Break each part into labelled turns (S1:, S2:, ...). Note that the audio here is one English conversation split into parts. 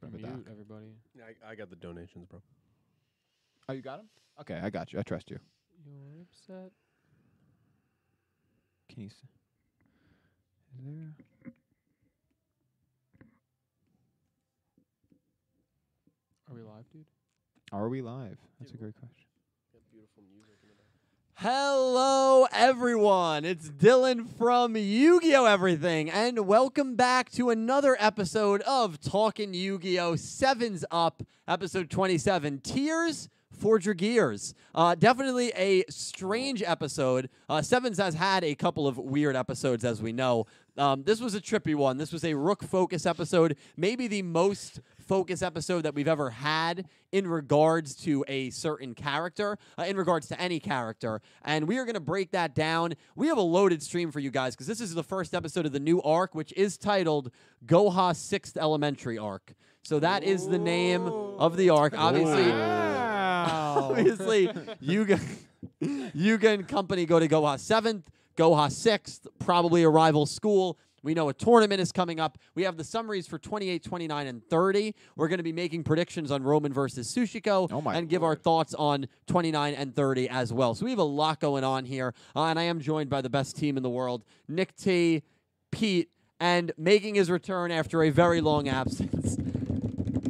S1: the
S2: mute,
S1: doc.
S2: everybody.
S3: I, I got the donations, bro.
S1: Oh, you got him? Okay, I got you. I trust you.
S2: You're upset. Can you s Is there? Are we live, dude?
S1: Are we live? That's a
S3: Dude,
S1: great question.
S3: Got beautiful music in the back.
S2: Hello, everyone. It's Dylan from Yu Gi Oh! Everything, and welcome back to another episode of Talking Yu Gi Oh! Sevens Up, episode 27 Tears. Forge your gears. Uh, definitely a strange episode. Uh, Sevens has had a couple of weird episodes, as we know. Um, this was a trippy one. This was a Rook focus episode, maybe the most focus episode that we've ever had in regards to a certain character, uh, in regards to any character. And we are going to break that down. We have a loaded stream for you guys because this is the first episode of the new arc, which is titled Goha Sixth Elementary Arc. So that is the name of the arc. Obviously, obviously, Yuga, Yuga and company go to Goha seventh, Goha sixth, probably a rival school. We know a tournament is coming up. We have the summaries for 28, 29, and 30. We're going to be making predictions on Roman versus Sushiko
S1: Oh my
S2: and give our thoughts on 29 and 30 as well. So we have a lot going on here. Uh, and I am joined by the best team in the world Nick T, Pete, and making his return after a very long absence.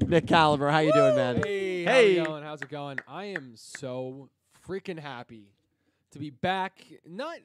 S2: Nick Caliber, how you doing, man?
S4: Hey,
S2: Hey.
S4: how's it going? How's it going? I am so freaking happy to be back. Not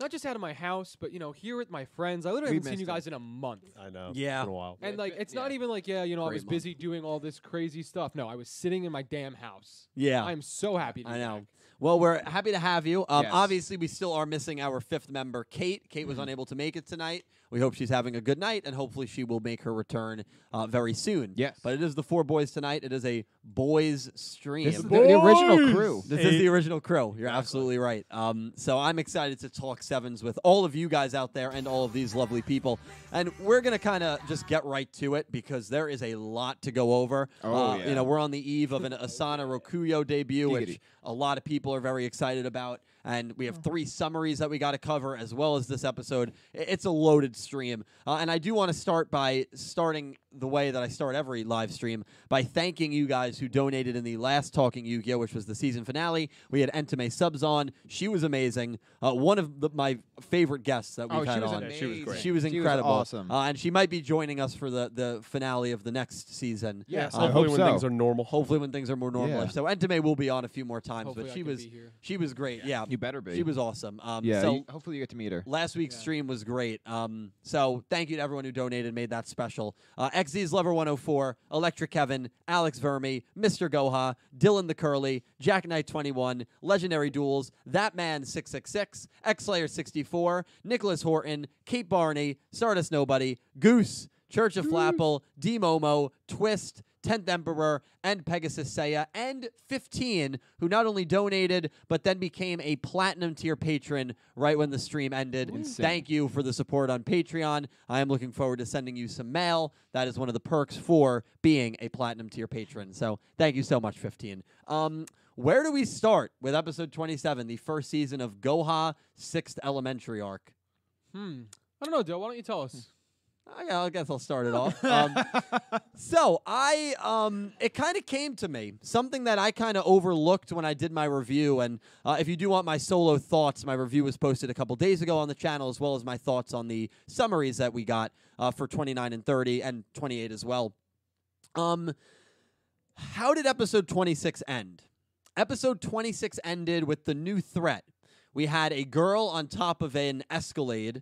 S4: not just out of my house, but you know, here with my friends. I literally
S1: We
S4: haven't seen you
S1: missed it.
S4: guys in a month.
S3: I know.
S2: Yeah.
S3: It's been a while.
S4: And like it's not
S2: yeah.
S4: even like, yeah, you know, I
S2: Great
S4: was
S2: month.
S4: busy doing all this crazy stuff. No, I was sitting in my damn house.
S2: Yeah.
S4: I'm so happy to
S2: I
S4: be
S2: know.
S4: back.
S2: Well, we're happy to have you. Um,
S4: Yes.
S2: Obviously, we still are missing our fifth member, Kate. Kate
S1: Mm-hmm.
S2: was unable to make it tonight. We hope she's having a good night, and hopefully, she will make her return uh, very soon.
S1: Yes.
S2: But it is the four boys tonight. It is a boys stream.
S1: This is the, the original crew.
S2: This is the original crew. You're absolutely right. Um, so I'm excited to talk sevens with all of you guys out there and all of these lovely people. And we're gonna kind of just get right to it because there is a lot to go over.
S1: Oh,
S2: Uh,
S1: yeah.
S2: You know, we're on the eve of an Asana Rokuyo debut,
S1: Giggity.
S2: which a lot of people are very excited about. And we have three summaries that we got to cover as well as this episode. I- It's a loaded stream. Uh, and I do want to start by starting the way that I start every live stream by thanking you guys who donated in the last Talking Yu Gi Oh!, which was the season finale. We had Entame Subs on. She was amazing. Uh, one of the, my favorite guests that we've
S1: Oh,
S2: had
S1: she was
S2: on.
S1: amazing.
S3: she was great.
S2: She was incredible.
S1: awesome.
S2: Uh, and she might be joining us for the, the finale of the next season.
S3: Yes,
S1: I
S2: Uh,
S3: hopefully
S1: hope
S3: when
S1: so.
S3: things are normal.
S2: hopefully when things are more normalish.
S1: Yeah.
S2: So Entame will be on a few more times,
S4: Hopefully
S2: but
S4: I
S2: she
S4: can
S2: was
S4: be here.
S2: she was great. Yeah,
S1: You better be.
S2: she was awesome. Um,
S1: Yeah.
S2: So
S1: you- hopefully you get to meet her.
S2: last week's
S4: Yeah.
S2: stream was great. Um, so thank you to everyone who donated, made that special. Uh, XZ's Lover 104, Electric Kevin, Alex Verme, Mr. Goha, Dylan the Curly, Jack Knight 21, Legendary Duels, That Man 666, X Slayer 64, Nicholas Horton, Kate Barney, Stardust Nobody, Goose, Church of Flapple, D Momo, Twist, 10th Emperor, and Pegasus Seiya, and 15, who not only donated, but then became a platinum tier patron right when the stream ended.
S1: Insane.
S2: Thank you for the support on Patreon. I am looking forward to sending you some mail. That is one of the perks for being a platinum tier patron. So thank you so much, 15. Um, where do we start with episode 27, the first season of Goha 6th Elementary Arc?
S4: Hmm. I don't know, Dill. Why don't you tell us?
S2: I Uh, I guess I'll start it off. Um, so I, um, it kind of came to me something that I kind of overlooked when I did my review. And uh, if you do want my solo thoughts, my review was posted a couple days ago on the channel, as well as my thoughts on the summaries that we got uh, for 29 and 30 and 28 as well. Um, how did episode 26 end? Episode 26 ended with the new threat. We had a girl on top of an Escalade,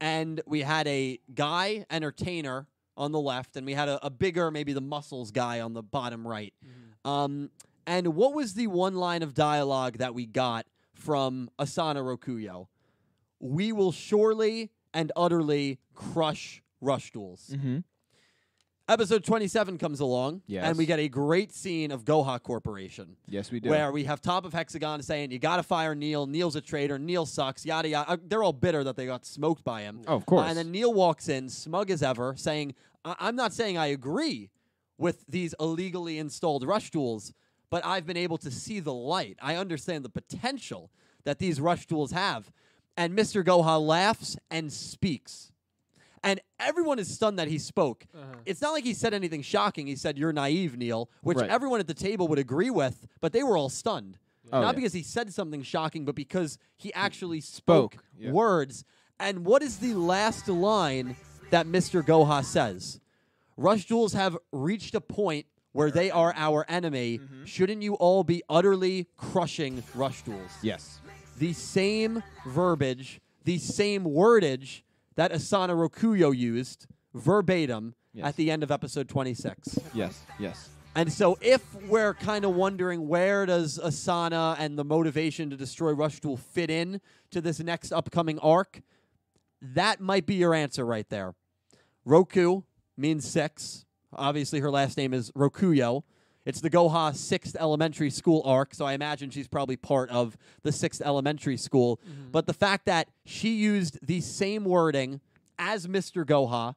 S2: and we had a guy entertainer on the left, and we had a, a bigger, maybe the muscles guy on the bottom right.
S1: Mm-hmm.
S2: Um, and what was the one line of dialogue that we got from Asana Rokuyo? We will surely and utterly crush Rush Duels.
S1: Mm-hmm.
S2: Episode 27 comes along,
S1: Yes.
S2: and we get a great scene of Goha Corporation,
S1: Yes, we do.
S2: where we have top of Hexagon saying, You gotta fire Neil, Neil's a traitor, Neil sucks, yada yada. Uh, they're all bitter that they got smoked by him.
S1: Oh, of course.
S2: Uh, and then Neil walks in, smug as ever, saying, I- I'm not saying I agree with these illegally installed rush duels, but I've been able to see the light. I understand the potential that these rush duels have. And Mr. Goha laughs and speaks. and everyone is stunned that he spoke.
S4: Uh-huh.
S2: It's not like he said anything shocking. He said, "You're naive, Neil," which
S1: Right.
S2: everyone at the table would agree with, but they were all stunned.
S1: Oh,
S2: not
S1: yeah.
S2: because he said something shocking, but because he actually spoke,
S1: spoke, yeah.
S2: words. And what is the last line that Mr. Goha says? Rush duels have reached a point where they are our enemy.
S1: Mm-hmm.
S2: Shouldn't you all be utterly crushing rush duels?
S1: Yes.
S2: the same verbiage, the same wordage that Asana Rokuyo used verbatim
S1: Yes.
S2: at the end of episode 26.
S1: Yes. Yes.
S2: And so if we're kind of wondering where does Asana and the motivation to destroy Rush Duel fit in to this next upcoming arc, that might be your answer right there. Roku means six. Obviously, her last name is Rokuyo. It's the Goha sixth elementary school arc, so I imagine she's probably part of the sixth elementary school.
S1: Mm-hmm.
S2: But the fact that she used the same wording as Mr. Goha,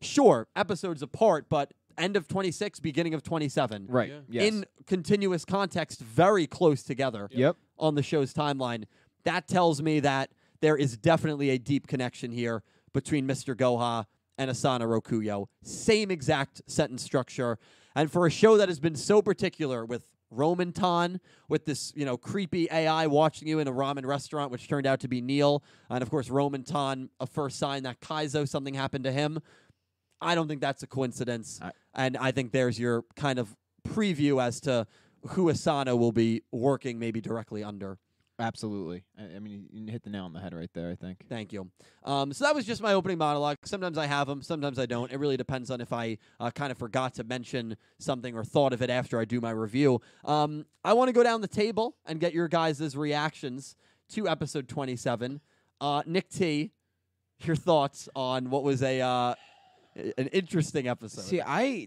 S2: sure, episodes apart, but end of 26, beginning of 27.
S1: Right.
S4: Yeah.
S1: Yes.
S2: In continuous context, very close together
S1: yep.
S2: on the show's timeline. That tells me that there is definitely a deep connection here between Mr. Goha and Asana Rokuyo. Same exact sentence structure. And for a show that has been so particular with Roman Tan, with this, you know, creepy AI watching you in a ramen restaurant, which turned out to be Neil, and of course Roman Tan, a first sign that Kaizo something happened to him. I don't think that's a coincidence.
S1: I-
S2: and I think there's your kind of preview as to who Asana will be working maybe directly under.
S1: Absolutely. I, I mean, you hit the nail on the head right there. I think.
S2: Thank you. Um, so that was just my opening monologue. Sometimes I have them, sometimes I don't. It really depends on if I uh, kind of forgot to mention something or thought of it after I do my review. Um, I want to go down the table and get your guys' reactions to episode 27. Uh, Nick T, your thoughts on what was a uh, an interesting episode.
S1: See, I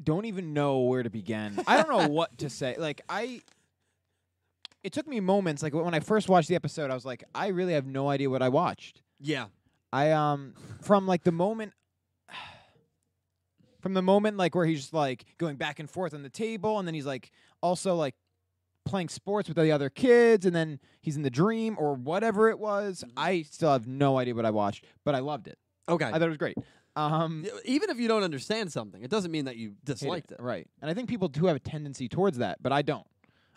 S1: don't even know where to begin. I don't know what to say. Like I it took me moments like when I first watched the episode, I was like, I really have no idea what I watched.
S2: yeah.
S1: I um from like the moment from the moment like where he's just like going back and forth on the table and then he's like also like playing sports with the other kids and then he's in the dream or whatever it was.
S2: Mm-hmm.
S1: I still have no idea what I watched, but I loved it.
S2: Okay.
S1: I thought it was great. Um
S2: Y- even if you don't understand something, it doesn't mean that you
S1: hate
S2: disliked it.
S1: Right. And I think people do have a tendency towards that, but I don't.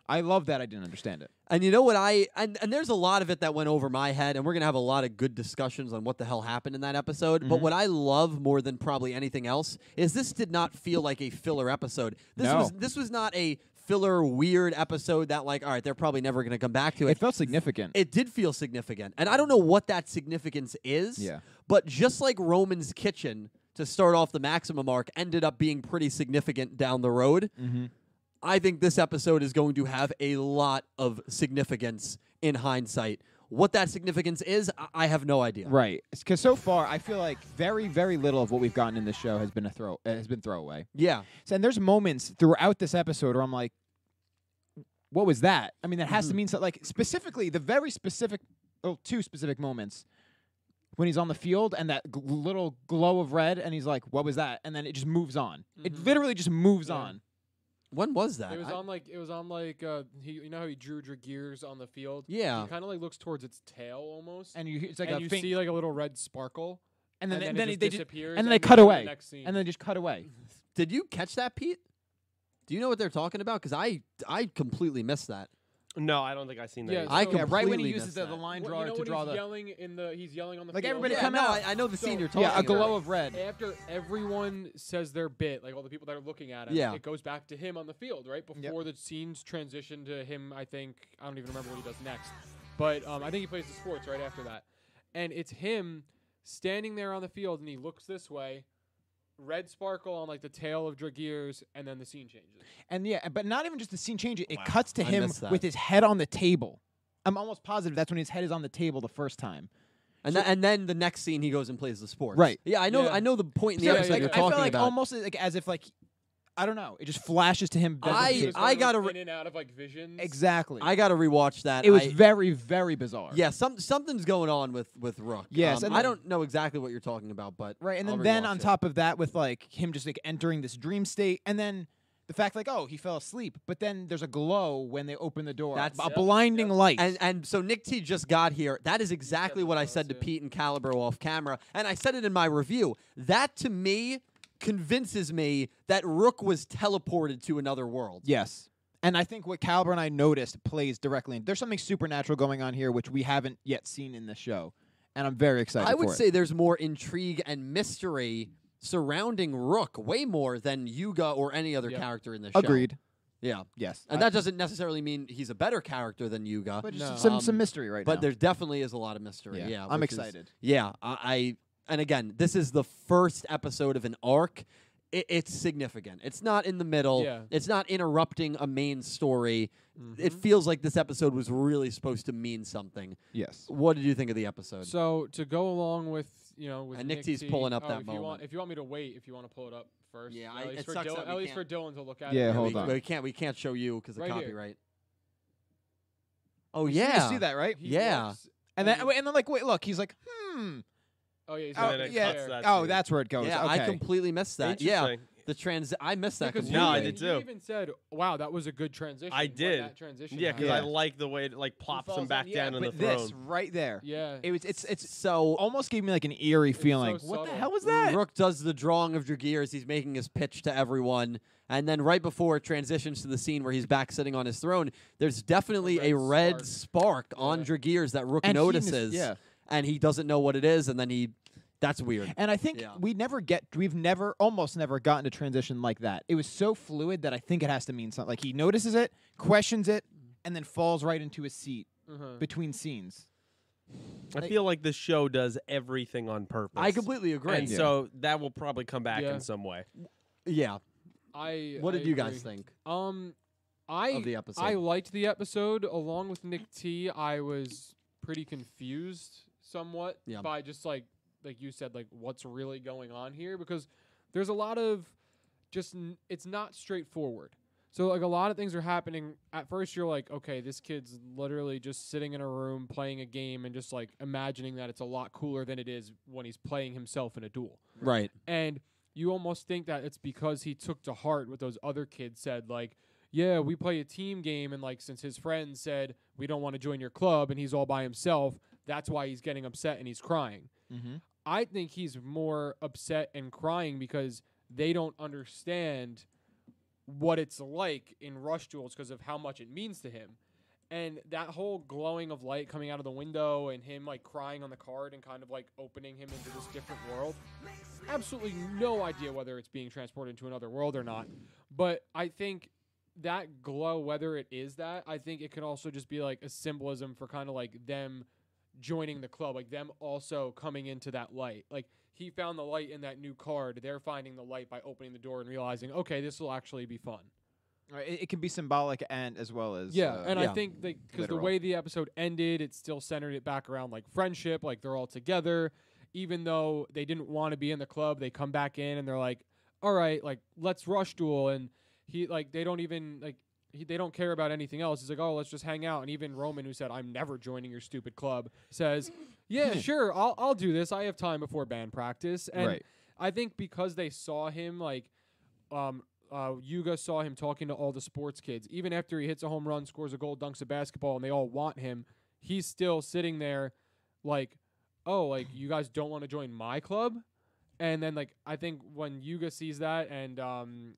S1: I love that I didn't understand it.
S2: And you know what I and, and there's a lot of it that went over my head, and we're gonna have a lot of good discussions on what the hell happened in that episode. But
S1: Mhm.
S2: what I love more than probably anything else is this did not feel like a filler episode. This
S1: No.
S2: was this was not a filler weird episode that like all right they're probably never gonna come back to
S1: It
S2: it.
S1: felt significant.
S2: It did feel significant, and I don't know what that significance is.
S1: Yeah.
S2: But just like Roman's Kitchen to start off the maximum arc ended up being pretty significant down the road.
S1: mm-hmm.
S2: I think this episode is going to have a lot of significance in hindsight. What that significance is, I- I have no idea.
S1: Right. Because so far, I feel like very, very little of what we've gotten in this show has been a throw uh, has been throwaway.
S2: Yeah.
S1: So, and there's moments throughout this episode where I'm like, what was that? I mean, that has to
S4: Mm-hmm.
S1: mean something. Like specifically, the very specific, oh, two specific moments when he's on the field and that gl- little glow of red, and he's like, what was that? And then it just moves on. It
S4: Mhm.
S1: literally just moves
S4: Yeah.
S1: on.
S2: When was that?
S4: It was
S2: I-
S4: on like it was on like uh, he, you know how he drew Dragears on the field.
S2: Yeah.
S4: he kind of like looks towards its tail almost,
S1: And you, it's like
S4: and
S1: a
S4: you
S1: faint-
S4: see like a little red sparkle,
S1: and then,
S4: it just
S1: they just
S4: disappears,
S1: and then they cut
S4: go to the
S1: away.
S4: next scene.
S1: and then they just cut away.
S2: Did you catch that, Pete? Do you know what they're talking about? Because I, I completely missed that.
S3: No, I don't think I've seen that.
S4: Yeah,
S3: either.
S2: I
S4: So-
S1: yeah,
S2: completely
S1: right when he
S2: missed
S1: uses the,
S2: that.
S1: the line
S4: Wha-
S1: drawer
S4: you know
S1: to
S4: when
S1: draw
S4: he's
S1: the
S4: yelling in the he's yelling on the
S1: Like,
S4: field?
S1: everybody
S2: yeah,
S1: come
S2: no,
S1: out.
S2: I, I know the scene
S4: So-
S2: you're talking
S1: yeah, a
S2: about.
S1: glow of red.
S4: after everyone says their bit, like all the people that are looking at him,
S2: Yeah.
S4: it goes back to him on the field, right? Before the scenes transition to him, I think I don't even remember what he does next, but um, I think he plays the sports right after that, and it's him standing there on the field, and he looks this way, red sparkle on like the tail of Dragears, and then the scene changes.
S1: And yeah, but not even just the scene changes. It cuts to
S2: I
S1: him
S2: missed that.
S1: with his head on the table. I'm almost positive that's when his head is on the table the first time.
S2: And, th- and then the next scene, he goes and plays the sports.
S1: Right.
S2: Yeah, I know.
S4: Yeah.
S2: I know the point in the
S4: Yeah,
S2: episode
S4: yeah,
S1: like,
S2: you're
S4: yeah.
S1: I feel
S2: talking
S1: like
S2: about.
S1: almost like as if like I don't know. It just flashes to him.
S2: I-
S4: He was
S2: I
S4: kinda, like,
S2: gotta re-
S4: in and out of like visions.
S1: exactly.
S2: I gotta rewatch that.
S1: it was
S2: I-
S1: very very bizarre.
S2: yeah. Some something's going on with with Rook.
S1: Yes,
S2: Um,
S1: and
S2: I
S1: then-
S2: don't know exactly what you're talking about, but
S1: Right, and
S2: I'll
S1: then, then
S2: rewatch
S1: on
S2: it.
S1: top of that, with like him just like entering this dream state, and then the fact like oh he fell asleep, but then there's a glow when they open the door,
S2: That's-
S1: a
S2: Yep,
S1: blinding light.
S2: And and so Nick T just got here. That is exactly what I said to
S4: Yeah.
S2: Pete and Caliber off camera, and I said it in my review. That to me convinces me that Rook was teleported to another world.
S1: yes, and I think what Caliber and I noticed plays directly. in- There's something supernatural going on here which we haven't yet seen in the show, and I'm very excited.
S2: I would
S1: for it.
S2: say there's more intrigue and mystery surrounding Rook, way more than Yuga or any other
S4: Yeah.
S2: character in the show.
S1: agreed.
S2: Yeah.
S1: Yes,
S2: And
S1: I-
S2: that doesn't necessarily mean he's a better character than Yuga.
S1: but
S2: But,
S1: just
S4: No.
S1: some
S2: Um,
S1: some mystery right now.
S2: there definitely is a lot of mystery. Yeah.
S1: I'm
S2: which is-
S1: excited.
S2: yeah. I, I and again, this is the first episode of an arc. It, it's significant. It's not in the middle.
S4: Yeah.
S2: It's not interrupting a main story.
S4: Mhm.
S2: It feels like this episode was really supposed to mean something.
S1: Yes,
S2: What did you think of the episode?
S4: So to go along with you know, with
S2: And Nick T's
S4: T,
S2: pulling up
S4: oh,
S2: that
S4: if You want,
S2: moment.
S4: if you want me to wait, if you want to pull it up first,
S2: Yeah, I-
S4: at least,
S2: it
S4: for,
S2: sucks
S4: Dylan,
S2: that we
S4: at least
S2: can't-
S4: for Dylan to look at.
S1: Yeah,
S4: it.
S1: hold
S2: we,
S1: on.
S2: We can't. We can't show you because of
S4: Right here.
S2: copyright. Oh
S1: You see-
S2: yeah.
S1: you see that right?
S4: He
S2: Yeah.
S4: looks-
S1: And then and then like wait, look, he's like hmm.
S4: Oh yeah, he's
S1: Oh,
S4: got
S3: then it
S1: yeah.
S3: cuts
S4: there.
S3: that
S1: oh,
S3: scene.
S1: that's where it goes.
S2: Yeah,
S1: okay.
S2: I completely missed that. Yeah,
S3: Interesting.
S2: the trans. I missed that.
S4: Because
S2: completely.
S3: No, I
S4: he-
S3: did
S4: he
S3: too.
S4: even said, "Wow, that was a good transition."
S3: I
S4: when
S3: did.
S4: That transition.
S3: Yeah, because I
S1: Yeah.
S4: happened.
S3: like the way it like plops
S4: falls
S3: him
S4: on-
S3: back
S4: yeah,
S3: down on the
S1: but
S3: throne.
S1: this right there,
S4: Yeah.
S1: it was it's it's
S2: so.
S1: almost gave me like an eerie feeling.
S4: so
S1: what the
S4: subtle.
S1: hell was that?
S2: Rook does the drawing of Dragir as he's making his pitch to everyone, and then right before it transitions to the scene where he's back sitting on his throne, there's definitely a
S4: A red
S2: red spark, on
S4: Yeah.
S2: Dragir's that Rook
S1: And he mis-
S2: notices,
S1: yeah.
S2: and he doesn't know what it is, and then he. That's weird.
S1: And I think
S2: Yeah.
S1: we never get we've never almost never gotten a transition like that. It was so fluid that I think it has to mean something. Like he notices it, questions it, and then falls right into his seat
S4: Uh-huh.
S1: between scenes.
S3: I feel like this show does everything on purpose.
S2: I completely agree.
S3: And so that will probably come back
S4: Yeah.
S3: in some way.
S2: yeah.
S4: I.
S2: What
S4: I
S2: did you guys
S4: agree.
S2: think
S4: Um, I
S2: of the episode?
S4: I liked the episode. Along with Nick T, I was pretty confused somewhat
S2: Yeah.
S4: by just like like you said, like what's really going on here because there's a lot of just n- it's not straightforward. So like a lot of things are happening. At first, you're like, okay, this kid's literally just sitting in a room playing a game and just like imagining that it's a lot cooler than it is when he's playing himself in a duel
S2: right.
S4: and you almost think that it's because he took to heart what those other kids said like yeah we play a team game and like since his friends said we don't want to join your club and he's all by himself that's why he's getting upset and he's crying
S1: Mm-hmm.
S4: i think he's more upset and crying because they don't understand what it's like in rush duels because of how much it means to him and that whole glowing of light coming out of the window and him like crying on the card and kind of like opening him into this different world absolutely no idea whether it's being transported into another world or not. But I think that glow, whether it is that, I think it could also just be like a symbolism for kind of like them joining the club, like them also coming into that light. Like he found the light in that new card. They're finding the light by opening the door and realizing, okay, this will actually be fun.
S1: It, it can be symbolic and as well as
S4: Yeah,
S1: uh,
S4: and
S2: Yeah.
S4: I think because the
S1: Literal.
S4: way the episode ended, it still centered it back around like friendship, like they're all together, even though they didn't want to be in the club. They come back in and they're like, "All right, like let's rush duel," and he like they don't even like. He, they don't care about anything else. He's like, oh, let's just hang out. And even Roman, who said, "I'm never joining your stupid club," says, "Yeah, sure, I'll I'll do this. I have time before band practice." And
S1: Hmm. Right.
S4: I think because they saw him like um, uh, Yuga saw him talking to all the sports kids. Even after he hits a home run, scores a goal, dunks a basketball, and they all want him, he's still sitting there like, oh, like, you guys don't want to join my club? And then, like, I think when Yuga sees that and um,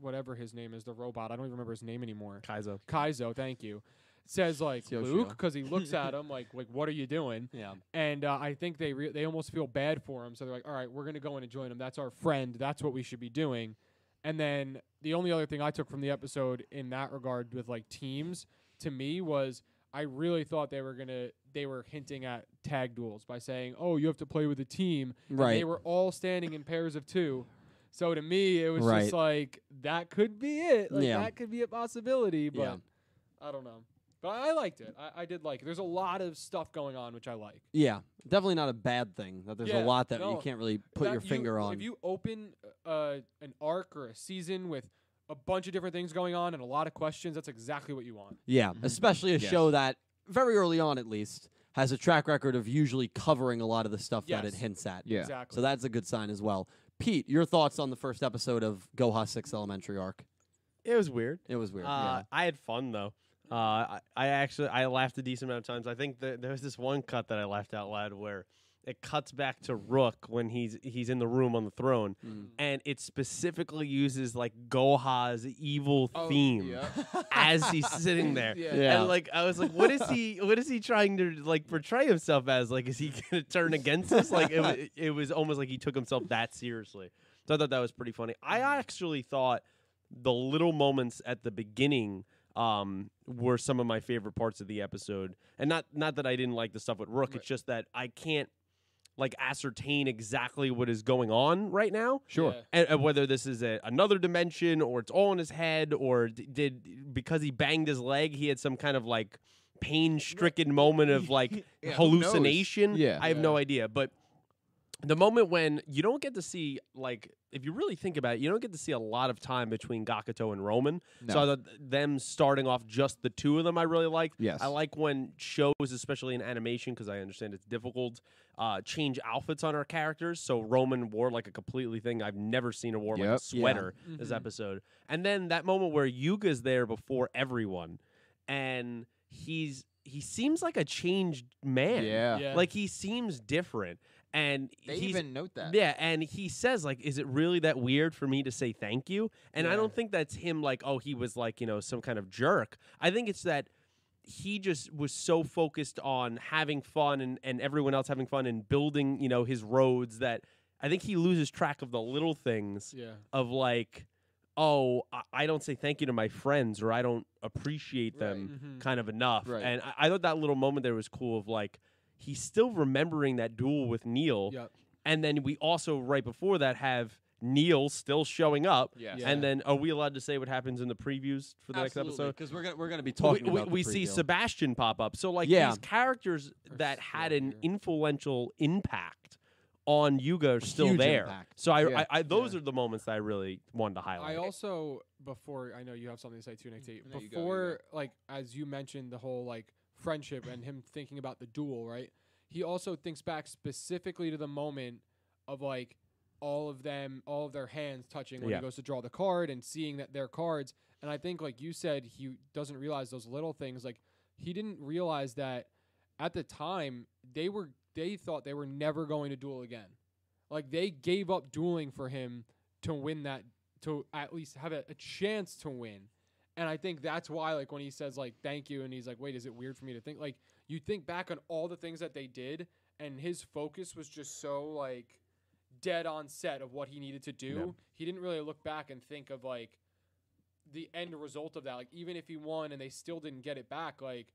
S4: whatever his name is, the robot, I don't even remember his name anymore.
S3: Kaizo.
S4: Kaizo, thank you. Says like
S2: It's Yoshio.
S4: Luke because he looks at him like like what are you doing?
S2: Yeah.
S4: and uh, I think they re- they almost feel bad for him, so they're like, "All right, we're gonna go in and join him. That's our friend. That's what we should be doing." And then the only other thing I took from the episode in that regard with like teams to me was I really thought they were gonna they were hinting at tag duels by saying, "Oh, you have to play with a team." And
S2: Right.
S4: they were all standing in pairs of two. So to me, it was
S2: Right.
S4: just like that could be it. Like,
S2: Yeah.
S4: That could be a possibility, but
S2: Yeah.
S4: I don't know. But I liked it. I, I did like it. There's a lot of stuff going on which I like.
S2: Yeah. Definitely not a bad thing. That there's a
S4: Yeah,
S2: lot that you
S4: no,
S2: can't really put
S4: that
S2: your
S4: you-
S2: finger on.
S4: If you open uh, an arc or a season with a bunch of different things going on and a lot of questions, that's exactly what you want.
S2: Yeah, especially a
S1: Yes.
S2: show that very early on, at least, has a track record of usually covering a lot of the stuff that it
S4: Yes.
S2: hints at.
S1: Yeah.
S4: Exactly.
S2: So that's a good sign as well. Pete, your thoughts on the first episode of Goha Six Elementary Arc?
S3: It was weird.
S2: It was weird.
S3: Uh, I had fun though. Uh, I, I actually I laughed a decent amount of times. I think that there was this one cut that I laughed out loud where it cuts back to Rook when he's he's in the room on the throne,
S2: Mm.
S3: and it specifically uses like Goha's evil
S4: Oh,
S3: theme
S4: Yeah.
S3: as he's sitting there.
S4: Yeah.
S2: Yeah.
S3: And like I was like, what is he? What is he trying to like portray himself as? Like, is he gonna turn against us? Like, it, wa- it was almost like he took himself that seriously. So I thought that was pretty funny. I
S4: Mm.
S3: actually thought the little moments at the beginning um, were some of my favorite parts of the episode, and not not that I didn't like the stuff with Rook.
S4: Right.
S3: It's just that I can't like ascertain exactly what is going on right now
S1: Sure.
S4: Yeah.
S3: and, and whether this is a, another dimension or it's all in his head or d- did because he banged his leg he had some kind of like pain-stricken moment of like
S1: Yeah, who knows?
S3: hallucination
S1: Yeah.
S3: i have
S4: Yeah.
S3: no idea but the moment when you don't get to see like if you really think about it you don't get to see a lot of time between gakuto and roman
S1: No.
S3: so I thought th- them starting off just the two of them i really liked
S1: Yes.
S3: i like when shows especially in animation because i understand it's difficult uh, change outfits on our characters. So Roman wore like a completely thing I've never seen a wore like a
S1: Yep.
S2: Yeah.
S3: sweater this
S4: Mhm.
S3: episode. And then that moment where Yuga's there before everyone, and he's he seems like a changed man.
S1: yeah.
S4: Yeah.
S3: like he seems different, and
S1: They
S3: he's.
S1: even note that.
S3: yeah, and he says like, "Is it really that weird for me to say thank you?" And I
S4: Yeah.
S3: don't think that's him like, "Oh, he was like you know some kind of jerk." I think it's that he just was so focused on having fun and, and everyone else having fun and building, you know, his roads that I think he loses track of the little things
S4: yeah.
S3: of like, oh, I, I don't say thank you to my friends or I don't appreciate them
S4: Mhm.
S3: kind of enough.
S1: Right.
S3: And I, I thought that little moment there was cool of like, he's still remembering that duel with Neil.
S4: Yep.
S3: And then we also, right before that, have Neil still showing up.
S1: Yeah.
S4: Yeah.
S3: And then are we allowed to say what happens in the previews for the next episode?
S2: because we're gonna we're gonna be
S3: Well,
S2: talking.
S3: we, we,
S2: about the
S3: we see
S2: preview.
S3: Sebastian pop up. So like
S2: Yeah.
S3: these characters
S4: Are
S3: that
S4: still
S3: had an
S4: here.
S3: influential impact on Yuga are still
S2: Huge
S3: there.
S2: impact.
S3: So I,
S1: Yeah.
S3: I, I those
S4: Yeah.
S3: are the moments that I really wanted to highlight.
S4: I also before I know you have something to say too, Nick. Tate,
S1: No, you go, you go.
S4: before like as you mentioned the whole like friendship and him thinking about the duel, right? He also thinks back specifically to the moment of like all of them, all of their hands touching when
S3: Yeah.
S4: he goes to draw the card and seeing that they're cards. And I think like you said, he doesn't realize those little things. Like he didn't realize that at the time they were they thought they were never going to duel again. Like they gave up dueling for him to win that to at least have a, a chance to win. And I think that's why like when he says like thank you and he's like wait is it weird for me to think like you think back on all the things that they did and his focus was just so like dead on set of what he needed to do. He didn't really look back and think of like the end result of that. Like even if he won and they still didn't get it back like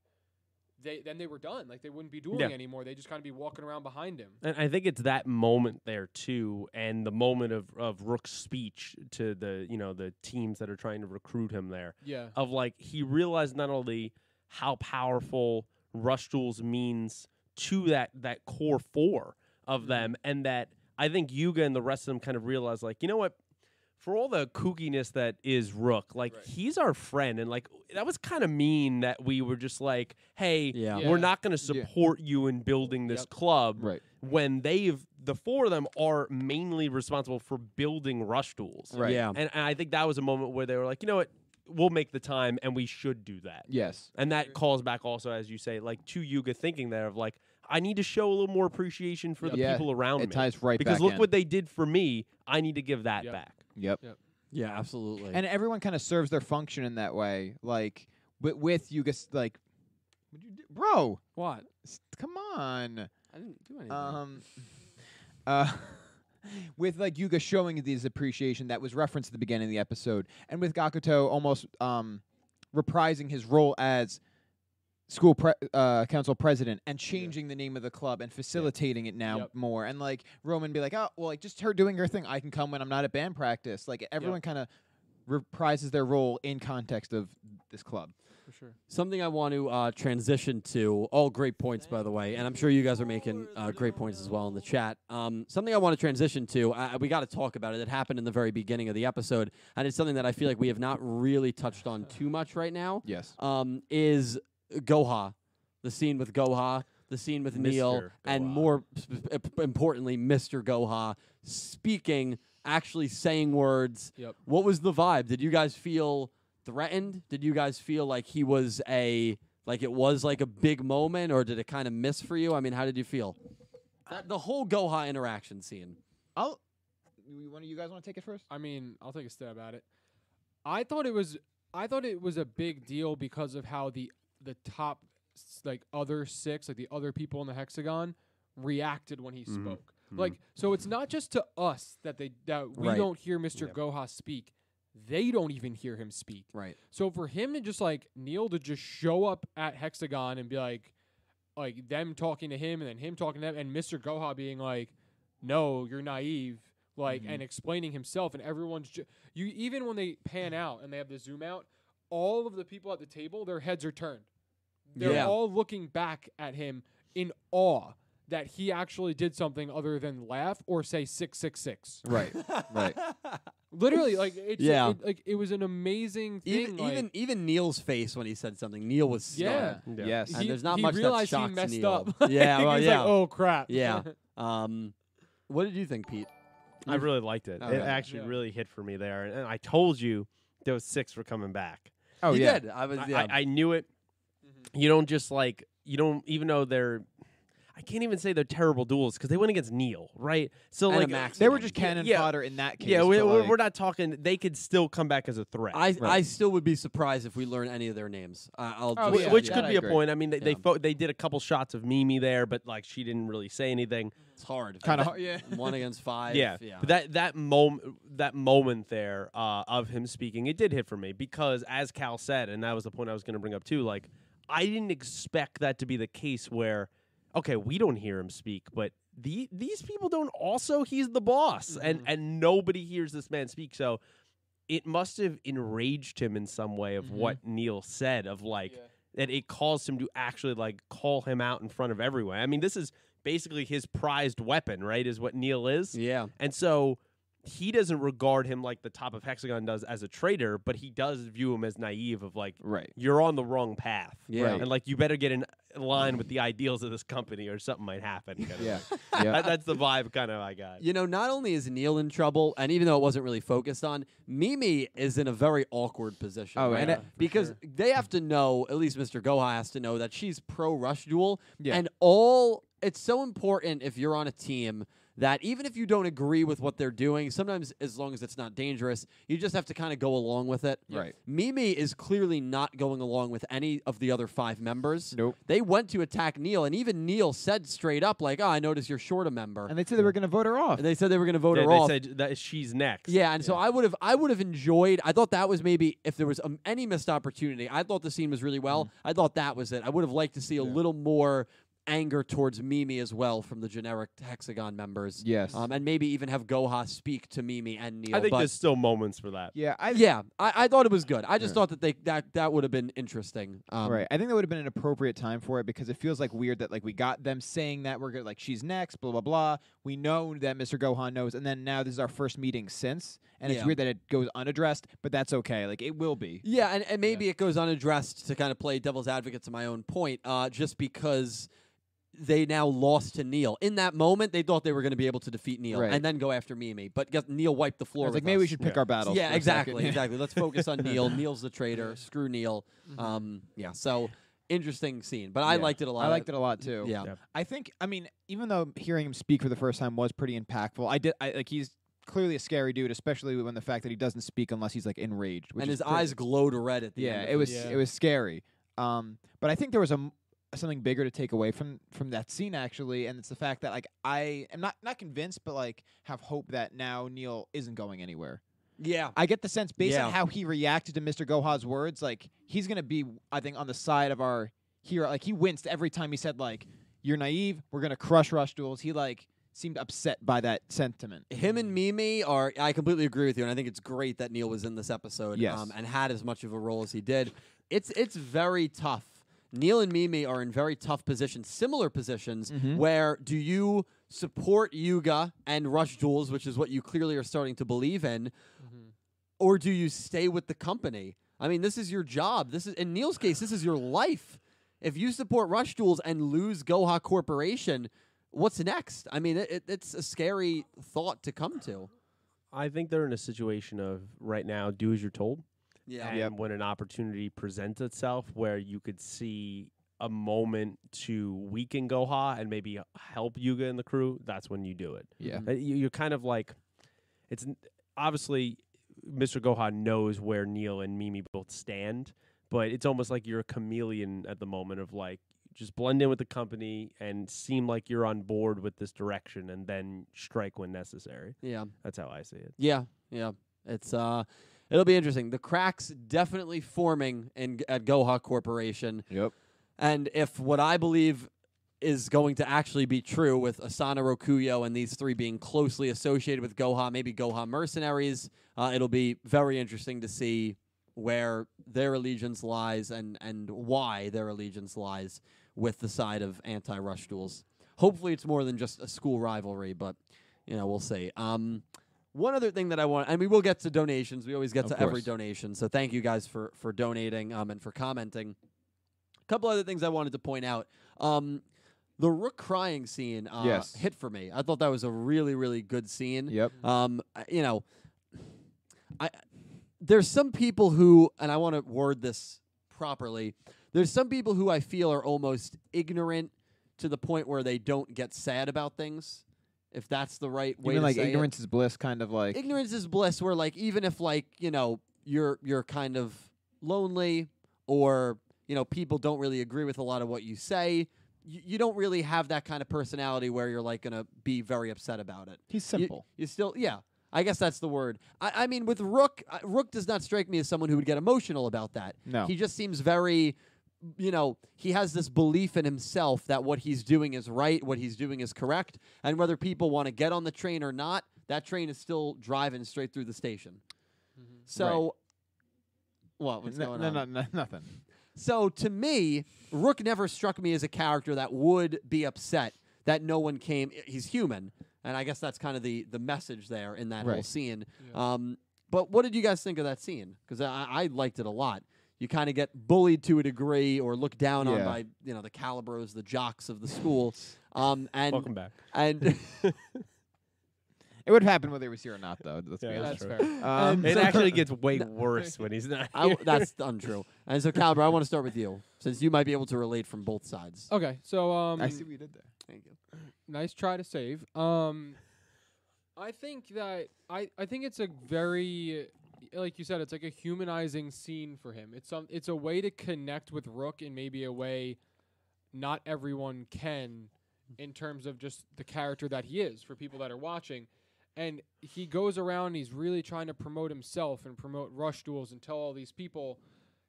S4: they then they were done. Like they wouldn't be dueling
S3: Yeah.
S4: anymore. They just kind of be walking around behind him.
S3: and I think it's that moment there too, and the moment of, of Rook's speech to the you know the teams that are trying to recruit him there.
S4: Yeah.
S3: of like he realized not only how powerful rush tools means to that that core four
S4: Mm-hmm.
S3: of them and that i think yuga and the rest of them kind of realized like you know what for all the kookiness that is rook like
S4: Right.
S3: he's our friend and like that was kind of mean that we were just like hey
S2: Yeah.
S4: Yeah.
S3: we're not going to
S1: Yeah.
S3: support you in building this
S4: Yep.
S3: club
S1: Right.
S3: when they've the four of them are mainly responsible for building rush tools
S1: Right.
S2: Yeah.
S3: and, and I think that was a moment where they were like, you know what, we'll make the time and we should do that.
S1: Yes.
S3: And that calls back also, as you say, like to Yuga thinking there of like, I need to show a little more appreciation for the
S1: Yeah,
S3: people around
S1: It
S3: me.
S1: ties right
S3: because
S1: back
S3: look
S1: in.
S3: what they did for me. I need to give that
S4: Yep.
S3: back.
S1: Yep.
S2: Yeah, absolutely.
S1: And everyone kind of serves their function in that way. Like with, with you guys like what you do? bro,
S2: what?
S1: s- come on.
S2: I didn't do anything.
S3: Uh-huh.
S1: Um uh With like Yuga showing these appreciation that was referenced at the beginning of the episode, and with Gakuto almost um, reprising his role as school pre- uh, council president and changing the name of the club and facilitating it now
S4: Yep.
S1: more, and like Roman be like, oh well, like just her doing her thing, I can come when I'm not at band practice. Like everyone kind of reprises their role in context of this club.
S4: For sure.
S2: Something I want to uh, transition to. All great points, by the way, and I'm sure you guys are making uh, great points as well in the chat. Um, something I want to transition to. I, we got to talk about it. It happened in the very beginning of the episode, and it's something that I feel like we have not really touched on too much right now.
S1: Yes.
S2: um, is Goha, the scene with Goha, the scene with Neil,
S3: Mr.
S2: and
S3: Goha.
S2: more sp- sp- importantly, Mr. Goha speaking, actually saying words.
S4: Yep.
S2: What was the vibe? Did you guys feel threatened? Did you guys feel like he was a like it was like a big moment, or did it kind of miss for you? I mean, how did you feel? That, the whole Goha interaction scene.
S1: I'll. You, one of you guys want to take it first?
S4: I mean, I'll take a stab at it. I thought it was I thought it was a big deal because of how the the top s- like other six, like the other people in the hexagon reacted when he spoke. Like so it's not just to us that they that we
S2: Right.
S4: don't hear Mr. Goha speak. They don't even hear him speak.
S2: Right.
S4: So for him to just like Neil to just show up at Hexagon and be like, like them talking to him and then him talking to them and Mr. Goha being like, no, you're naive, like
S2: Mm-hmm.
S4: and explaining himself and everyone's ju- you even when they pan out and they have the zoom out, all of the people at the table their heads are turned. They're
S2: Yeah.
S4: all looking back at him in awe that he actually did something other than laugh or say six six six.
S2: Right. right.
S4: Literally, like it's
S2: Yeah.
S4: it, like it was an amazing thing.
S2: Even
S4: like-
S2: even even Neil's face when he said something. Neil was stunned.
S4: yeah.
S1: Yes.
S2: And
S4: He-
S2: there's not
S4: he
S2: much that
S4: realized he
S2: shocks
S4: messed
S2: Neil.
S4: up.
S2: Yeah,
S4: He
S2: well,
S4: was
S2: yeah.
S4: like, oh crap.
S2: Yeah. Um, what did you think, Pete?
S3: I really liked it.
S2: All
S3: it
S2: right.
S3: actually
S4: Yeah.
S3: really hit for me there, and I told you those six were coming back.
S1: Oh
S2: you
S1: yeah.
S2: did. I was.
S3: I-
S2: Yeah.
S3: I, I knew it.
S4: Mm-hmm.
S3: You don't just like you don't even though they're. I can't even say they're terrible duels because they went against Neil, right? So
S2: And a
S3: like
S2: Max.
S1: They were just
S3: Yeah,
S1: cannon
S3: yeah.
S1: fodder in that case.
S3: yeah, we,
S1: but,
S3: we're,
S1: like-
S3: we're not talking. They could still come back as a threat,
S2: I,
S1: Right.
S2: I still would be surprised if we learn any of their names. I I'll
S1: Oh,
S2: just,
S3: wh-
S1: yeah,
S3: which
S1: yeah.
S3: could
S1: I
S3: be a
S1: agree.
S3: point. I mean, they they,
S2: Yeah.
S3: fo- they did a couple shots of Mimi there, but like she didn't really say anything.
S2: It's hard.
S1: kind of. Yeah.
S2: one against five.
S3: yeah,
S2: yeah.
S3: But that that moment that moment there uh, of him speaking, it did hit for me because as Cal said, and that was the point I was going to bring up too. Like I didn't expect that to be the case where okay, we don't hear him speak, but the these people don't. Also, he's the boss, and and nobody hears this man speak. So it must have enraged him in some way of what Neil said of like
S4: Yeah.
S3: that it caused him to actually like call him out in front of everyone. I mean, this is basically his prized weapon, right? Is what Neil is.
S2: yeah.
S3: And so he doesn't regard him like the top of Hexagon does as a traitor, but he does view him as naive of like
S1: Right.
S3: you're on the wrong path.
S2: Yeah.
S3: And like you better get in line with the ideals of this company or something might happen. kinda
S1: Yeah.
S3: thing.
S1: yeah.
S3: That- that's the vibe kind of I got.
S2: You know, not only is Neil in trouble, and even though it wasn't really focused on, Mimi is in a very awkward position.
S1: Oh,
S2: right?
S1: and it-
S2: because they have to know, at least Mr. Goha has to know that she's pro Rush Duel,
S1: Yeah.
S2: and all. It's so important if you're on a team that even if you don't agree with what they're doing, sometimes as long as it's not dangerous, you just have to kind of go along with it.
S1: Right.
S2: Mimi is clearly not going along with any of the other five members.
S1: Nope.
S2: They went to attack Neil, and even Neil said straight up, like, "Oh, I noticed you're short a member."
S1: And they said they were going to vote her off.
S2: And they said they were going to vote
S3: They,
S2: her
S3: they
S2: off.
S3: said that she's next.
S2: yeah, and so I would have, I would have enjoyed. I thought that was maybe if there was um, any missed opportunity. I thought the scene was really well.
S3: Mm-hmm.
S2: I thought that was it. I would have liked to see a little more anger towards Mimi as well from the generic Hexagon members.
S1: Yes.
S2: um, and maybe even have Goha speak to Mimi and Neil.
S3: I think
S2: but
S3: there's still moments for that.
S1: yeah. I,
S2: yeah, I, I thought it was good. I just
S1: Yeah.
S2: thought that they that that would have been interesting. Um,
S1: right. I think that would have been an appropriate time for it because it feels like weird that like we got them saying that we're good, like she's next, blah blah blah. We know that Mr. Gohan knows, and then now this is our first meeting since, and
S2: Yeah.
S1: it's weird that it goes unaddressed, but that's okay. Like it will be.
S2: Yeah, and, and maybe it goes unaddressed to kind of play devil's advocate to my own point, uh, just because they now lost to Neil. In that moment, they thought they were going to be able to defeat Neil
S1: Right.
S2: and then go after Mimi, but guess Neil wiped the floor.
S1: It's like
S2: with
S1: maybe we
S2: us.
S1: should pick
S3: Yeah.
S1: our battles. for
S2: Yeah,
S1: a
S2: exactly,
S1: second.
S2: exactly. Let's focus on Neil. Neil's the traitor. Screw Neil. Um, yeah. So interesting scene, but I
S1: Mm-hmm. Yeah.
S2: liked it a lot.
S1: I liked it a lot too.
S2: Yeah.
S3: Yeah.
S1: I think I mean even though hearing him speak for the first time was pretty impactful. I did I like he's clearly a scary dude, especially when the fact that he doesn't speak unless he's like enraged. Which
S2: and
S1: is
S2: his
S1: pretty-
S2: eyes glowed red at the
S1: Yeah,
S2: end. of
S1: it was
S4: Yeah.
S1: it was scary. Um, but I think there was a m- something bigger to take away from from that scene actually, and it's the fact that like I am not not convinced, but like have hope that now Neil isn't going anywhere.
S2: Yeah.
S1: I get the sense based
S2: Yeah.
S1: on how he reacted to Mr. Goha's words, like he's gonna be, I think, on the side of our hero. Like he winced every time he said, like, "You're naive. We're gonna crush rush duels." He like seemed upset by that sentiment.
S2: him and Mimi are. I completely agree with you, and I think it's great that Neil was in this episode um,
S1: Yes.
S2: and had as much of a role as he did. It's it's very tough. Neil and Mimi are in very tough positions, similar positions.
S1: Mm-hmm.
S2: Where do you support Yuga and Rush Duels, which is what you clearly are starting to believe in,
S4: Mm-hmm.
S2: or do you stay with the company? I mean, this is your job. This is in Neil's case, this is your life. If you support Rush Duels and lose Goha Corporation, what's next? I mean, it, it, it's a scary thought to come to.
S3: I think they're in a situation of right now, do as you're told.
S2: Yeah.
S3: and
S1: Yep.
S3: when an opportunity presents itself where you could see a moment to weaken Goha and maybe help Yuga and the crew, that's when you do it.
S1: Yeah.
S3: Uh, you- You're kind of like, it's n- obviously Mr. Goha knows where Neil and Mimi both stand, but it's almost like you're a chameleon at the moment of like, just blend in with the company and seem like you're on board with this direction and then strike when necessary.
S2: Yeah.
S3: That's how I see it.
S2: Yeah, yeah. It's uh, it'll be interesting. The cracks definitely forming in at Goha Corporation,
S1: Yep.
S2: and if what I believe is going to actually be true with Asana Rokuyo and these three being closely associated with Goha, maybe Goha mercenaries, uh, it'll be very interesting to see where their allegiance lies and and why their allegiance lies with the side of anti-rush duels. Hopefully, it's more than just a school rivalry, but you know we'll see. Um, one other thing that I want, and we will get to donations. We always get
S1: Of
S2: to every
S1: course.
S2: donation, so thank you guys for for donating um, and for commenting. A couple other things I wanted to point out. Um, the Rook crying scene uh,
S1: Yes.
S2: hit for me. I thought that was a really really good scene.
S1: Yep.
S2: Um, I- you know, I there's some people who, and I want to word this properly. There's some people who I feel are almost ignorant to the point where they don't get sad about things. If that's the right
S1: You
S2: way,
S1: mean
S2: to
S1: like
S2: say it.
S1: ignorance is bliss, kind of like
S2: ignorance is bliss. Where like even if like you know you're you're kind of lonely or you know people don't really agree with a lot of what you say. You, you don't really have that kind of personality where you're like gonna be very upset about it.
S1: he's
S2: You-
S1: simple.
S2: You, still, yeah. I guess that's the word. I, I mean, with Rook, uh, Rook does not strike me as someone who would get emotional about that.
S1: No.
S2: He just seems very, you know, he has this belief in himself that what he's doing is right, what he's doing is correct, and whether people want to get on the train or not, that train is still driving straight through the station. So, what? What's
S1: no,
S2: going
S1: no,
S2: on?
S1: no, no, nothing.
S2: So to me, Rook never struck me as a character that would be upset that no one came. I- He's human, and I guess that's kind of the the message there in that whole
S1: Right.
S2: scene.
S4: Yeah.
S2: Um, but what did you guys think of that scene? Because I, I liked it a lot. You kind of get bullied to a degree, or looked down on
S1: Yeah.
S2: by you know the calibros, the jocks of the school. Um, and
S3: Welcome back.
S2: and
S1: It would have happened whether he was here or not, though. Let's
S3: Yeah,
S1: be
S4: That's
S1: honest.
S4: fair.
S1: Um,
S3: It
S2: So-
S3: actually gets way worse when he's not.
S2: I,
S3: here.
S2: that's untrue. And so Calibro, I want to start with you, since you might be able to relate from both sides.
S4: Okay, so um,
S1: I see what you did there.
S2: Thank you.
S4: nice try to save. Um, I think that I I think it's a very like you said, it's like a humanizing scene for him. It's some it's a way to connect with Rook in maybe a way not everyone can in terms of just the character that he is for people that are watching. And he goes around he's really trying to promote himself and promote rush duels and tell all these people,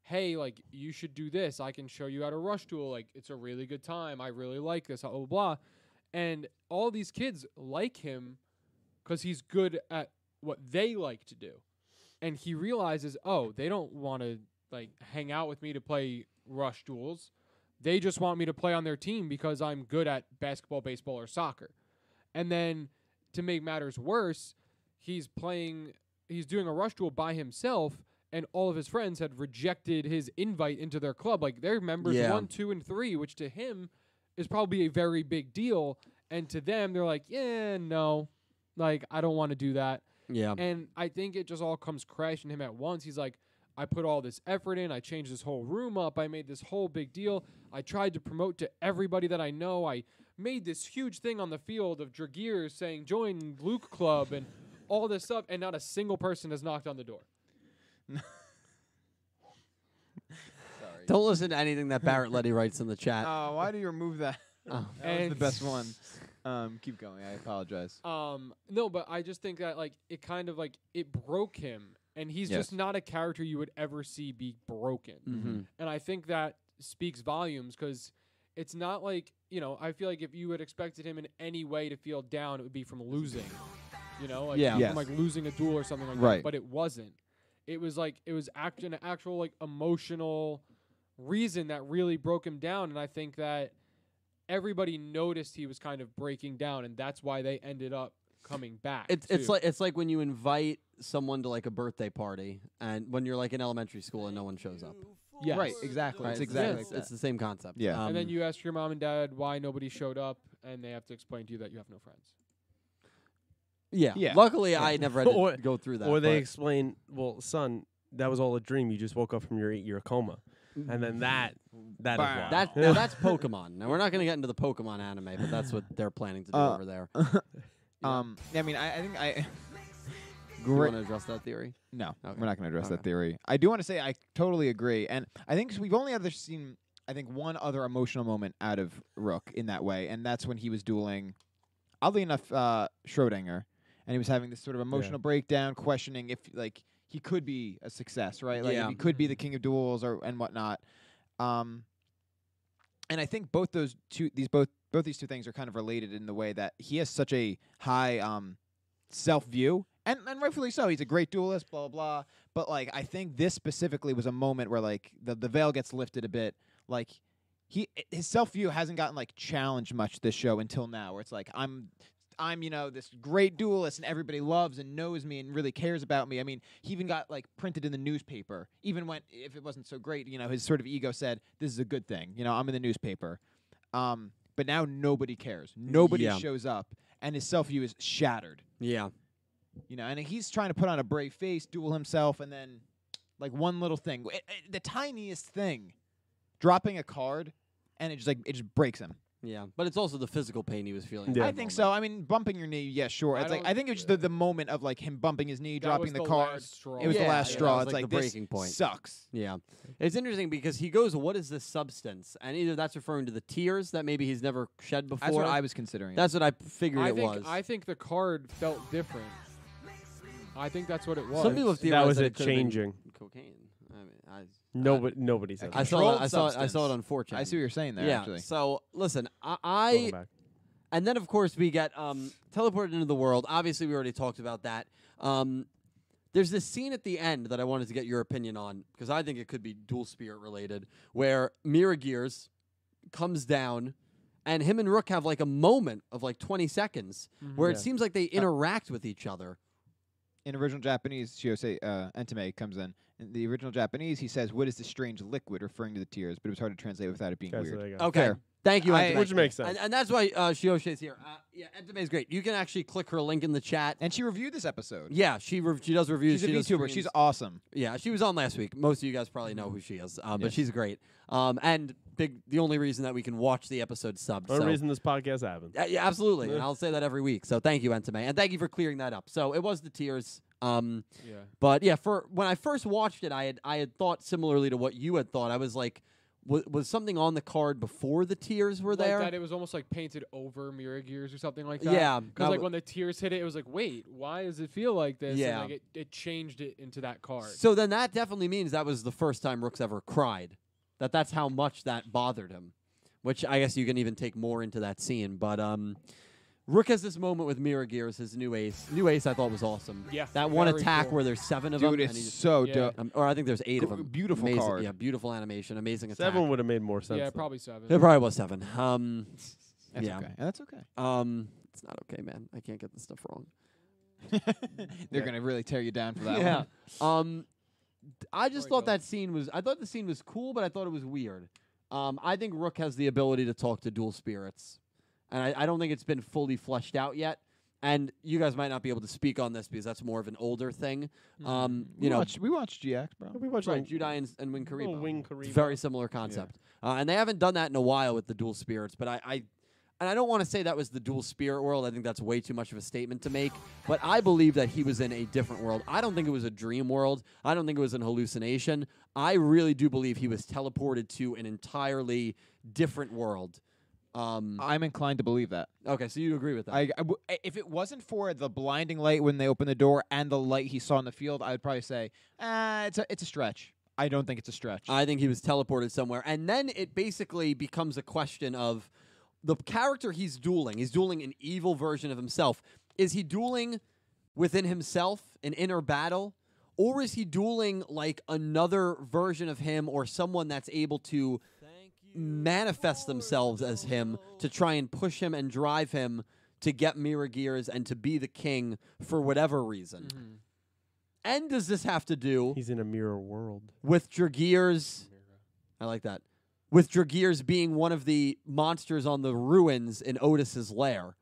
S4: hey, like you should do this. I can show you how to rush duel. Like it's a really good time. I really like this. Blah blah blah. And all these kids like him because he's good at what they like to do. And he realizes, oh, they don't want to like hang out with me to play rush duels. They just want me to play on their team because I'm good at basketball, baseball, or soccer. And then to make matters worse, he's playing he's doing a rush duel by himself and all of his friends had rejected his invite into their club. Like they're members
S2: Yeah.
S4: one, two, and three, which to him is probably a very big deal. And to them, they're like, yeah, no, like I don't want to do that.
S2: Yeah.
S4: And I think it just all comes crashing him at once. He's like, I put all this effort in. I changed this whole room up. I made this whole big deal. I tried to promote to everybody that I know. I made this huge thing on the field of Dragirs saying, join Luke Club and all this stuff. And not a single person has knocked on the door.
S2: Don't listen to anything that Barrett Letty writes in the chat.
S1: Uh, why do you remove that?
S2: Oh.
S1: That was the
S4: And-
S1: best one. Um, keep going. I apologize.
S4: Um, no, but I just think that like it kind of like it broke him, and he's
S1: Yes.
S4: just not a character you would ever see be broken.
S2: Mhm.
S4: And I think that speaks volumes because it's not like you know I feel like if you had expected him in any way to feel down, it would be from losing, you know, like
S2: Yeah.
S4: from
S1: Yes.
S4: like losing a duel or something like that.
S1: Right.
S4: But it wasn't. It was like it was act- an actual like emotional reason that really broke him down, and I think that everybody noticed he was kind of breaking down, and that's why they ended up coming back.
S2: It's it's
S4: too.
S2: like it's like when you invite someone to like a birthday party, and when you're like in elementary school and no one shows up.
S4: Yes.
S1: Right. Exactly.
S2: Right?
S1: It's
S2: Yeah,
S1: exactly
S2: it's,
S1: like
S2: it's
S1: that.
S2: the same concept.
S1: Yeah.
S4: and then
S2: Um,
S4: you ask your mom and dad why nobody showed up, and they have to explain to you that you have no friends.
S2: yeah.
S1: Yeah.
S2: Luckily, I never had to
S3: Or-
S2: go through that.
S3: or they
S2: but-
S3: explain, well, son, that was all a dream. You just woke up from your eight year coma, and then that that
S1: Bam.
S3: is why.
S2: That now that's Pokemon. Now we're not going to get into the Pokemon anime, but that's what they're planning to do
S1: Uh,
S2: over there.
S1: Um, I mean, I, I think I.
S2: You
S1: Great.
S2: want to address that theory?
S1: No,
S2: Okay.
S1: we're not going to address
S2: Okay.
S1: that theory. I do want to say I totally agree, and I think s- we've only ever seen, I think, one other emotional moment out of Rook in that way, and that's when he was dueling, oddly enough, uh, Schrodinger, and he was having this sort of emotional breakdown, questioning if like he could be a success, right? Like
S2: Yeah.
S1: if he could be the king of duels or and whatnot. Um, and I think both those two, these both both these two things are kind of related in the way that he has such a high um, self view, and and rightfully so. He's a great duelist, blah blah blah. But like, I think this specifically was a moment where like the the veil gets lifted a bit. Like he i- his self view hasn't gotten like challenged much this show until now, where it's like I'm. I'm, you know, this great duelist, and everybody loves and knows me and really cares about me. I mean, he even got like printed in the newspaper. Even when, if it wasn't so great, you know, his sort of ego said, "This is a good thing." You know, I'm in the newspaper. Um, but now nobody cares. Nobody
S2: Yeah.
S1: shows up, and his self view is shattered.
S2: Yeah.
S1: You know, and he's trying to put on a brave face, duel himself, and then like one little thing, it, it- the tiniest thing, dropping a card, and it just like it just breaks him.
S2: Yeah. But it's also the physical pain he was feeling.
S3: Yeah.
S1: I think so. I mean, bumping your knee, yeah, sure.
S4: I
S1: It's like
S4: don't-
S1: I think it was just the, the moment of like him bumping his knee, dropping the, card. It was
S2: Yeah,
S1: the last
S2: yeah, that
S1: straw.
S2: was,
S1: it's
S2: like,
S1: like,
S2: the
S1: this
S2: breaking point.
S1: sucks.
S2: Yeah. It's interesting because he goes, What is this substance? And either that's referring to the tears that maybe he's never shed before.
S1: That's what I was considering.
S2: That's what I figured
S4: I
S2: it
S4: think
S2: was.
S4: I think the card felt different. I think that's what it was.
S2: Some people have
S3: that
S2: theorized
S3: was
S2: that
S3: it
S2: it could've been
S3: changing.
S2: cocaine. I mean,
S3: Nobody nobody said
S2: I, I
S3: that.
S2: saw
S1: Controlled
S2: it, I saw it, I saw it on
S1: substance.
S2: 4chan.
S1: I see what you're saying there.
S2: yeah.
S1: Actually,
S2: So listen, I,
S3: Welcome
S2: I
S3: back.
S2: and then of course we get um, teleported into the world. Obviously, we already talked about that. Um, there's this scene at the end that I wanted to get your opinion on because I think it could be dual spirit related, where Mira Gears comes down, and him and Rook have like a moment of like 20 seconds
S1: Mm-hmm.
S2: where it
S3: Yeah.
S2: seems like
S1: Uh,
S2: they interact with each other.
S1: in original Japanese, Shiosei uh, Entame comes in. In the original Japanese, he says, "What is this strange liquid?" referring to the tears, but it was hard to translate without it being
S3: Okay, so
S1: weird.
S3: there you go.
S2: Okay.
S1: Fair.
S2: Thank you,
S1: I-
S2: Entame.
S3: Which makes sense.
S2: And, and that's why uh, Shioshi's here. Uh, yeah, Entame's great. You can actually click her link in the chat.
S1: And she reviewed this episode.
S2: Yeah, she rev she does reviews.
S1: She's a
S2: she does
S1: VTuber.
S2: streams.
S1: She's awesome.
S2: Yeah, she was on last week. Most of you guys probably know who she is, uh, but
S1: Yes.
S2: she's great. Um, and big, the only reason that we can watch the episode sub.
S3: Only
S2: so.
S3: reason this podcast happened.
S2: Yeah, yeah, absolutely. and I'll say that every week. So thank you, Entame, and thank you for clearing that up. So it was the tears. Um,
S4: Yeah.
S2: but yeah, for when I first watched it, I had I had thought similarly to what you had thought. I was like, was, was something on the card before the tears were there?
S4: Like that it was almost like painted over mirror gears or something like that.
S2: Yeah,
S4: Because
S2: I
S4: like
S2: w-
S4: when the tears hit it, it was like, wait, why does it feel like this?
S2: Yeah.
S4: And like it, it changed it into that card.
S2: So then that definitely means that was the first time Rook's ever cried. That that's how much that bothered him. Which I guess you can even take more into that scene. But um Rook has this moment with Mira Gears, his new ace. New ace I thought was awesome.
S4: Yeah,
S2: That one
S4: very
S2: attack
S4: cool.
S2: where there's seven of
S1: Dude,
S2: them. and he
S1: it's
S2: just-
S1: so
S4: Yeah.
S1: dope.
S2: um, or I think there's eight of
S1: Gr-
S2: them.
S1: beautiful
S2: amazing,
S1: card.
S2: Yeah, beautiful animation, amazing attack.
S3: Seven would have made more sense.
S4: yeah,
S3: though.
S4: probably seven.
S2: It probably was seven. Um,
S1: That's
S2: yeah.
S1: okay. And That's okay.
S2: um, it's not okay, man. I can't get this stuff wrong.
S1: They're gonna really tear you down for that
S2: yeah.
S1: one.
S2: Um, d- I just
S4: Sorry,
S2: thought
S4: Bill.
S2: that scene was. I thought the scene was cool, but I thought it was weird. Um, I think Rook has the ability to talk to dual spirits, and I, I don't think it's been fully fleshed out yet. And you guys might not be able to speak on this because that's more of an older thing.
S1: Hmm.
S2: Um, you
S1: we
S2: know,
S1: watched, we watched GX, bro.
S3: We watched
S2: right,
S3: like-
S2: Judai and, and Wing
S3: Little
S2: Kariba.
S3: Wing
S2: It's
S3: Kariba.
S2: very similar concept. Uh, and they haven't done that in a while with the dual spirits, but I, I and I don't want to say that was the dual spirit world. I think that's way too much of a statement to make. But I believe that he was in a different world. I don't think it was a dream world. I don't think it was an hallucination. I really do believe he was teleported to an entirely different world. Um,
S1: I'm inclined to believe that.
S2: okay, so you agree with that?
S1: I, I w- I- if it wasn't for the blinding light when they opened the door and the light he saw in the field, I would probably say, ah, it's a it's a stretch. I don't think it's a stretch.
S2: I think he was teleported somewhere. And then it basically becomes a question of the character he's dueling. He's dueling an evil version of himself. Is he dueling within himself, an inner battle? Or is he dueling like another version of him or someone that's able to manifest themselves as him to try and push him and drive him to get Mira Gears and to be the king for whatever reason?
S4: Mm-hmm.
S2: And does this have to do
S3: He's in a mirror world.
S2: with Dragears. I like that. With Dragears being one of the monsters on the ruins in Otis's lair,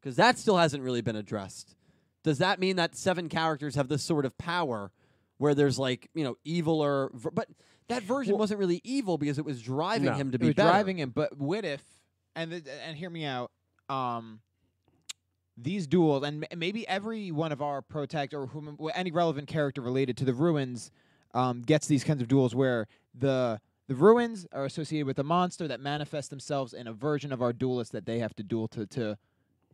S2: because that still hasn't really been addressed. Does that mean that seven characters have this sort of power where there's like you know evil or ver- but that version
S1: Well-
S2: wasn't really evil because it was driving
S3: No,
S2: him to
S1: it
S2: be
S1: was
S2: better.
S1: driving him. But what if? And th- and hear me out. Um, these duels, and m- maybe every one of our protect or whom, wh- any relevant character related to the ruins, um, gets these kinds of duels where the the ruins are associated with a monster that manifests themselves in a version of our duelist that they have to duel to to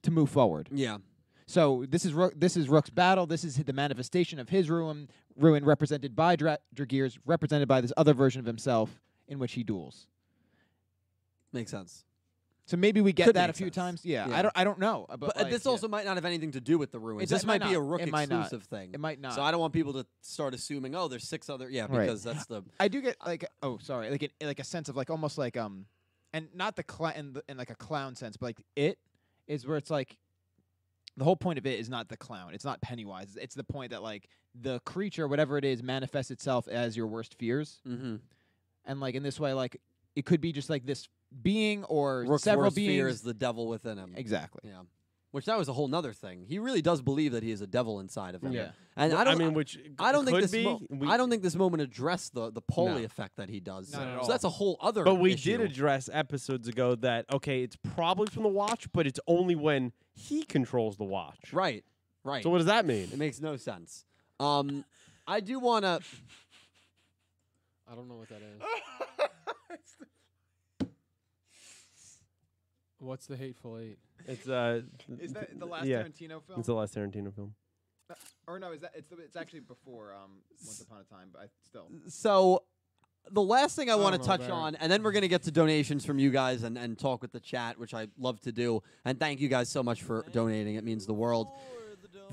S1: to move forward.
S2: Yeah.
S1: So this is Rook, this is Rook's battle. This is the manifestation of his ruin, ruin represented by Dra- Dragears, represented by this other version of himself in which he duels.
S2: Makes sense.
S1: So maybe we get
S2: Could
S1: that a
S2: make
S1: few
S2: sense.
S1: times. Yeah,
S2: Yeah.
S1: I don't. I don't know. uh, But,
S2: But, uh,
S1: like,
S2: this
S1: yeah.
S2: also might not have anything to do with the ruins.
S1: It
S2: this
S1: do- it
S2: might
S1: might
S2: be a
S1: not.
S2: Rook
S1: It might not.
S2: exclusive thing.
S1: it might not.
S2: So I don't want people to start assuming, oh, there's six other. Yeah,
S1: Right.
S2: because that's the.
S1: I do get like oh sorry like an, like a sense of like almost like um and not the cl- in, the, in like a clown sense but like it is where it's like the whole point of it is not the clown it's not Pennywise it's the point that like the creature whatever it is manifests itself as your worst fears
S2: Mm-hmm.
S1: and like in this way like it could be just like this being or
S2: Rook's
S1: several
S2: worst
S1: beings
S2: fear is the devil within him.
S1: exactly
S2: Yeah. Which that was a whole nother thing. He really does believe that he is a devil inside of him.
S1: Yeah.
S2: And
S3: Well,
S2: I don't.
S3: mean, which
S2: I don't think
S3: could
S2: this.
S3: be.
S2: mo-
S3: we,
S2: I don't think this moment addressed the the Polly
S1: No.
S2: effect that he does.
S4: Not at
S2: so
S4: all.
S2: that's a whole other.
S3: But we
S2: issue.
S3: did address episodes ago that okay, it's probably from the watch, but it's only when he controls the watch.
S2: Right. Right.
S3: So what does that mean?
S2: it makes no sense. Um, I do want to.
S4: I don't know what that is. What's the hateful eight?
S3: It's uh, yeah,
S1: Tarantino film
S3: It's the last Tarantino film.
S1: or no is that it's it's actually before um Once Upon a Time but I still
S2: So the last thing I
S4: I
S2: want to
S4: don't know,
S2: touch
S4: Barry.
S2: on, and then we're going to get to donations from you guys and, and talk with the chat, which I love to do. And thank you guys so much for donating. It means the world.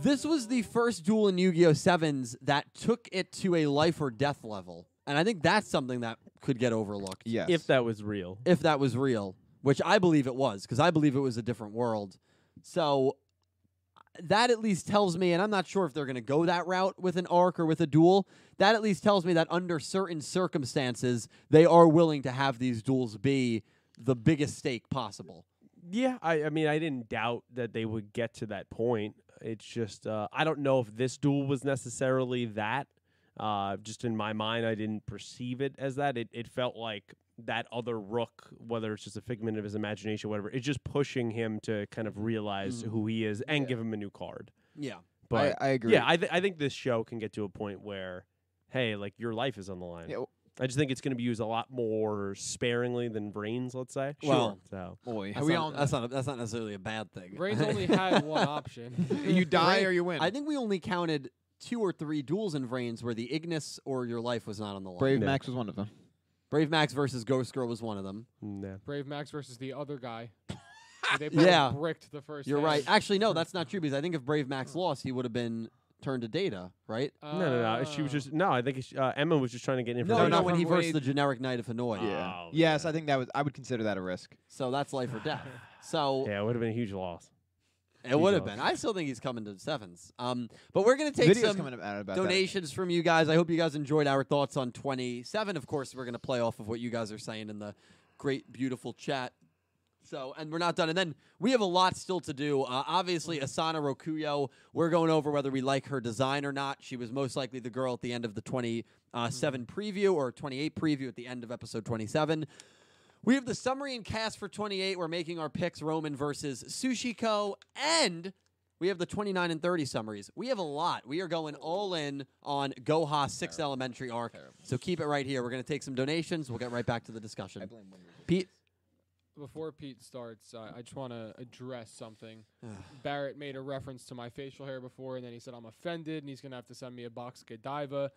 S2: This was the first duel in Yu Gi Oh! Sevens that took it to a life or death level. And I think that's something that could get overlooked
S1: yes
S3: If that was real,
S2: if that was real, which I believe it was, because I believe it was a different world. So that at least tells me, and I'm not sure if they're going to go that route with an arc or with a duel. That at least tells me that under certain circumstances, they are willing to have these duels be the biggest stake possible.
S3: yeah. I, I mean, I didn't doubt that they would get to that point. It's just uh, I don't know if this duel was necessarily that. Uh, just in my mind, I didn't perceive it as that. It it felt like that other rook, whether it's just a figment of his imagination, whatever. It's just pushing him to kind of realize who he is and give him a new card.
S2: Yeah.
S3: But
S1: Mm. I, I agree
S3: Yeah, I, th- I think this show can get to a point where, hey, like your life is on the line.
S1: Yeah, w-
S3: I just think it's going to be used a lot more sparingly than brains, let's say.
S2: Well-
S3: so
S1: boy
S2: That's,
S1: we
S2: not,
S1: all
S2: that's, not, that's not necessarily a bad thing.
S4: Brains only had one option.
S1: you die
S2: Brain-
S1: or you win
S2: I think we only counted two or three duels in Vrains where the Ignis or your life was not on the line.
S1: Brave
S3: Yeah.
S1: Max was one of them.
S2: Brave Max versus Ghost Girl was one of them.
S3: no.
S4: Brave Max versus the other guy. they both
S2: Yeah.
S4: bricked the first.
S2: You're
S4: hand.
S2: right. Actually, no, that's not true because I think if Brave Max lost, he would have been turned to Data, right?
S4: Uh,
S3: no, no, no. She was just no. I think it's- uh, Emma was just trying to get
S2: No,
S3: information.
S2: not
S1: not
S2: when
S1: from
S2: he
S1: when
S2: versed
S1: he-
S2: the generic Knight of Hanoi.
S3: Yeah. Oh,
S1: yes,
S3: yeah.
S1: I think that was. I would consider that a risk.
S2: So that's life or death. So
S3: Yeah, it would have been a huge loss.
S2: it would have
S3: Jesus.
S2: been. I still think he's coming to sevens. Um, but we're gonna take
S1: Videos
S2: some
S1: coming out about
S2: donations from you guys. I hope you guys enjoyed our thoughts on 27. Of course, we're going to play off of what you guys are saying in the great, beautiful chat. So, and we're not done. And then we have a lot still to do. Uh, obviously, Asana Rokuyo, we're going over whether we like her design or not. She was most likely the girl at the end of the 27 preview or 28 preview at the end of episode 27. We have the summary and cast for 28. We're making our picks Roman versus Sushiko. And we have the 29 and 30 summaries. We have a lot. We are going all in on Goha 6th Elementary arc. So keep it right here. We're going to take some donations. We'll get right back to the discussion. Pete?
S4: Before Pete starts, uh, I just want to address something. Barrett made a reference to my facial hair before, and then he said I'm offended, and he's gonna have to send me a box of Godiva.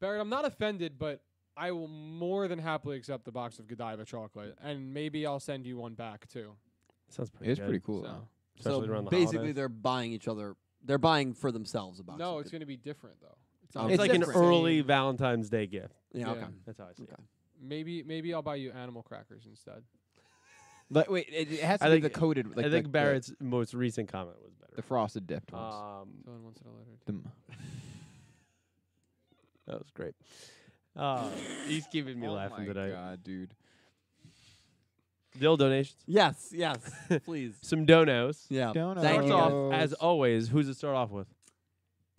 S4: Barrett, I'm not offended, but I will more than happily accept the box of Godiva chocolate, and maybe I'll send you one back too.
S3: Sounds pretty.
S1: It's
S3: good,
S1: pretty cool.
S4: So-
S1: though.
S3: especially
S2: so
S3: around the
S2: basically,
S3: holidays.
S2: they're buying each other. They're buying for themselves about
S4: No, it's gonna be different though.
S2: Oh,
S4: not
S3: it's
S1: It's
S3: like an
S1: different.
S3: early Valentine's Day gift.
S2: Yeah,
S4: yeah.
S2: okay.
S3: That's how I see it.
S4: Maybe maybe I'll buy you animal crackers instead.
S1: But wait, it, it has to
S3: I
S1: be
S3: think-
S1: the coated. Like
S3: I
S1: the-
S3: think
S1: the,
S3: Barrett's most recent comment was
S1: the,
S3: better.
S1: frosted dipped ones.
S3: Um,
S4: Someone wants it a letter.
S1: The m-
S3: that was great. Uh, he's keeping me laughing today.
S1: Oh god, dude!
S3: Dill donations.
S2: Yes, yes. Please.
S3: Some donos.
S2: Yeah.
S1: Donuts.
S2: Thank
S3: Starts
S2: you.
S3: off as always. Who's it start off with?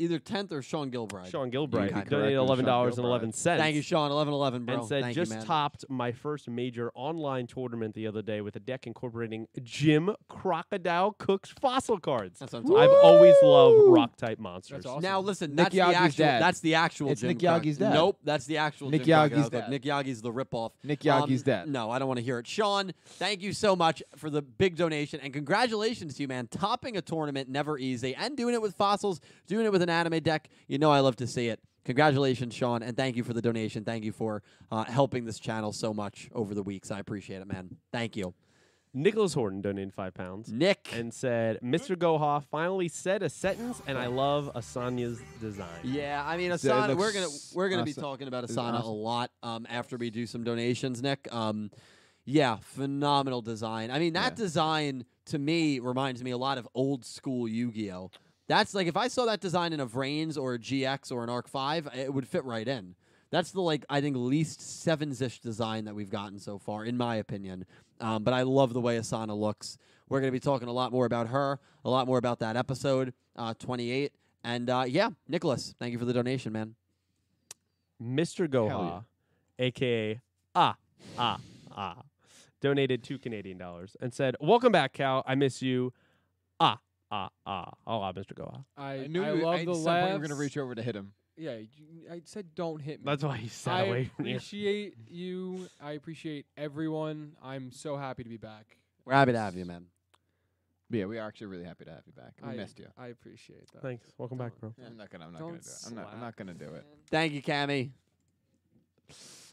S2: either tenth or Sean Gilbride.
S3: Sean Gilbright, who
S5: correct
S3: donated
S5: me, Sean
S3: eleven dollars and eleven cents.
S2: Thank you, Sean. Eleven eleven, bro.
S3: And said
S2: Thank you,
S3: just
S2: man."
S3: topped my first major online tournament the other day with a deck incorporating Jim Crocodile Cook's fossil cards.
S2: That's what I'm talking
S3: I've
S2: about.
S3: always loved rock type monsters.
S4: awesome.
S2: Now listen,
S1: Nick
S2: that's
S1: Yagi's
S2: the actual.
S1: dad.
S2: That's the actual.
S1: It's
S2: Jim
S1: Nick
S2: Croc-
S1: Yagi's dad.
S2: Nope, that's the actual.
S1: Nick
S2: Jim Crocodile
S1: Yagi's
S2: Cook.
S1: dad.
S2: Nick Yagi's the ripoff.
S1: Nick Yagi's
S2: Um,
S1: dad.
S2: No, I don't want to hear it. Sean, thank you so much for the big donation and congratulations to you, man. Topping a tournament never easy, and doing it with fossils, doing it with an anime deck. You know I love to see it. Congratulations, Sean, and thank you for the donation. Thank you for uh, helping this channel so much over the weeks. I appreciate it, man. Thank you,
S3: Nicholas Horton donated five pounds
S2: Nick.
S3: and said, "Mr. Goha finally said a sentence, and I love Asanya's design."
S2: Yeah, I mean
S1: So uh, it
S2: Asana. We're
S1: looks
S2: gonna we're gonna be
S1: awesome.
S2: talking about
S1: It's
S2: Asana a
S1: awesome.
S2: lot um, after we do some donations, Nick. Um, yeah, phenomenal design. I mean that design to me reminds me a lot of old school Yu-Gi-Oh. That's like if I saw that design in a Vrains or a GX or an Arc Five, it would fit right in. That's the like I think least sevens ish design that we've gotten so far, in my opinion. Um, but I love the way Asana looks. We're gonna be talking a lot more about her, a lot more about that episode uh, twenty eight. And uh, yeah, Nicholas, thank you for the donation, man.
S3: Mr. Goha, aka Ah Ah Ah, donated two Canadian dollars and said, "Welcome back, Cal. I miss you. Ah Ah Ah. Oh, ah, Mr. Goha.
S4: I,
S1: I knew
S4: I
S1: you,
S4: love
S1: at
S4: the
S1: some
S4: laughs.
S1: point you were gonna reach over to hit him.
S4: Yeah, you- I said don't hit me.
S3: That's why he sat
S4: I
S3: away from you.
S4: appreciate you. I appreciate everyone. I'm so happy to be back.
S2: We're happy to have you, man.
S1: But yeah, we are actually really happy to have you back. We
S4: I
S1: missed you.
S4: I appreciate that.
S3: Thanks. Welcome back, bro.
S1: I'm not gonna. I'm not
S4: Don't
S1: gonna do it. I'm not. I'm
S4: slap
S1: not gonna do it.
S2: Thank you, Cammy.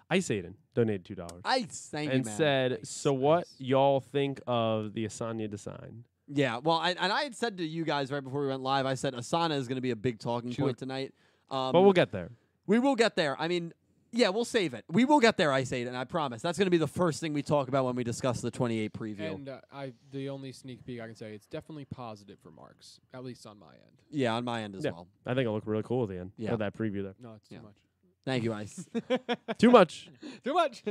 S3: Ice Aiden donated two dollars
S2: Ice, thank
S3: and
S2: you, man.
S3: said,
S4: Nice,
S3: "So what
S4: nice.
S3: y'all think of the Asanya design?"
S2: yeah, well, I, and I had said to you guys right before we went live, I said Asana is going to be a big talking
S1: Sure.
S2: point tonight. Um,
S3: but we'll get there.
S2: we will get there. I mean, yeah, we'll save it. We will get there, Ice Aiden, I promise. That's going to be the first thing we talk about when we discuss the 28 preview.
S4: And uh, I, the only sneak peek I can say, it's definitely positive remarks, at least on my end.
S2: yeah, on my end as
S3: Yeah.
S2: well.
S3: I think it'll look really cool at the end.
S2: Yeah.
S3: Or that preview there.
S4: No, it's
S2: Yeah.
S4: too much.
S2: Thank you, Ice.
S3: Too much.
S4: too much.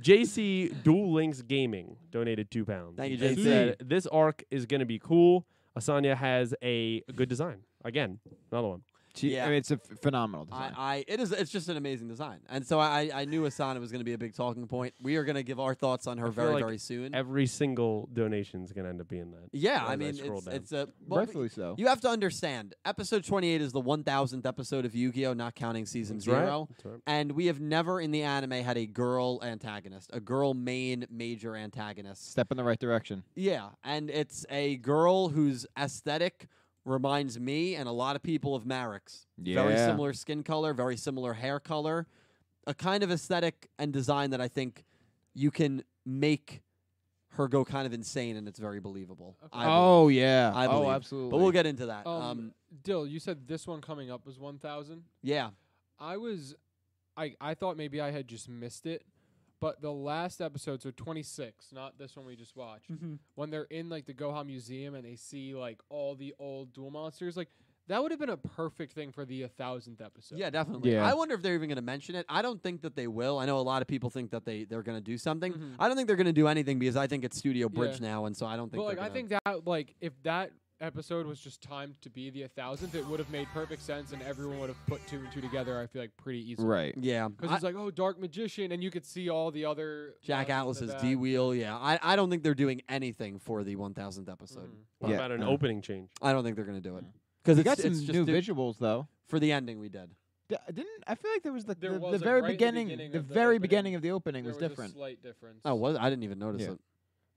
S3: JC Dual Links Gaming donated two pounds.
S2: Thank you,
S3: And
S2: JC.
S3: said, this arc is going to be cool. Asanya has a good design. Again, another one.
S1: She,
S2: Yeah.
S1: I mean, it's a ph- phenomenal design.
S2: I, I, it is. It's just an amazing design, and so I, I knew Asana was going to be a big talking point. We are going to give our thoughts on her
S3: feel
S2: very,
S3: like
S2: very soon.
S3: Every single donation is going to end up being that.
S2: yeah,
S3: as
S2: I mean,
S3: scroll
S2: it's,
S3: down.
S2: it's a well, we-
S1: Rightfully so.
S2: You have to understand, episode 28 is the 1000th episode of Yu Gi Oh! not counting season
S3: That's right.
S2: zero.
S3: That's right.
S2: And we have never in the anime had a girl antagonist, a girl main major antagonist.
S1: Step in the right direction.
S2: Yeah, and it's a girl whose aesthetic reminds me and a lot of people of Marix. Very
S1: Yeah.
S2: similar skin color, very similar hair color, a kind of aesthetic and design that I think you can make her go kind of insane and it's very believable. I believe.
S1: oh yeah.
S2: I
S1: oh
S2: believe.
S1: absolutely.
S2: But we'll get into that.
S4: Um,
S2: um
S4: Dill, you said this one coming up was 1,000.
S2: yeah.
S4: I was, I, I thought maybe I had just missed it, but the last episode, so 26, not this one we just watched,
S2: Mm-hmm.
S4: when they're in like the Goha Museum and they see like all the old duel monsters, like that would have been a perfect thing for the 1,000th episode.
S2: Yeah, definitely.
S1: Yeah.
S2: I wonder if they're even going to mention it. I don't think that they will. I know a lot of people think that they they're going to do something.
S4: Mhm.
S2: I don't think they're going to do anything because I think it's Studio Bridge
S4: Yeah.
S2: now, and so I don't think.
S4: But
S2: they're
S4: like I
S2: gonna-
S4: think that like if that episode was just timed to be the 1,000th, it would have made perfect sense and everyone would have put two and two together, I feel like, pretty easily.
S1: right.
S2: yeah,
S4: Because
S2: I-
S4: it's like, oh, Dark Magician, and you could see all the other ones
S2: Jack
S4: in
S2: Atlas's
S4: the
S2: D
S4: back.
S2: Wheel. Yeah, I, I don't think they're doing anything for the 1000th episode.
S4: Mhm.
S3: What
S1: Yeah,
S3: about an
S1: uh,
S3: opening change?
S2: I don't think they're going to do it
S4: Mm-hmm.
S2: because
S1: We
S2: it's,
S1: got some
S2: it's just
S1: new
S2: di-
S1: visuals though.
S2: for the ending. We did.
S1: D- didn't I feel like there was the
S4: There
S1: the,
S4: was,
S1: the
S4: like,
S1: very
S4: right at the
S1: beginning,
S4: beginning
S1: the
S4: of the
S1: very
S4: opening,
S1: beginning of the opening
S4: There
S1: was, different.
S4: a slight difference.
S2: Oh, was I didn't even notice
S1: Yeah.
S2: it.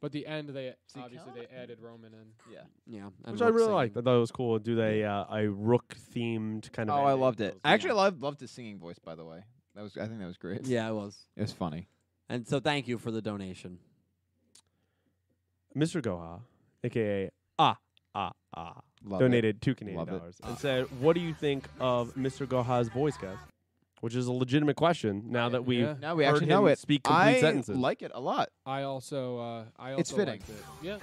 S4: But the end, they
S1: See,
S4: obviously
S1: Cal-
S4: they added Roman in.
S1: yeah.
S2: Yeah, and
S3: Which I
S2: Rook
S3: really
S2: singing.
S3: liked. I thought it was cool. Do they uh, a rook themed kind of?
S1: Oh, I
S3: ending.
S1: loved
S3: That
S1: it.
S3: was
S1: I
S3: cool.
S1: actually loved loved his singing voice. By the way, that was I think that was great.
S2: Yeah, it was.
S1: It was funny.
S2: And so thank you for the donation.
S3: Mr. Goha, aka Ah Ah Ah,
S1: Love it.
S3: donated two Canadian
S1: Love it.
S3: dollars and said, "What do you think of Mr. Goha's voice, guys?" Which is a legitimate question now that we've
S4: Yeah.
S1: Now we
S3: heard
S1: actually
S3: him
S1: know it.
S3: Speak complete
S1: I
S3: sentences.
S1: like it a lot.
S4: I also, uh, I also
S1: It's fitting.
S4: liked it. Yeah,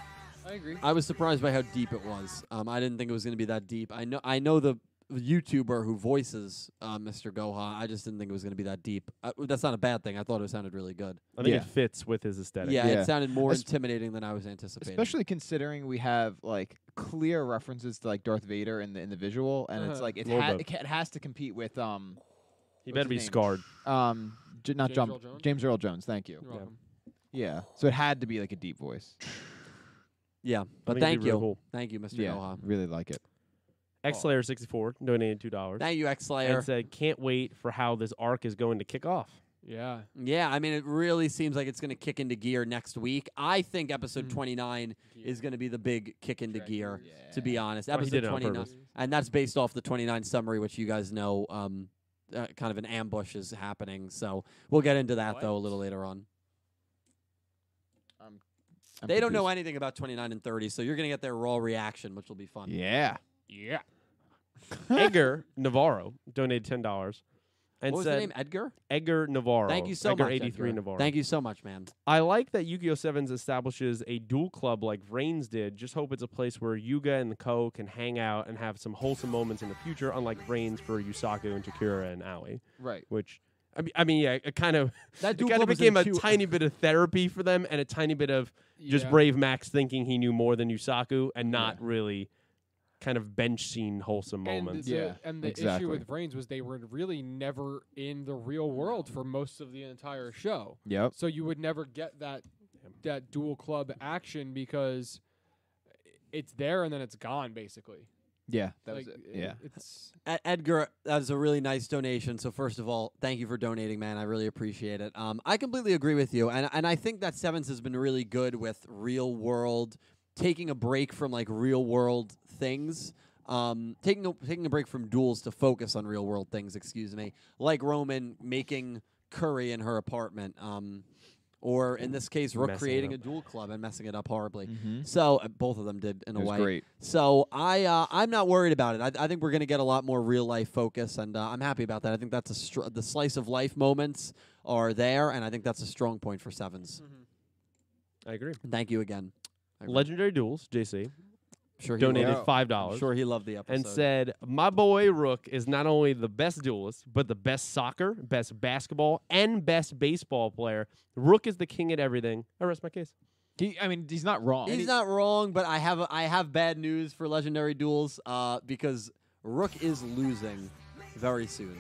S4: I agree.
S2: I was surprised by how deep it was. Um, I didn't think it was going to be that deep. I know I know the YouTuber who voices uh, Mr. Goha. I just didn't think it was going to be that deep. Uh, that's not a bad thing. I thought it sounded really good.
S3: I think
S1: Yeah.
S3: it fits with his aesthetic.
S2: Yeah,
S1: Yeah.
S2: it sounded more
S1: Es-
S2: intimidating than I was anticipating.
S1: Especially considering we have like clear references to like Darth Vader in the in the visual, and it's
S4: Uh-huh.
S1: like it,
S3: Little
S1: ha-
S3: bit.
S1: it ca- it has to compete with um
S3: He
S1: What's
S3: better
S1: his
S3: be
S1: name?
S3: scarred.
S1: um J- not
S4: James
S1: John
S4: Earl Jones?
S1: James Earl Jones. Thank you.
S4: You're
S3: Yeah.
S4: welcome.
S1: Yeah, so it had to be like a deep voice.
S2: Yeah, but
S3: it'd be
S2: thank
S3: really
S2: you,
S3: cool.
S2: thank you, Mr.
S1: yeah,
S2: Noha.
S1: really like it.
S3: X Layer sixty four donated two dollars
S2: Thank you, X Slayer.
S3: and said, "Can't wait for how this arc is going to kick off."
S4: Yeah.
S2: Yeah, I mean, it really seems like it's going to kick into gear next week. I think episode
S3: Mm.
S4: Mhm.
S2: 29 is going to be the big kick into
S4: Track
S2: gear,
S4: years.
S2: to be honest.
S3: Oh, he
S2: Episode
S3: did it on
S2: 29.
S3: purpose.
S2: And that's based off the 29 summary, which you guys know um, uh, kind of an ambush is happening. So we'll get into that, though, a little later on.
S1: I'm
S2: they don't know
S1: confused.
S2: anything about 29 and 30, so you're going to get their raw reaction, which will be fun.
S1: Yeah,
S4: Yeah.
S3: Edgar Navarro donated ten dollars and
S2: What was
S3: said,
S2: the name? Edgar?
S3: "Edgar Navarro,
S2: Thank you so
S3: Edgar
S2: much.
S3: eighty three
S2: Edgar.
S3: Navarro.
S2: Thank you so much, man.
S3: I like that Yu-Gi-Oh! Sevens establishes a duel club like Reigns did. Just hope it's a place where Yuga and the Co can hang out and have some wholesome moments in the future, unlike Reigns for Yusaku and Takura and Aoi.
S1: right.
S3: Which I mean, I mean, yeah, it kind of
S2: That
S3: it
S2: dual
S3: kind of
S2: club is
S3: became
S2: in
S3: a
S2: two-
S3: tiny bit of therapy for them and a tiny bit of just
S4: yeah.
S3: brave Max thinking he knew more than Yusaku and not really kind of bench scene wholesome
S4: And
S3: moments.
S4: the,
S1: Yeah,
S4: and the
S1: exactly.
S4: issue with Reigns was they were really never in the real world for most of the entire show.
S1: Yep.
S4: So you would never get that that dual club action because it's there and then it's gone basically.
S1: Yeah, that was
S4: Like,
S1: it. Yeah.
S4: It's
S2: Ed- E-, Edgar, that was a really nice donation. So first of all, thank you for donating, man. I really appreciate it. Um, I completely agree with you, and and I think that Sevens has been really good with real world, taking a break from like real world things, um, taking a, taking a break from duels to focus on real world things. Excuse me, like Roman making curry in her apartment, um, or in this case, Rook
S3: Messing it
S2: creating a
S3: up.
S2: duel club and messing it up horribly.
S1: Mm-hmm.
S2: So uh, both of them did in
S1: It
S2: a
S1: was
S2: way.
S1: great.
S2: So I uh, I'm not worried about it. I, I think we're going to get a lot more real life focus, and uh, I'm happy about that. I think that's a str- the slice of life moments are there, and I think that's a strong point for sevens.
S3: I agree.
S2: Thank you again. I agree.
S3: Legendary Duels, JC,
S2: I'm sure he
S3: donated
S1: Wow.
S3: five
S2: Loved, I'm
S3: dollars.
S2: sure he loved the episode.
S3: and said, "My boy Rook is not only the best duelist, but the best soccer, best basketball, and best baseball player. Rook is the king at everything." I rest my case.
S1: He, I mean, he's not wrong.
S2: he's not wrong, but I have a, I have bad news for legendary duels uh, because Rook is losing very soon.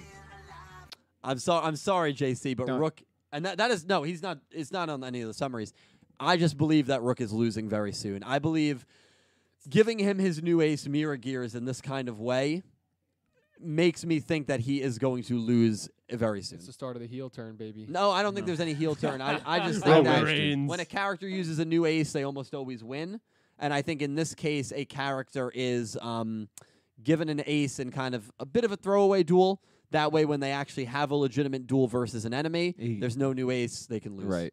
S2: I'm sorry. I'm sorry, JC, but
S1: Don't-
S2: Rook and that, that is no. He's not. It's not on any of the summaries. I just believe that Rook is losing very soon. I believe giving him his new ace Mira Gears in this kind of way makes me think that he is going to lose very soon.
S4: it's the start of the heel turn, baby.
S2: No, I don't think there's any heel turn. I, I just
S1: Roman
S2: think that
S3: Reigns.
S2: when a character uses a new ace, they almost always win. And I think in this case, a character is um, given an ace in kind of a bit of a throwaway duel. That way, when they actually have a legitimate duel versus an enemy,
S1: He-
S2: there's no new ace, they can lose.
S1: right.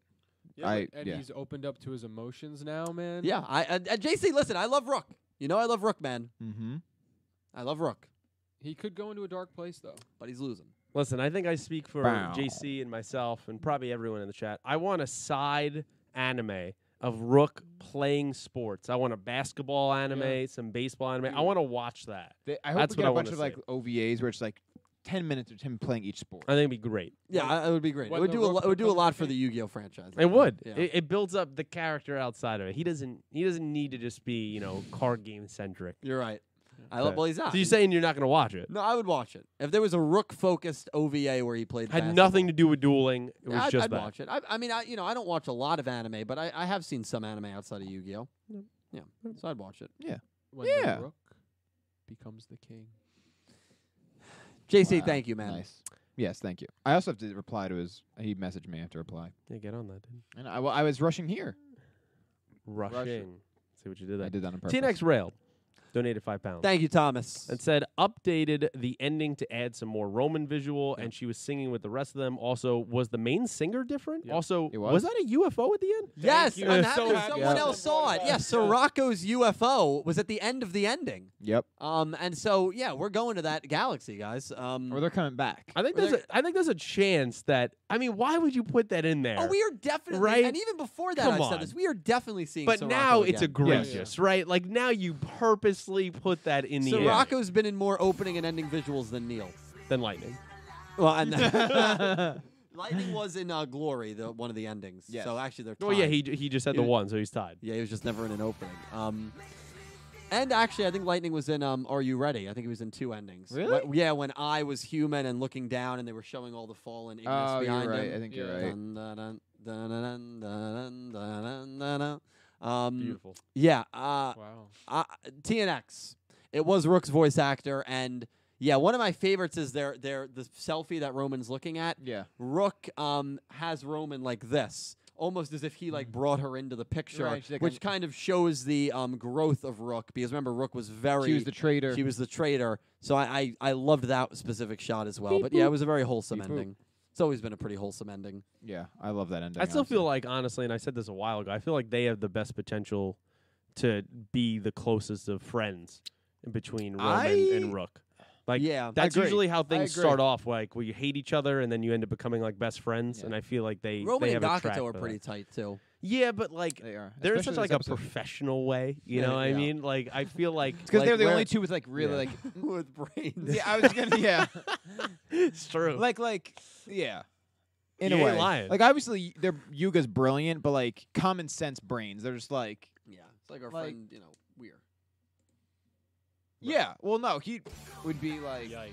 S1: I-
S4: and
S1: yeah.
S4: he's opened up to his emotions now, man.
S2: Yeah. I, I, uh, JC, listen, I love Rook. You know, I love Rook, man.
S1: Mm-hmm.
S2: I love Rook,
S4: He could go into a dark place though.
S2: but he's losing.
S3: Listen, I think I speak for
S1: Bow.
S3: JC and myself, and probably everyone in the chat. I want a side anime of Rook playing sports. I want a basketball anime,
S4: Yeah.
S3: some baseball anime.
S2: Mm.
S3: I want to watch that.
S1: They, I hope
S3: That's
S1: we get
S3: what I
S1: a bunch
S3: wanna
S1: of like OVAs where it's like ten minutes of him playing each sport.
S3: I think it'd be great.
S2: Yeah, I, it would be great. It
S4: when
S2: would
S4: the
S2: do a
S4: Rook
S2: lo- it would do a
S4: becomes
S2: lot
S4: the
S2: for the
S4: king.
S2: Yu-Gi-Oh franchise. I
S3: It
S2: think.
S3: would.
S2: Yeah.
S3: It, it builds up the character outside of it. He doesn't. He doesn't need to just be, you know, card game centric.
S2: You're right. I love.
S3: Okay.
S2: Well, he's not.
S3: So you're saying you're not going to watch it?
S2: No, I would watch it if there was a Rook focused OVA where he played.
S3: had
S2: basketball,
S3: nothing to do with dueling. It was
S2: I'd,
S3: just
S2: I'd
S3: that.
S2: watch it. I, I mean, I you know I don't watch a lot of anime, but I, I have seen some anime outside of Yu Gi Oh.
S3: Yep.
S2: Yeah, so I'd watch it.
S4: When
S1: Yeah.
S4: the rook becomes the king.
S2: JC,
S1: Wow.
S2: thank you, man.
S1: Nice. Yes, thank you. I also have to reply to his. He messaged me after reply,
S3: Yeah, get on that, dude.
S1: and I, well, I was rushing here.
S3: Rushing. See what you did
S1: I
S3: there.
S1: did that on purpose.
S3: TNX Railed donated five pounds
S2: Thank you, Thomas.
S3: and said updated the ending to add some more Roman visual,
S2: Yeah.
S3: and she was singing with the rest of them. Also, was the main singer different?
S4: Yeah.
S3: Also,
S1: It was.
S3: that a UFO at the end?
S2: yes,
S4: you.
S2: I'm
S4: I'm
S2: happy
S4: so
S2: that
S4: happy
S2: someone
S1: Yeah.
S2: else saw it.
S4: Yeah.
S2: Yes, Sirocco's UFO was at the end of the ending.
S1: Yep.
S2: Um, and so yeah, we're going to that galaxy, guys. Um,
S1: Or they're coming back.
S3: I think
S2: Were
S3: there's
S2: there-
S3: a, I think there's a chance that I mean, why would you put that in there?
S2: oh, we are definitely
S3: Right?
S2: And even before that,
S3: Come
S2: I've
S3: on.
S2: said this. We are definitely seeing.
S3: but
S2: Sirocco
S3: now it's
S2: again.
S3: egregious, right? Like now you purposely put that in the air
S2: Sirocco's been in more opening and ending visuals than Neil.
S3: than lightning.
S2: Well, and Lightning was in uh, Glory, the one of the endings.
S1: Yes.
S2: So actually, they're.
S3: Oh yeah,
S2: tied.
S3: he he just had the
S1: Yeah.
S3: one, so he's tied.
S2: Yeah, he was just never in an opening. Um, And actually, I think Lightning was in um, Are You Ready? I think he was in two endings.
S1: Really?
S2: Wh- yeah, when I was human and looking down, and they were showing all the fallen ignorance
S1: Oh,
S2: behind
S1: you're right.
S2: him.
S1: I think you're
S4: Yeah.
S1: right.
S2: Dun, dun, dun, dun, dun, dun, dun, dun, dun, dun, dun. Um,
S3: Beautiful.
S2: yeah, uh,
S4: Wow.
S2: uh, TNX. It was Rook's voice actor, and yeah, one of my favorites is their their the selfie that Roman's looking at.
S1: Yeah.
S2: Rook um, has Roman like this, almost as if he like brought her into the picture,
S1: Mm. Right, she's like
S2: which
S1: an-
S2: kind of shows the um, growth of Rook. Because remember, Rook was very
S1: She was the traitor.
S2: she was the traitor. So I, I, I loved that specific shot as well. but yeah, it was a very wholesome
S1: Beep boop.
S2: ending. It's always been a pretty wholesome ending.
S1: yeah, I love that ending.
S3: I still feel
S1: honestly.
S3: like honestly, and I said this a while ago. I feel like they have the best potential to be the closest of friends in between Roman
S1: I-
S3: and Rook. Like
S2: yeah,
S3: that's
S1: agree.
S3: usually how things
S1: agree.
S3: start off, like where you hate each other and then you end up becoming like best friends.
S1: Yeah.
S3: And I feel like they
S2: Roman
S3: they
S2: and
S3: have a track
S2: Gakuto
S3: for
S2: are
S3: that.
S2: pretty tight too.
S3: Yeah, but like
S1: they are.
S3: they're in
S1: especially
S3: such like
S1: this
S3: a
S1: episode.
S3: professional way. You
S2: Yeah,
S3: know what I
S2: yeah.
S3: mean? Like I feel like
S1: It's because
S2: Like,
S1: they're the
S2: where-
S1: only two with like really
S3: Yeah.
S1: like.
S2: With brains.
S1: Yeah, I was gonna. Yeah,
S3: it's true.
S1: like like yeah. In
S3: You
S1: a
S3: ain't
S1: way,
S3: lying.
S1: like obviously they're Yuga's brilliant, but like common sense brains, they're just like
S2: Yeah, it's like our
S1: Like-
S2: friend, you know, Weir.
S1: yeah. Well, no, he would be like
S4: Yikes.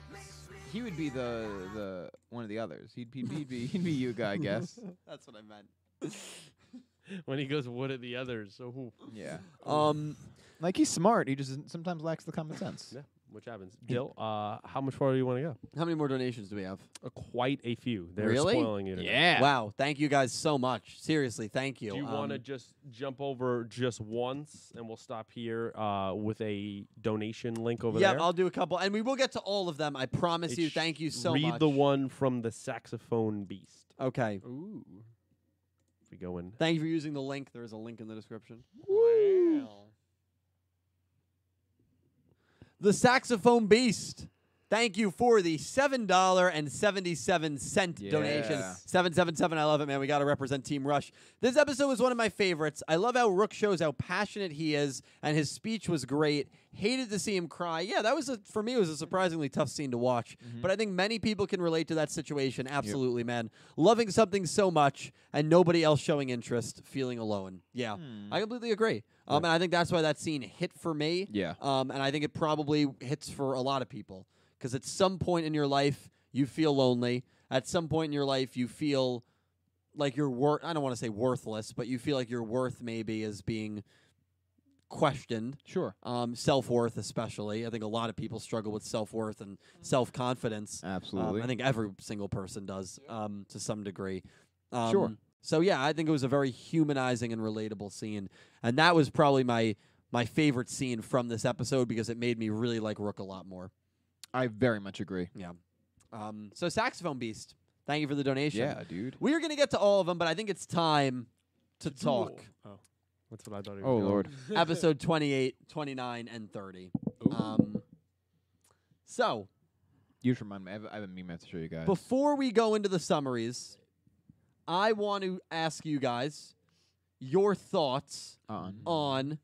S1: he would be the the one of the others. He'd be he'd be he'd be Yuga, I guess.
S2: That's what I meant.
S3: when he goes, what are the others? So who?
S1: Yeah,
S2: Um,
S1: like he's smart. He just sometimes lacks the common sense.
S3: Yeah, which happens. Dill, uh, how much farther do you want to go?
S2: how many more donations do we have?
S3: Uh, quite a few. They're
S2: Really?
S3: spoiling you. Today.
S2: Wow, thank you guys so much. Seriously, thank you.
S3: Do you want to
S2: Um,
S3: just jump over just once, and we'll stop here uh, with a donation link over
S2: Yeah,
S3: there?
S2: I'll do a couple, and we will get to all of them. I promise
S3: It
S2: you.
S3: sh-
S2: Thank you so
S3: read
S2: much.
S3: the one from the saxophone beast.
S2: Okay.
S4: Ooh.
S3: If we go in,
S2: Thank you for using the link. There is a link in the description.
S4: Wow.
S2: The Saxophone Beast. Thank you for the seven dollar and seventy seven cent donation.
S1: Yeah.
S2: Seven seven seven. I love it, man. We got to represent Team Rush. This episode was one of my favorites. I love how Rook shows how passionate he is, and his speech was great. Hated to see him cry. Yeah, that was a, for me. It was a surprisingly tough scene to watch, but I think many people can relate to that situation. Absolutely, man. Loving something so much and nobody else showing interest, feeling alone. Yeah,
S1: Hmm. Mm-hmm.
S2: I completely agree. Um, and I think that's why that scene hit for me.
S1: Yeah.
S2: Um, and I think it probably hits for a lot of people because at some point in your life, you feel lonely. At some point in your life, you feel like you're worth, I don't want to say worthless, but you feel like your worth maybe is being questioned.
S1: Sure.
S2: Um, self worth, especially. I think a lot of people struggle with self worth and self confidence.
S1: Absolutely.
S2: Um, I think every single person does um, to some degree. Um,
S1: Sure.
S2: So yeah, I think it was a very humanizing and relatable scene, and that was probably my my favorite scene from this episode because it made me really like Rook a lot more.
S1: I very much agree.
S2: Yeah. Um, so saxophone beast, thank you for the donation.
S1: Yeah, dude.
S2: We are gonna get to all of them, but I think it's time to talk.
S3: Oh, that's what I thought. He was
S1: Oh
S3: doing.
S1: lord.
S2: episode 28, 29, and 30. Um, so,
S1: You just remind me. I have, I have a meme I have to show you guys.
S2: Before we go into the summaries, I want to ask you guys your thoughts
S1: On.
S2: on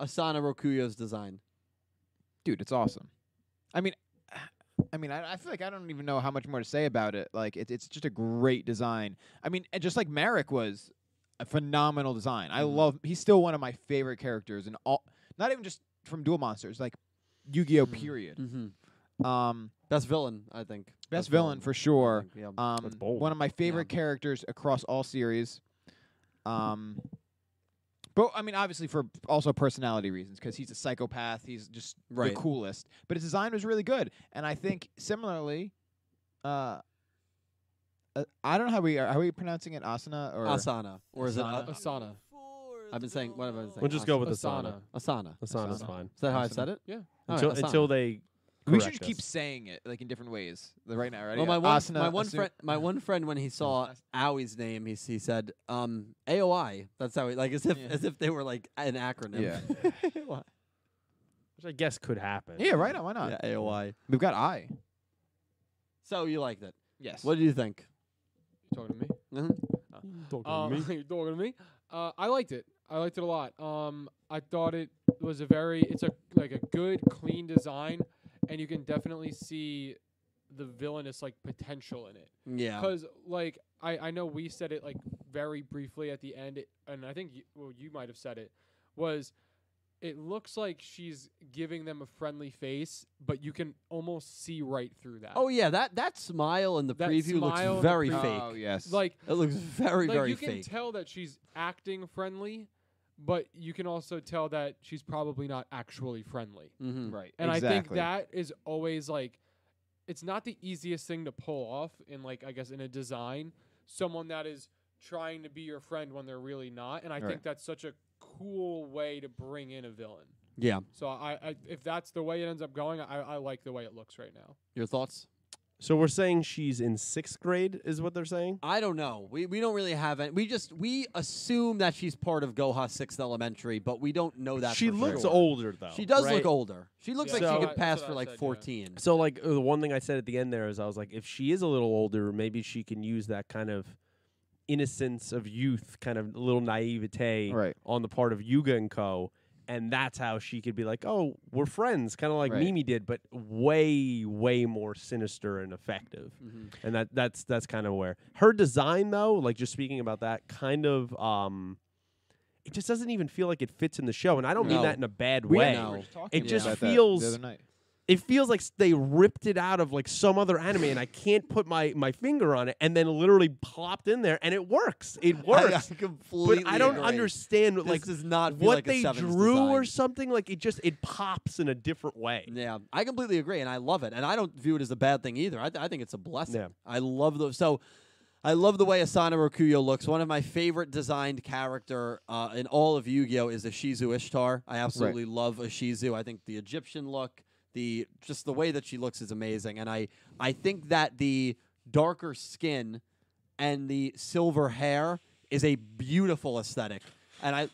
S2: Asana Rokuyo's design.
S1: dude, it's awesome. I mean, I mean, I, I feel like I don't even know how much more to say about it. Like, it, it's just a great design. I mean, and just like Merrick was a phenomenal design. I
S2: Mhm.
S1: love. He's still one of my favorite characters, and all not even just from Duel Monsters, like Yu-Gi-Oh.
S4: Mhm.
S1: Period.
S2: Mm-hmm.
S1: Um,
S2: Best villain, I think.
S1: best villain for sure.
S2: I think, yeah.
S1: Um,
S3: bold.
S1: one of my favorite characters across all series. Um, but I mean, obviously for also personality reasons, because he's a psychopath. He's just
S2: Right.
S1: the coolest. But his design was really good, and I think similarly, uh, uh, I don't know how we are. Are we pronouncing it Asana or
S2: Asana, or is it?
S1: Asana.
S2: Uh,
S4: Asana.
S2: I've been saying. What have I been saying?
S3: We'll just go with
S4: Asana.
S3: Asana.
S2: Asana. Is
S3: Asana's
S1: Asana.
S3: fine.
S2: that how I
S1: Asana.
S2: said it?
S4: Yeah.
S2: All right,
S3: Until,
S2: Asana.
S3: until they.
S1: We should
S3: correct
S1: just keep
S3: us.
S1: saying it like in different ways. Like, right now, right?
S2: Well,
S1: Yeah.
S2: my one,
S1: Asana,
S2: my one
S1: Asu-
S2: friend, my one friend, when he saw Aoi's name, he he said, um, "AOI." That's how he like as if
S1: Yeah.
S2: as if they were like an acronym.
S1: Yeah.
S3: Which I guess could happen.
S1: yeah, right now. Why not?
S2: yeah, AOI.
S1: We've got I.
S2: So you liked it.
S1: Yes.
S2: What do you think?
S4: You talking to me?
S2: Mm-hmm.
S3: Talking to
S2: Uh,
S4: Um,
S3: me.
S4: you're talking to me. Uh, I liked it. I liked it a lot. Um, I thought it was a very, it's a like a good, clean design, and you can definitely see the villainous like potential in it.
S2: Yeah.
S4: Because like I, I know we said it like very briefly at the end, it- and I think you, well you might have said it was it looks like she's giving them a friendly face, but you can almost see right through that.
S2: Oh yeah, that that smile in the
S4: That
S2: preview
S4: smile in
S2: looks
S4: the
S2: very
S4: preview-
S2: fake.
S1: Oh yes.
S4: like
S2: It looks very
S4: like
S2: very
S4: you can
S2: fake.
S4: tell that she's acting friendly, but you can also tell that she's probably not actually friendly.
S2: mm-hmm.
S1: right.
S4: And I think
S1: Hmm. exactly.
S4: that is always like it's not the easiest thing to pull off in like I guess in a design, someone that is trying to be your friend when they're really not. And I
S1: Right.
S4: think that's such a cool way to bring in a villain.
S2: Yeah.
S4: So I, I if that's the way it ends up going, I, I like the way it looks right now.
S2: Your thoughts?
S3: So we're saying she's in sixth grade, is what they're saying.
S2: I don't know. We we don't really have any. We just we assume that she's part of Goha Sixth Elementary, but we don't know that.
S3: she
S2: for
S3: looks
S2: sure.
S3: older though.
S2: She does
S3: right?
S2: look older. She looks
S4: Yeah,
S2: like
S3: So-
S2: she
S4: that's
S2: could pass
S4: what
S2: for
S4: I
S2: like
S4: said, yeah.
S2: fourteen.
S3: So like uh, the one thing I said at the end there is I was like, if she is a little older, maybe she can use that kind of innocence of youth, kind of little naivete
S1: Right.
S3: on the part of Yuga and Co. And that's how she could be like, oh, we're friends, kind of like
S1: Right.
S3: Mimi did, but way, way more sinister and effective. And that that's that's kind of where her design though, like just speaking about that, kind of um, it just doesn't even feel like it fits in the show. And I don't
S2: No.
S3: mean that in a bad
S1: We
S3: way.
S1: actually
S2: No.
S1: were just talking
S3: It just
S1: about that
S3: feels-
S1: the other night.
S3: it feels like s- they ripped it out of like some other anime and I can't put my, my finger on it and then literally plopped in there and it works. It works.
S2: completely.
S3: but I don't
S2: agree.
S3: understand
S2: This
S3: like
S2: does not feel
S3: what
S2: like a
S3: they
S2: Seven's
S3: drew or
S2: design.
S3: something. Like it just it pops in a different way.
S2: Yeah, I completely agree, and I love it, and I don't view it as a bad thing either. I, I think it's a blessing.
S3: Yeah.
S2: I love the so. I love the way Asana Rokuyo looks. One of my favorite designed character uh, in all of Yu-Gi-Oh is Ashizu Ishtar. I absolutely love Ashizu. I think the Egyptian look, the just the way that she looks is amazing, and I I think that the darker skin and the silver hair is a beautiful aesthetic. And I,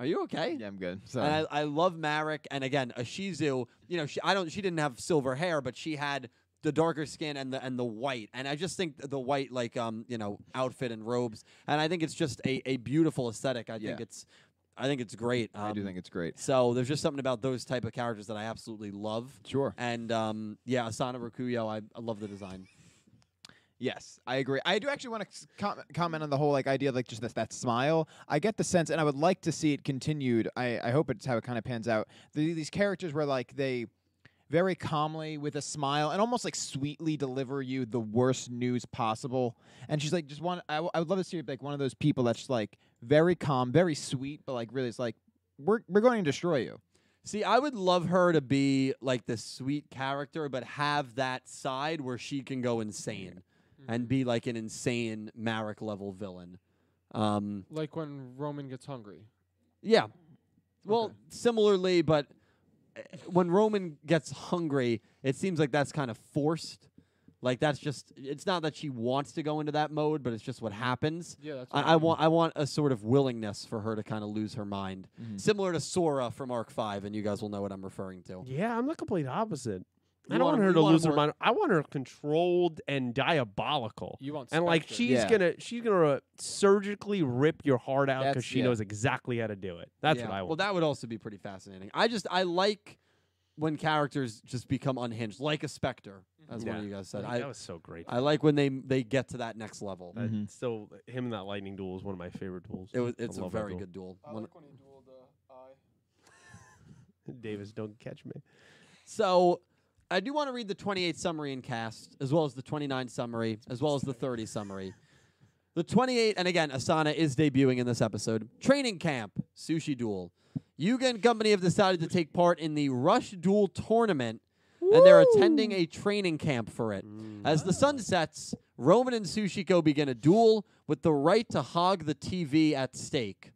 S2: are you okay?
S1: Yeah, I'm good. Sorry.
S2: And I, I love Marek. And again, Ashizu, you know, she, I don't, she didn't have silver hair, but she had the darker skin and the and the white. And I just think the white, like, um, you know, outfit and robes. And I think it's just a, a beautiful aesthetic. I think
S1: Yeah.
S2: it's, I think it's great. Um,
S1: I do think it's great.
S2: so. There's just something about those type of characters that I absolutely love.
S1: Sure.
S2: And um, yeah, Asana Rakuyo, I, I love the design.
S1: Yes, I agree. I do actually want to com- comment on the whole like idea of like just that, that smile. I get the sense, and I would like to see it continued. I, I hope it's how it kind of pans out. The, these characters where like they very calmly with a smile and almost like sweetly deliver you the worst news possible. And she's like, just one. I, w- I would love to see like one of those people that's just, like very calm, very sweet, but like really it's like we're we're going to destroy you.
S2: See, I would love her to be like this sweet character, but have that side where she can go insane and be like an insane Marek level villain. Um,
S4: Like when Roman gets hungry.
S2: yeah. Well, similarly, but uh, when Roman gets hungry, it seems like that's kind of forced. Like that's just it's not that she wants to go into that mode, but it's just what happens.
S4: Yeah, that's what
S2: I, I want I want a sort of willingness for her to kind of lose her mind. Similar to Sora from Arc 5 and you guys will know what I'm referring to.
S3: Yeah, I'm the complete opposite.
S2: You
S3: I don't
S2: want-
S3: want her
S2: you
S3: to
S2: want
S3: lose her
S2: more-
S3: mind. I want her controlled and diabolical.
S4: you want
S3: and like
S4: spectre.
S3: she's
S1: Yeah.
S3: gonna she's gonna surgically rip your heart out because
S1: That's-
S3: she
S1: yeah.
S3: knows exactly how to do it. That's
S2: Yeah.
S3: what I want.
S2: Well, that would also be pretty fascinating. I just I like when characters just become unhinged, like a Spectre, as one of
S3: Mm-hmm. Yeah.
S2: you guys said.
S3: Like, that
S2: I,
S3: was so great.
S2: I like when they they get to that next level.
S1: Uh, Mhm.
S3: Still, him and that lightning duel is one of my favorite duels.
S2: It was
S3: I
S2: it's a
S3: love that
S2: very
S3: duel.
S2: good duel. One-
S4: when he dueled the eye.
S3: Davis, don't catch me.
S2: So I do want to read the 28 summary and cast, as well as the 29 summary, as well as the 30 summary. The 28, and again, Asana is debuting in this episode. Training camp, sushi duel. Yuga and company have decided to take part in the Rush Duel tournament, and they're attending a training camp for it. As the sun sets, Roman and Sushiko begin a duel with the right to hog the TV at stake.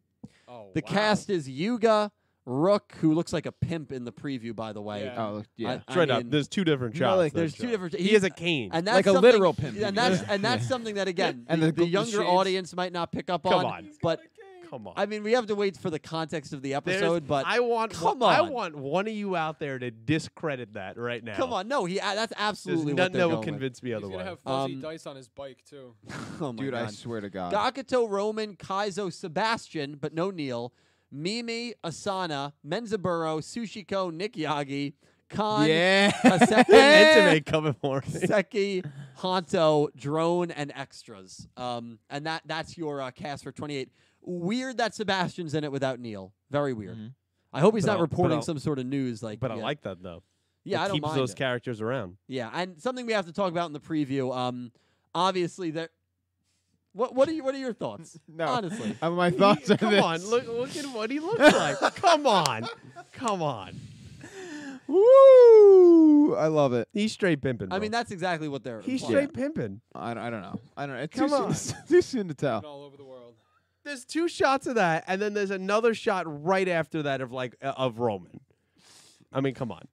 S4: Oh,
S2: The
S4: wow.
S2: cast is Yuga, Rook, who looks like a pimp in the preview, by the way.
S4: Yeah.
S1: Oh look, yeah.
S2: Uh, I
S3: Straight up,
S2: mean-
S3: there's two different
S1: No,
S3: shots.
S1: like,
S3: that
S2: there's two
S3: show.
S2: different-
S3: He,
S2: he-
S3: has a cane.
S2: and that's
S1: Like a
S2: something-
S1: literal pimp.
S2: And that's
S1: Yeah.
S2: and that's something that again
S1: And
S2: the,
S1: the
S2: the
S1: gl-
S2: younger
S1: shades.
S2: audience might not pick up
S3: Come
S2: on.
S3: on.
S2: But
S3: Come on.
S2: I mean, we have to wait for the context of the
S3: There's-
S2: episode. But
S3: I want
S2: come
S3: one- I
S2: on.
S3: want one of you out there to discredit that right now.
S2: come on, no, he uh, that's
S3: There's
S2: absolutely what
S3: nothing
S2: they're
S3: that will
S2: going with.
S3: convince me
S4: He's gonna
S3: otherwise.
S4: have fuzzy
S2: Um,
S4: dice on his bike too.
S2: Oh my
S1: Dude, I
S2: God.
S1: swear to God.
S2: Gakuto, Roman, Kaizo, Sebastian, but no Neil, Mimi, Asana, Menzaburo, Sushiko, Nick Yagi, Khan,
S1: yeah.
S2: Kaseki,
S3: Meant to make coming for me.
S2: Seki, Honto, Drone, and extras. Um, and that that's your uh, cast for 28. Weird that Sebastian's in it without Neil. Very weird. I hope he's
S3: Mm-hmm. But
S2: not
S3: I'll- but
S2: reporting
S3: I'll-
S2: some sort of news like.
S3: But I
S2: yeah.
S3: like that though.
S2: Yeah,
S3: it
S2: I don't
S3: keeps
S2: mind.
S3: those
S2: it.
S3: characters around.
S2: yeah, and something we have to talk about in the preview. Um, obviously there. What what are you what are your thoughts?
S1: No.
S2: honestly.
S1: Uh, my thoughts are
S3: Come
S1: this.
S3: on, look look at what he looks like. Come on, come on.
S1: Woo! I love it.
S3: He's straight pimping.
S2: I mean, that's exactly what they're.
S3: he's
S2: implying.
S3: straight pimping.
S1: I don't, I don't know. I don't know. It's
S3: Come
S1: too
S3: on.
S1: soon. too soon to
S4: And
S1: tell.
S4: all over the world.
S3: There's two shots of that, and then there's another shot right after that of like uh, of Roman. I mean, come on.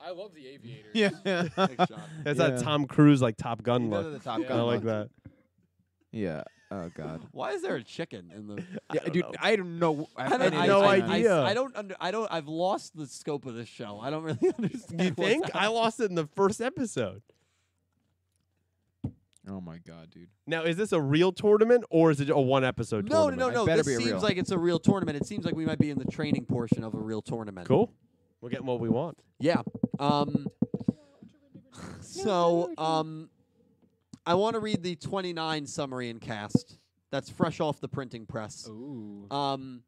S4: I love the aviators.
S1: Yeah.
S2: Next shot.
S3: That's
S1: Yeah.
S3: that Tom Cruise like Top Gun
S1: None of the
S3: look.
S1: Top
S4: Yeah.
S1: Gun
S3: I
S1: look.
S3: like that.
S1: Yeah. Oh God.
S2: Why is there a chicken in the?
S1: Yeah, dude. I don't know. I,
S2: don't-
S1: any-
S3: I no
S1: I-
S3: idea.
S2: I, don't. Under, I don't. I've lost the scope of this show. I don't really understand.
S3: You
S2: what's
S3: think I
S2: happening.
S3: lost it in the first episode?
S1: oh my God, dude.
S3: Now, is this a real tournament or is it a one episode
S2: No,
S3: tournament?
S2: no,
S1: It
S2: no, no.
S1: better
S2: This
S1: be a
S2: seems
S1: real.
S2: like it's a real tournament. It seems like we might be in the training portion of a real tournament.
S3: Cool. We're getting what we want.
S2: Yeah. Um. So, um, I want to read the 29 summary and cast. That's fresh off the printing press.
S3: Oh.
S4: Ooh.
S2: Um.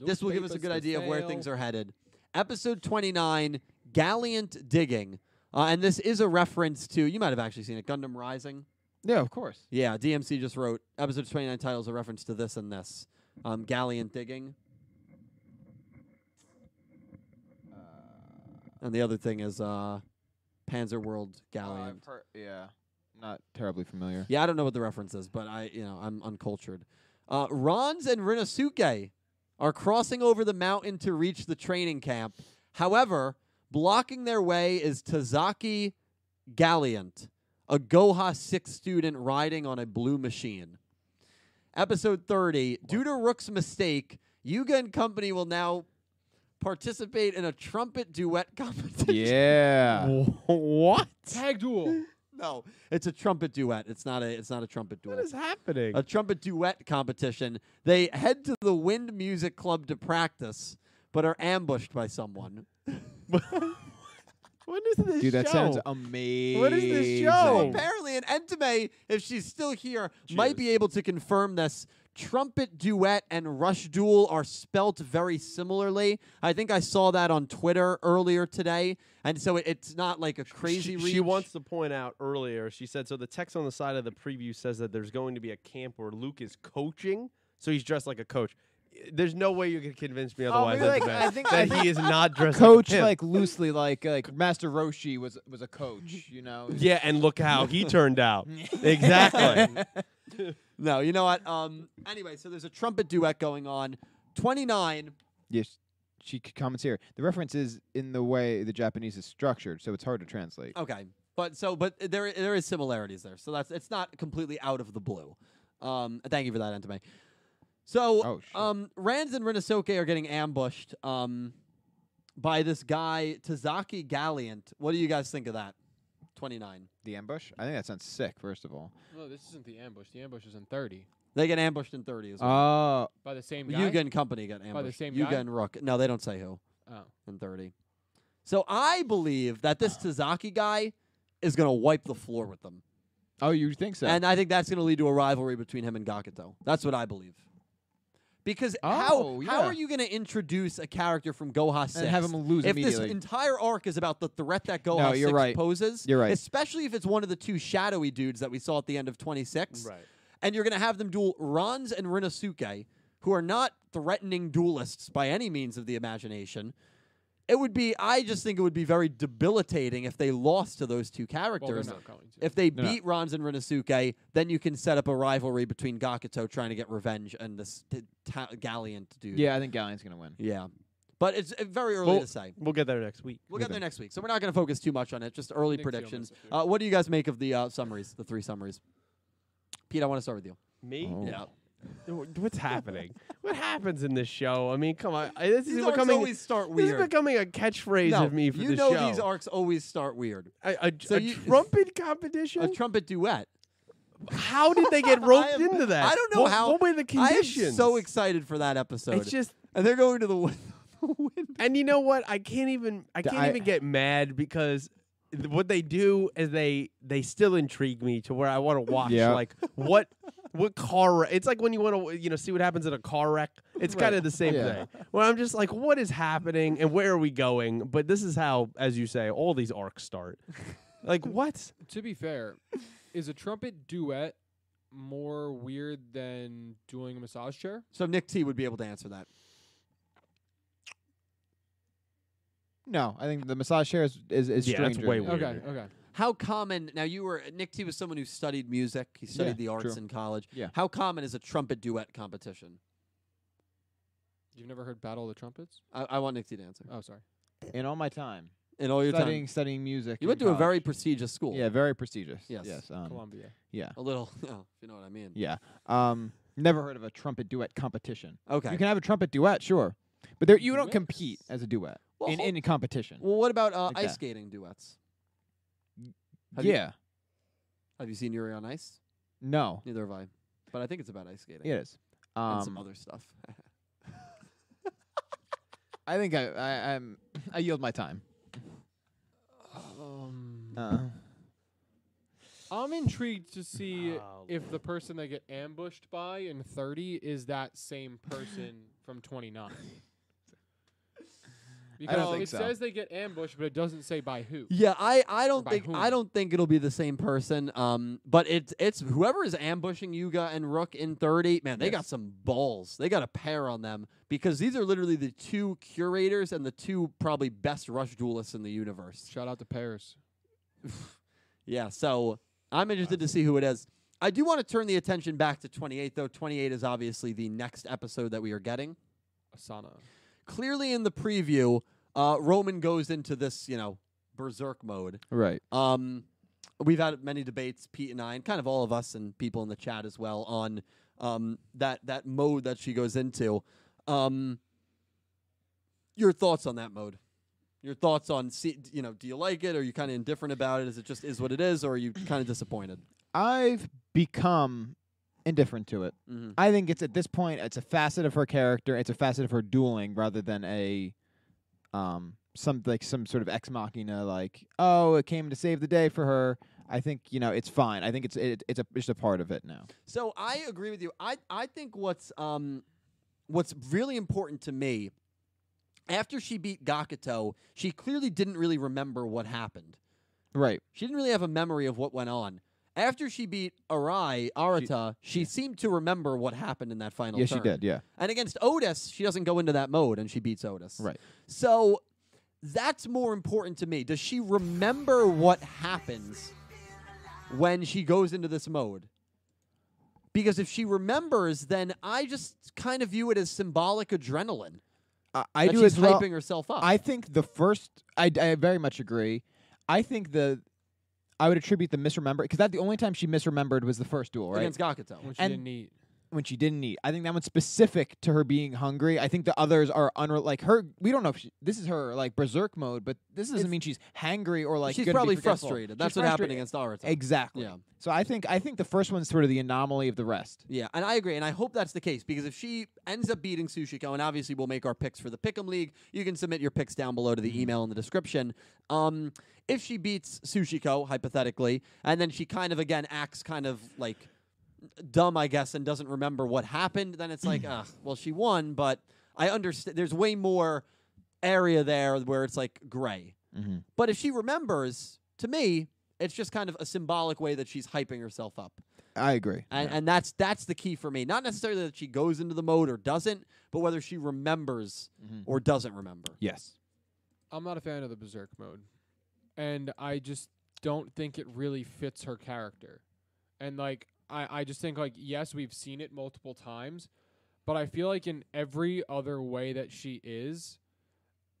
S2: this will give us a good idea of where things are headed. Episode 29, Gallant Digging. Uh, and this is a reference to, you might have actually seen it, Gundam Rising.
S1: Yeah, of course.
S2: Yeah, DMC just wrote, episode 29 title is a reference to this and this. Um, Gallant Digging. And the other thing is uh, Panzer World Galleon.
S1: Uh, I've heard, yeah. Not terribly familiar.
S2: yeah, I don't know what the reference is, but I, you know, I'm uncultured. Uh, Rons and Rinosuke are crossing over the mountain to reach the training camp. However, blocking their way is Tazaki Galliant, a Goha 6 student riding on a blue machine. Episode 30, due to Rook's mistake, Yuga and company will now participate in a trumpet duet competition. Uh.
S1: Yeah.
S3: Wh- what?
S4: Tag duel.
S2: No, it's a trumpet duet. It's not a it's not a trumpet duel.
S3: What is happening?
S2: a trumpet duet competition. They head to the Wind Music Club to practice, but are ambushed by someone.
S3: what is this
S1: Uh. Dude, that
S3: show?
S1: sounds amazing.
S3: What is this show?
S2: Apparently, an Entame, if she's still here, might be able to confirm this. Trumpet duet and rush duel are spelt very similarly. I think I saw that on Twitter earlier today, and so it, it's not like a
S3: She,
S2: crazy. reach.
S3: she wants to point out earlier. She said so. The text on the side of the preview says that there's going to be a camp where Luke is coaching, so he's dressed like a coach. There's no way you can convince
S2: Oh,
S3: me otherwise.
S1: maybe
S3: that
S1: like- I think-
S3: that
S1: I
S3: he
S1: think-
S3: is not dressed
S1: Coach,
S3: like, a pimp.
S1: like loosely, like like Master Roshi was was a coach. You know.
S3: yeah, and look how he turned out. exactly.
S2: No, you know what? Um. Anyway, so there's a trumpet duet going on. Twenty nine.
S1: Yes. She c- comments here. The reference is in the way the Japanese is structured, so it's hard to translate.
S2: Okay, but so but there there is similarities there, so that's it's not completely out of the blue. Um, thank you for that, Entame. So
S1: Oh, shit.
S2: um, Rands and Rinosuke are getting ambushed um, by this guy Tazaki Galliant. What do you guys think of that? Twenty nine.
S1: The ambush. I think that sounds sick. First of all.
S4: No, this isn't the ambush. The ambush is in 30
S2: They get ambushed in thirty as well.
S1: Oh,
S4: by the Uh, same guy.
S2: Yuga and company got ambushed.
S4: the same
S2: Yuga
S4: guy?
S2: and Rook. No, they don't say who
S4: Oh.
S2: in thirty. So I believe that this Tazaki guy is gonna wipe the floor with them.
S1: oh, you think so?
S2: And I think that's going to lead to a rivalry between him and Gakuto. That's what I believe. Because how
S1: Oh,
S2: how
S1: yeah.
S2: are you going to introduce a character from Goha 6
S1: And have him lose
S2: if this
S1: immediately.
S2: entire arc is about the threat that Goha
S1: No, you're
S2: 6
S1: right.
S2: poses?
S1: You're right.
S2: Especially if it's one of the two shadowy dudes that we saw at the end of 26.
S3: Right.
S2: And you're going to have them duel Rons and Rinosuke, who are not threatening duelists by any means of the imagination. It would be I just think it would be very debilitating if they lost to those two
S4: Well, they're
S2: characters.
S4: not going to.
S2: If they
S1: No, no.
S2: beat Rons and Rinosuke, then you can set up a rivalry between Gakuto trying to get revenge and this t- ta- Gallant dude.
S1: yeah, I think Galleon's gonna win.
S2: Yeah. But it's uh, very early
S3: Well,
S2: to say.
S3: We'll get there next week.
S2: We'll get there next week. So we're not going to focus too much on it, just early
S4: Nick Gio
S2: predictions.
S4: missed it, dude.
S2: Uh, what do you guys make of the uh, summaries, the three summaries? Pete, I want to start with you.
S3: Me?
S1: Oh.
S2: Yeah.
S3: Dude, What's happening? what happens in this show? I mean, come on. I- This
S2: These
S3: is
S2: arcs
S3: becoming
S2: always start
S3: this
S2: weird.
S3: is becoming a catchphrase
S2: no,
S3: of me for
S2: you
S3: the
S2: know
S3: show.
S2: these arcs always start weird.
S3: a, a,
S2: So
S3: a
S2: you-
S3: trumpet competition.
S2: A trumpet duet.
S3: how did they get
S2: I
S3: roped
S2: am-
S3: into that?
S2: I don't know
S3: What-
S2: how.
S3: What were the
S2: I am
S3: conditions?
S2: so excited for that episode.
S3: It's just
S2: and they're going to the win- window.
S3: And you know what? I can't even I
S1: D-
S3: can't
S1: I-
S3: even get mad because th- what they do is they they still intrigue me to where I want to watch
S1: Yeah.
S3: like what what car wreck. it's like when you want to you know see what happens in a car wreck. It's It's
S1: Right.
S3: kind of the same
S1: Yeah.
S3: thing. Where I'm just like, what is happening and where are we going? But this is how, as you say, all these arcs start. like what?
S4: To be fair, is a trumpet duet more weird than doing a massage chair?
S2: So Nick T would be able to answer that.
S1: No, I think the massage chair is is, is
S3: Yeah, that's
S1: stranger.
S3: way
S4: Okay,
S3: Weirder.
S4: okay.
S2: How common? Now you were Nick T was someone who studied music. He studied
S1: Yeah,
S2: the
S1: true.
S2: arts in college.
S1: Yeah.
S2: How common is a trumpet duet competition?
S4: You've never heard Battle of the Trumpets?
S2: I, I want Nick T to answer.
S4: Oh, sorry.
S1: In all my time
S2: In all your
S1: Uh, studying
S2: time,
S1: studying music,
S2: you
S1: in
S2: went to a
S1: college.
S2: very prestigious school.
S1: yeah very prestigious.
S2: Yes.
S1: yes, um,
S4: Columbia.
S1: yeah,
S2: A little, oh, if you know what I mean.
S1: yeah. Um, never heard of a trumpet duet competition.
S2: Okay.
S1: You can have a trumpet duet, sure, but there, you don't
S4: Duets?
S1: compete as a duet
S2: well,
S1: in
S2: hol-
S1: in competition.
S2: well, what about uh,
S1: like
S2: ice
S1: that.
S2: skating duets? have you-
S1: yeah,
S2: Have you seen Yuri on Ice?
S1: no,
S2: Neither have I. But I think it's about ice skating
S1: it is.
S2: and some
S1: Um,
S2: other stuff.
S1: I think I, I I'm I yield my time.
S4: Um,
S1: Uh,
S4: I'm intrigued to see
S2: uh,
S3: Oh,
S4: if the person they get ambushed by in 30 is that same person from 29. Because
S1: think
S4: it
S1: so.
S4: says they get ambushed, but it doesn't say by who.
S2: Yeah, I, I don't
S4: by
S2: think I
S4: whom?
S2: don't think it'll be the same person. Um, but it's it's whoever is ambushing Yuga and Rook in thirty. Man, they got
S1: Yes.
S2: some balls. They got a pair on them because these are literally the two curators and the two probably best rush duelists in the universe.
S4: Shout out to Paris.
S2: Yeah, so I'm interested to see who it is. I do want to turn the attention back to 28 though. 28 is obviously the next episode that we are getting.
S4: Asana.
S2: Clearly in the preview, uh, Roman goes into this you know berserk mode.
S1: right.
S2: Um, we've had many debates, Pete and I, and kind of all of us and people in the chat as well, on um, that that mode that she goes into. Um, your thoughts on that mode? Your thoughts on, see, you know, do you like it? Are you kind of indifferent about it? Is it just is what it is, or are you kind of disappointed?
S1: I've become indifferent to it.
S2: Mm-hmm.
S1: I think it's at this point it's a facet of her character, it's a facet of her dueling rather than a um some like some sort of ex machina like oh it came to save the day for her. I think you know it's fine. I think it's it, it's a it's a part of it now.
S2: So I agree with you. I I think what's um what's really important to me after she beat Gakuto, she clearly didn't really remember what happened.
S1: Right.
S2: She didn't really have a memory of what went on. After she beat Arai, Arata, she, seemed to remember what happened in that final
S1: Yes,
S2: turn.
S1: she did. Yeah.
S2: And against Otis, she doesn't go into that mode and she beats Otis.
S1: Right.
S2: So that's more important to me. Does she remember what happens when she goes into this mode? Because if she remembers, then I just kind of view it as symbolic adrenaline.
S1: I, I
S2: that
S1: do
S2: she's
S1: as well.
S2: hyping herself up.
S1: I think the first. I, I very much agree. I think the. I would attribute the misremember because that the only time she misremembered was the first duel, right?
S2: against Gakuto.
S4: Which
S1: And-
S4: you didn't eat.
S1: when she didn't eat. I think that one's specific to her being hungry. I think the others are unre- like her. We don't know if she, this is her like berserk mode, but this doesn't
S2: It's-
S1: mean she's hangry or like.
S2: she's
S1: gonna be
S2: probably
S1: forgetful.
S2: frustrated.
S1: She's
S2: That's what happened
S1: frustrated.
S2: against Arata.
S1: Exactly.
S2: Yeah.
S1: So I think I think the first one's sort of the anomaly of the rest.
S2: Yeah, and I agree, and I hope that's the case because if she ends up beating Sushiko, and obviously we'll make our picks for the Pick'em League, you can submit your picks down below to the email in the description. Um, if she beats Sushiko, hypothetically, and then she kind of again acts kind of like dumb, I guess, and doesn't remember what happened, then it's like, ah, well, she won, but I understand. There's way more area there where it's like gray.
S1: Mm-hmm.
S2: But if she remembers, to me, it's just kind of a symbolic way that she's hyping herself up.
S1: I agree.
S2: And, and that's that's the key for me. Not necessarily that she goes into the mode or doesn't, but whether she remembers
S1: Mhm.
S2: or doesn't remember.
S1: yes.
S4: I'm not a fan of the berserk mode, and I just don't think it really fits her character. And like, I I just think like yes, we've seen it multiple times, but I feel like in every other way that she is,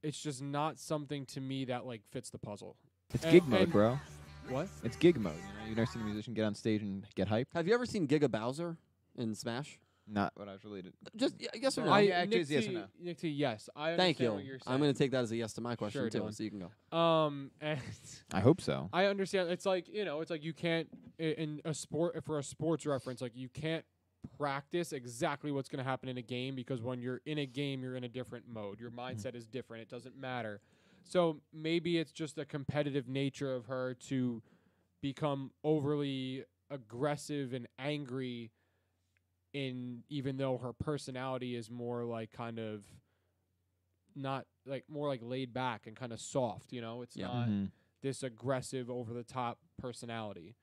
S4: it's just not something to me that like fits the puzzle.
S1: It's
S4: And-
S1: gig mode,
S4: and-
S1: bro.
S4: What?
S1: It's gig mode. You know, you've never seen a musician get on stage and get hyped.
S2: Have you ever seen Giga Bowser in Smash?
S1: Not what I was related.
S2: Just y- yes or no.
S1: I-
S2: I,
S1: yeah,
S4: Nick
S1: choose yes or
S4: T-
S1: no.
S4: Nick T, yes. I
S2: Thank
S4: understand
S2: you.
S4: What you're saying.
S2: I'm going to take that as a yes to my question
S4: Sure,
S2: too.
S4: Dylan.
S2: So you can go.
S4: Um, and
S1: I hope so.
S4: I understand. It's like you know, it's like you can't i- in a sport for a sports reference, like you can't practice exactly what's going to happen in a game because when you're in a game, you're in a different mode. Your mindset is different. It doesn't matter. So maybe it's just a competitive nature of her to become overly aggressive and angry in even though her personality is more like kind of not like more like laid back and kind of soft, you know? It's
S2: Yeah.
S1: Mm-hmm.
S4: not this aggressive over the top personality.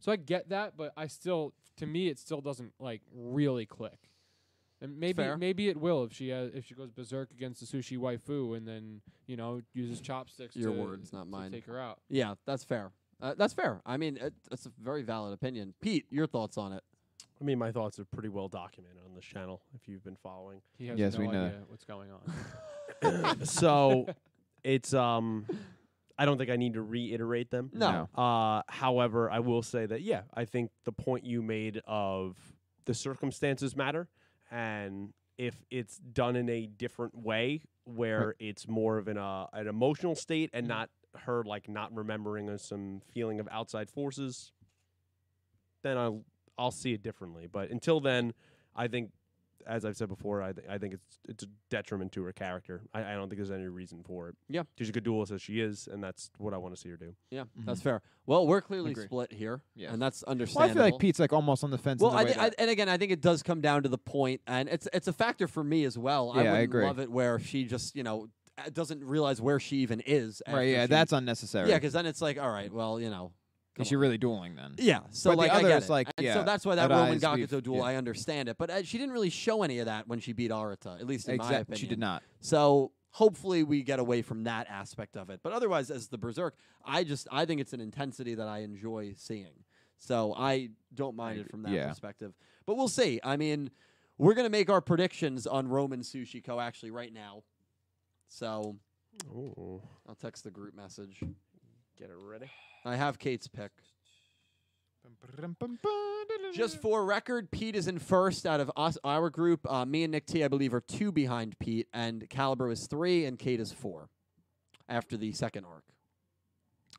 S4: So I get that, but I still to me it still doesn't like really click. And maybe
S2: fair.
S4: maybe it will if she has, if she goes berserk against the sushi waifu and then, you know, uses chopsticks
S2: Your
S4: to,
S2: words, not
S4: to
S2: mine.
S4: take her out.
S2: Yeah, that's fair. Uh, that's fair. I mean, it, that's a very valid opinion. Pete, your thoughts on it?
S3: I mean, my thoughts are pretty well documented on this channel if you've been following.
S4: He has
S1: Yes,
S4: no
S1: we know.
S4: idea what's going on.
S3: so it's um I don't think I need to reiterate them.
S2: No.
S1: No.
S3: Uh however, I will say that yeah, I think the point you made of the circumstances matter and if it's done in a different way where it's more of an uh, an emotional state and not her like not remembering or some feeling of outside forces, then I'll I'll see it differently. But until then, I think, as I've said before, I, th- I think it's it's a detriment to her character. I, I don't think there's any reason for it.
S2: Yeah.
S3: she's a good duelist as she is, and that's what I want to see her do.
S2: Yeah, that's fair. Well, we're
S1: Mm-hmm.
S2: clearly
S1: Agree.
S2: split here,
S1: Yeah.
S2: and that's
S1: Well, I
S2: understandable.
S1: feel like Pete's like almost on the fence.
S2: Well,
S1: in the
S2: I
S1: way
S2: thi- I,
S1: that-
S2: and again, I think it does come down to the point, and it's it's a factor for me as well. I
S1: Yeah, I
S2: wouldn't
S1: agree.
S2: love it where she just you know uh, doesn't realize where she even is. after
S1: right, yeah,
S2: she-
S1: that's unnecessary.
S2: yeah, because then it's like, all right, well, you know, come
S1: is she really dueling then?
S2: Yeah, so
S1: But the
S2: like I
S1: other
S2: get
S1: is
S2: it.
S1: like,
S2: and so
S1: yeah,
S2: that's why that
S1: Arai's
S2: Roman
S1: beef,
S2: Gakuto duel,
S1: yeah.
S2: I understand it, but uh, she didn't really show any of that when she beat Arata, at least in my
S1: Exact-
S2: opinion.
S1: She did not.
S2: So hopefully we get away from that aspect of it. But otherwise, as the Berserk, I just I think it's an intensity that I enjoy seeing. So I don't mind it
S1: agree.
S2: from that
S1: Yeah.
S2: perspective. But we'll see. I mean, we're gonna make our predictions on Roman Sushiko actually right now. So
S3: Oh,
S2: I'll text the group message.
S3: get it ready.
S2: I have Kate's pick. Just for record, Pete is in first out of us our group. Uh, me and Nick T, I believe, are two behind Pete, and Caliber is three, and Kate is four. After the second arc,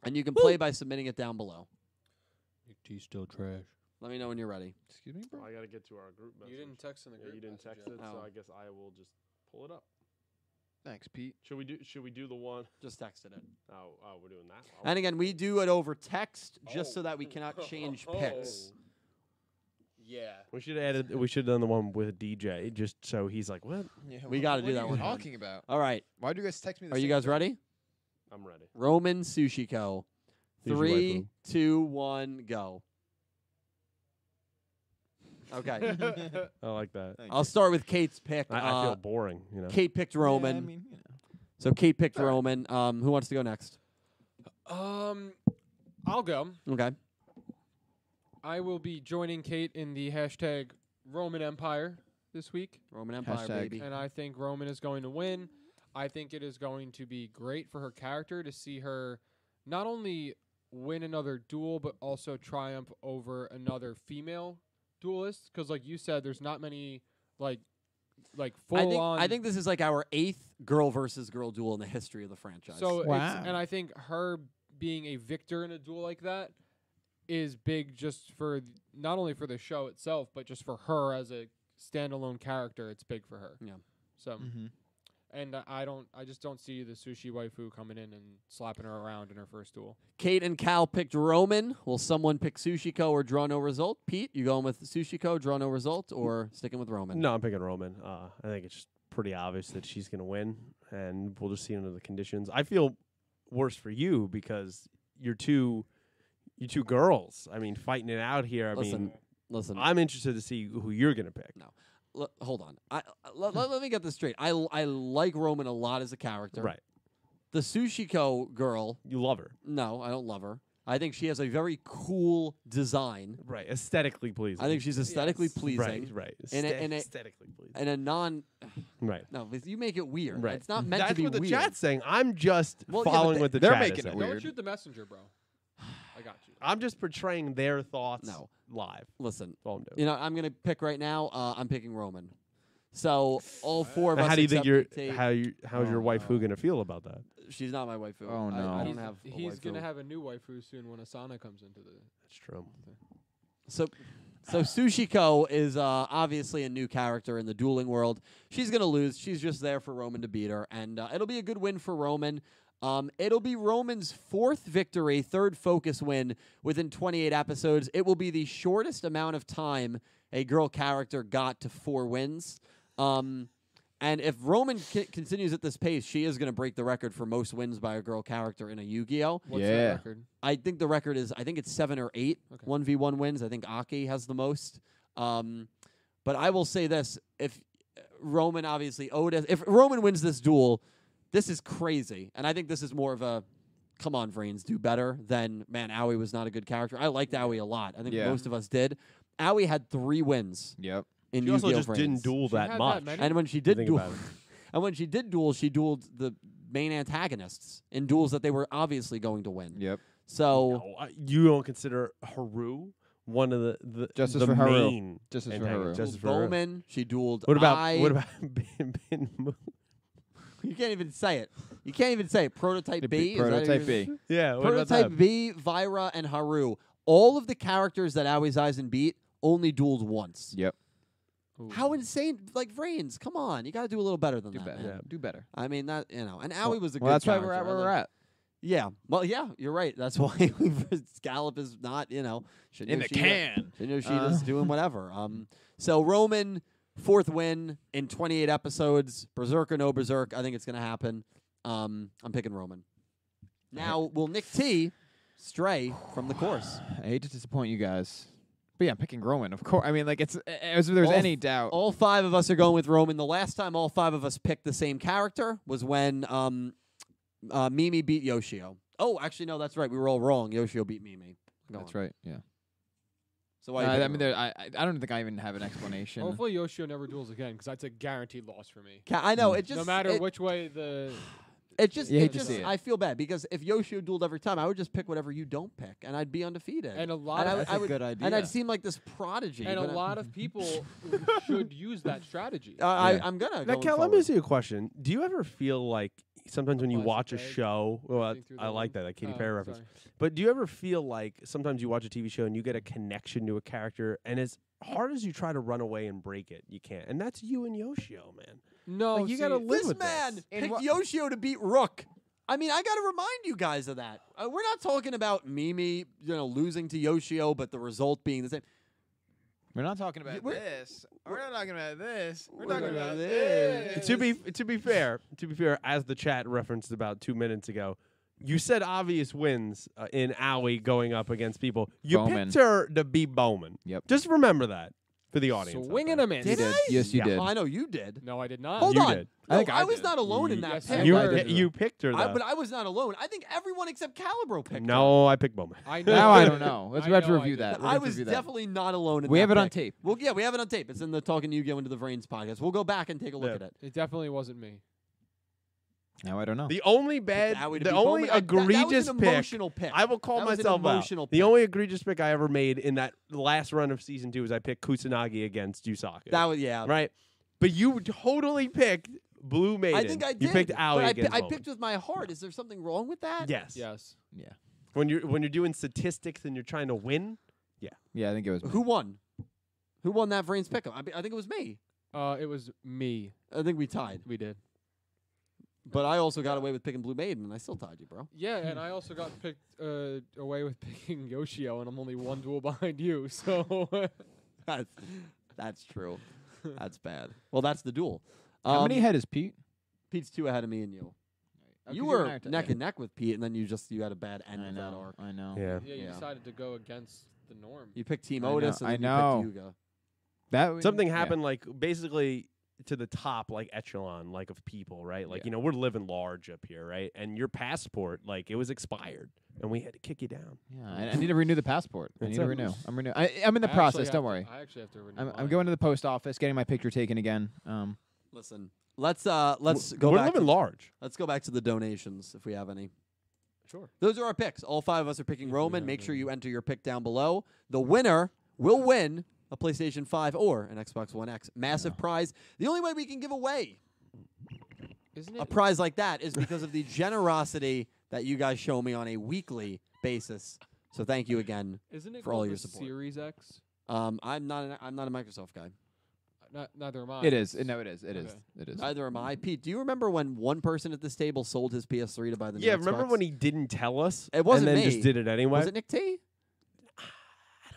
S2: and you can play by submitting it down below.
S4: He's still trash.
S2: Let me know when you're ready.
S1: Excuse me, bro.
S3: I gotta get to our group
S4: You didn't text in the group. message yet.
S2: it, so Oh. I
S3: guess I will just pull it up.
S1: Thanks, Pete.
S3: Should we do? Should we do the one?
S2: Just texted it.
S3: Oh, oh we're doing that.
S2: And again, we do it over text just so
S3: Oh.
S2: that we cannot change picks.
S4: Yeah.
S3: We should have added. We should have done the one with DJ, just so he's like, "What?
S1: Yeah,
S2: We gotta do that one.
S1: about?
S3: Oh.
S2: All right,
S1: Why do you guys text me?
S2: are you guys ready?
S3: I'm ready."
S2: Roman Sushiko.
S3: Sushi
S2: Three,
S3: waifu.
S2: two, one, go. Okay,
S3: I like that.
S2: I'll start with Kate's pick.
S3: I, I
S2: Uh,
S3: feel boring, you know.
S2: Kate picked Roman. So Kate picked Roman. Um, who wants to go next?
S4: Um, I'll go.
S2: Okay.
S4: I will be joining Kate in the hashtag Roman Empire this week,
S2: Roman Empire,
S1: Hashtag.
S2: baby.
S4: and I think Roman is going to win. I think it is going to be great for her character to see her not only win another duel, but also triumph over another female duelist. Because, like you said, there's not many like like full
S2: I think
S4: on.
S2: I think this is like our eighth girl versus girl duel in the history of the franchise.
S4: So
S1: Wow.
S4: it's, and I think her being a victor in a duel like that is big just for th- not only for the show itself, but just for her as a standalone character. It's big for her.
S2: Yeah.
S4: So
S1: Mm-hmm.
S4: and I don't, I just don't see the sushi waifu coming in and slapping her around in her first duel.
S2: Kate and Cal picked Roman. Will someone pick Sushiko or draw no result? Pete, you going with Sushiko, draw no result, or sticking with Roman?
S3: No, I'm picking Roman. Uh, I think it's just pretty obvious that she's going to win, and we'll just see under the conditions. I feel worse for you because you're two, you two girls. I mean, fighting it out here. I
S2: Listen,
S3: mean,
S2: listen.
S3: I'm interested to see who you're going to pick.
S2: l- hold on. I, l- l- let me get this straight. I, l- I like Roman a lot as a character.
S3: Right,
S2: The Sushiko girl,
S3: you love her.
S2: no, I don't love her. I think she has a very cool design.
S3: Right, aesthetically pleasing.
S2: I think she's aesthetically pleasing.
S3: Right, right.
S2: And it-
S3: Aesthet-
S2: and it-
S3: aesthetically pleasing.
S2: And a non
S3: Right.
S2: No, but you make it weird.
S3: Right.
S2: It's not meant
S3: That's
S2: to be
S3: what the
S2: weird.
S3: chat's saying. I'm just
S2: Well, yeah, but
S3: following
S2: they-
S3: what the
S1: they're
S3: chat is
S1: making it
S3: saying.
S1: weird.
S4: Don't shoot the messenger, bro. I got you.
S3: I'm just portraying their thoughts
S2: No.
S3: live.
S2: Listen,
S3: That's all I'm doing.
S2: you know, I'm gonna pick right now. Uh, I'm picking Roman. So all four of
S3: Now,
S2: us.
S3: how do you think
S2: except
S3: your
S2: Tate-
S3: how you how's your
S1: Oh,
S3: wife
S1: no.
S3: who gonna feel about that?
S2: she's not my waifu.
S1: Oh,
S2: I-
S1: no.
S2: I,
S4: he's
S2: don't have. a
S4: he's gonna
S2: waifu.
S4: have a new waifu soon when Asana comes into the.
S3: That's true.
S2: So, so Sushiko is uh, obviously a new character in the dueling world. She's gonna lose. She's just there for Roman to beat her, and uh, it'll be a good win for Roman. Um, it'll be Roman's fourth victory, third focus win within 28 episodes. It will be the shortest amount of time a girl character got to four wins. Um, and if Roman c- continues at this pace, she is going to break the record for most wins by a girl character in a Yu Gi Oh!
S4: What's
S1: Yeah.
S4: that record?
S2: I think the record is I think it's seven or eight
S4: Okay.
S2: one v one wins. I think Aki has the most. Um, but I will say this: if uh, Roman obviously Otis, if Roman wins this duel, this is crazy, and I think this is more of a come on, Vrains, do better than man. Owie was not a good character. I liked Owie a lot. I think
S1: Yeah.
S2: most of us did. Owie had three wins
S1: Yep.
S2: in
S3: She also
S2: Yu-Gi-Oh!
S3: just didn't
S2: Vrains.
S3: duel
S4: She had
S3: that
S4: that
S3: much.
S4: many?
S2: And when she did
S3: Think
S2: duel,
S3: about it.
S2: and when she did duel, she dueled the main antagonists in duels that they were obviously going to win.
S1: Yep.
S2: So.
S3: No, I- you don't consider Haru one of the the
S1: Justice
S3: the
S1: for Haru.
S3: main
S1: Justice for
S3: antagonists.
S1: Haru.
S2: dueled
S3: Justice for Haru.
S2: Bowman. She dueled.
S3: What about
S2: I.
S3: what about Bin, Bin Mu?
S2: You can't even say it. You can't even say it. Prototype B. is that
S1: Prototype
S2: even-
S1: B.
S3: Yeah, what about
S2: Prototype
S3: them?
S2: B. Vira and Haru. All of the characters that Aoi's Eisen beat only dueled once.
S1: Yep.
S4: Ooh.
S2: How insane! Like Vrains, come on, you got to do a little better than
S1: Do
S2: that.
S1: better.
S2: man.
S3: Yeah.
S1: Do better.
S2: I mean, that you know, and Aoi was a
S1: well,
S2: good.
S1: that's why we're at
S2: character.
S1: where
S2: I
S1: we're
S2: like-
S1: at.
S2: Yeah, well, yeah, you're right. That's why Scallop is not, you know, Shinoshida's-
S1: Uh.
S2: Shinoshida's doing whatever. Um, so Roman fourth win in 28 episodes. Berserk or no berserk, I think it's going to happen. Um, I'm picking Roman. Now will Nick T stray from the course?
S1: I hate to disappoint you guys, but yeah, I'm picking Rowan. Of course. I mean, like it's as if there's
S2: All
S1: any
S2: f-
S1: doubt.
S2: All five of us are going with Roman. The last time all five of us picked the same character was when um, uh, Mimi beat Yoshio. Oh, actually, no, that's right. We were all wrong. Yoshio beat Mimi. Go
S1: that's
S2: on.
S1: right. Yeah.
S2: So why?
S1: Uh,
S2: you
S1: I
S2: picking
S1: mean,
S2: Roman?
S1: there, I I I don't think I even have an explanation.
S4: Hopefully Yoshio never duels again because that's a guaranteed loss for me.
S2: Ca- I know
S1: Hmm.
S2: it just
S4: no matter
S2: it,
S4: which way the
S2: It just,
S1: You
S2: it
S1: hate to
S2: just
S1: see it.
S2: I feel bad because if Yoshio dueled every time, I would just pick whatever you don't pick, and I'd be undefeated.
S4: and a lot
S2: and I
S4: of
S2: would-
S1: That's
S2: I
S1: a
S2: would-
S1: good
S2: and
S1: idea.
S2: I'd seem like this prodigy.
S4: and a
S2: but I-
S4: lot of people should use that strategy.
S2: I, I,
S1: Yeah.
S2: I'm gonna.
S3: Now,
S2: going
S3: Cal, let me
S2: forward.
S3: ask you a question. Do you ever feel like sometimes when you
S4: Plastic
S3: watch a
S4: bag,
S3: show, well, I,
S4: Think through
S3: I like
S4: one.
S3: that, that Katy
S4: Oh,
S3: Perry reference.
S4: sorry.
S3: But do you ever feel like sometimes you watch a TV show and you get a connection to a character, and as hard as you try to run away and break it, you can't. And that's you and Yoshio, man.
S4: No,
S3: Like, you gotta
S4: see,
S3: live
S2: This
S3: with
S2: man
S3: this.
S1: And
S2: picked
S1: what-
S2: Yoshio to beat Rook. I mean, I gotta remind you guys of that. Uh, we're not talking about Mimi, you know, losing to Yoshio, but the result being the same.
S1: We're not talking about
S2: we're-
S1: this. We're not talking about this. We're,
S2: talking about this.
S3: to be to be fair, to be fair, as the chat referenced about two minutes ago, you said obvious wins uh, in Owie going up against people. You
S1: Bowman.
S3: picked her to be Bowman.
S1: Yep.
S3: Just remember that for the audience. out
S4: swinging
S3: there.
S4: a man.
S1: You did.
S2: I?
S1: Yes, you
S4: Yeah.
S1: did.
S2: Well, I know you did.
S4: No, I did not.
S2: Hold
S3: You
S2: on.
S3: did.
S1: I
S2: No,
S1: think I
S2: was
S1: did.
S2: not alone in that.
S4: Yes,
S2: pick.
S4: I
S3: You
S1: I did.
S3: pi- you picked her. Though.
S2: I, but I was not alone. I think everyone except Calibro picked her.
S3: no, I picked Bowman.
S4: I know
S1: now I
S4: did.
S1: don't know. Let's
S4: I
S1: we have to
S4: know I
S1: review
S4: did.
S1: that. We're gonna
S2: I
S1: have to
S2: was
S1: review that.
S2: definitely not alone. In
S1: We
S2: that
S1: have it on
S2: pick.
S1: tape.
S2: Well, yeah, we have it on tape. It's in the Talking Yu-Gi-Oh! into the Vrains podcast. We'll go back and take a look
S3: Yeah.
S2: at it.
S4: It definitely wasn't me.
S1: Now I don't know.
S3: The only bad,
S2: That would
S3: the
S2: be
S3: only
S2: Bowman. I- that- that was an
S3: egregious pick
S2: emotional pick.
S3: I will call
S2: That was an
S3: myself
S2: emotional
S3: out. The
S2: pick.
S3: only egregious pick I ever made in that last run of season two is I picked Kusanagi against Yusaka.
S2: That was yeah.
S3: right, but you totally picked Blue Maiden.
S2: I think I did.
S3: You picked Owie
S2: but I, pi-
S3: against
S2: I
S3: Bowman.
S2: picked with my heart. Is there something wrong with that?
S3: Yes.
S4: Yes.
S1: yeah.
S3: When you're when you're doing statistics and you're trying to win,
S1: Yeah, I think it was. me.
S2: Who won? Who won that Vrains pick 'em? I, be- I think it was me.
S4: Uh, it was me.
S2: I think we tied.
S4: We did.
S2: But I also got away with picking Blue Maiden, and I still tied you, bro.
S4: Yeah, and I also got picked uh, away with picking Yoshio, and I'm only one duel behind you. So
S2: That's that's true. That's bad. Well, that's the duel.
S1: How
S2: Um,
S1: many head is Pete?
S2: Pete's two ahead of me and you.
S1: Oh, 'cause
S2: you
S1: and
S2: were
S1: I are t-
S2: neck
S1: yeah.
S2: and neck with Pete, and then you just you had a bad end
S1: I
S2: of that
S1: know.
S2: arc.
S1: I know.
S3: yeah.
S4: yeah, you
S2: Yeah.
S4: decided to go against the norm.
S2: You picked Team
S1: I know-
S2: Otis,
S1: I
S2: and then
S1: know.
S2: you picked Yuga.
S1: That w-
S3: something
S1: yeah.
S3: happened like basically to the top like echelon like of people right like
S1: Yeah.
S3: you know we're living large up here right and your passport like it was expired and we had to kick you down
S1: Yeah, I, I need to renew the passport. I
S3: It's
S1: need to
S3: up.
S1: renew. I'm renew. I, I'm in the
S4: I actually
S1: process.
S4: have
S1: Don't
S4: to-
S1: worry.
S4: I actually have to renew.
S1: I'm, I'm
S4: mine.
S1: going to the post office, getting my picture taken again. Um,
S2: Listen, let's uh let's go
S3: we're
S2: back.
S3: living
S2: To,
S3: large
S2: let's go back to the donations if we have any.
S4: Sure.
S2: Those are our picks. All five of us are picking Roman. Make sure you enter your pick down below. The winner will win a PlayStation 5 or an Xbox One X. Massive prize. The only way we can give away
S4: Isn't
S2: a
S4: it?
S2: prize like that is because of the generosity that you guys show me on a weekly basis. So thank you again.
S4: Isn't it
S2: for all
S4: called
S2: your
S4: the
S2: support.
S4: Series X?
S2: Um, I'm not an, I'm not a Microsoft guy.
S4: Not, neither am I.
S1: It is. No, it is. It is.
S4: Okay.
S1: It is.
S2: Neither am I. Pete, do you remember when one person at this table sold his PS3 to buy the new
S3: yeah, remember
S2: Xbox?
S3: when he didn't tell us?
S2: It wasn't
S3: and then
S2: me.
S3: just did it anyway.
S2: Was it Nick T?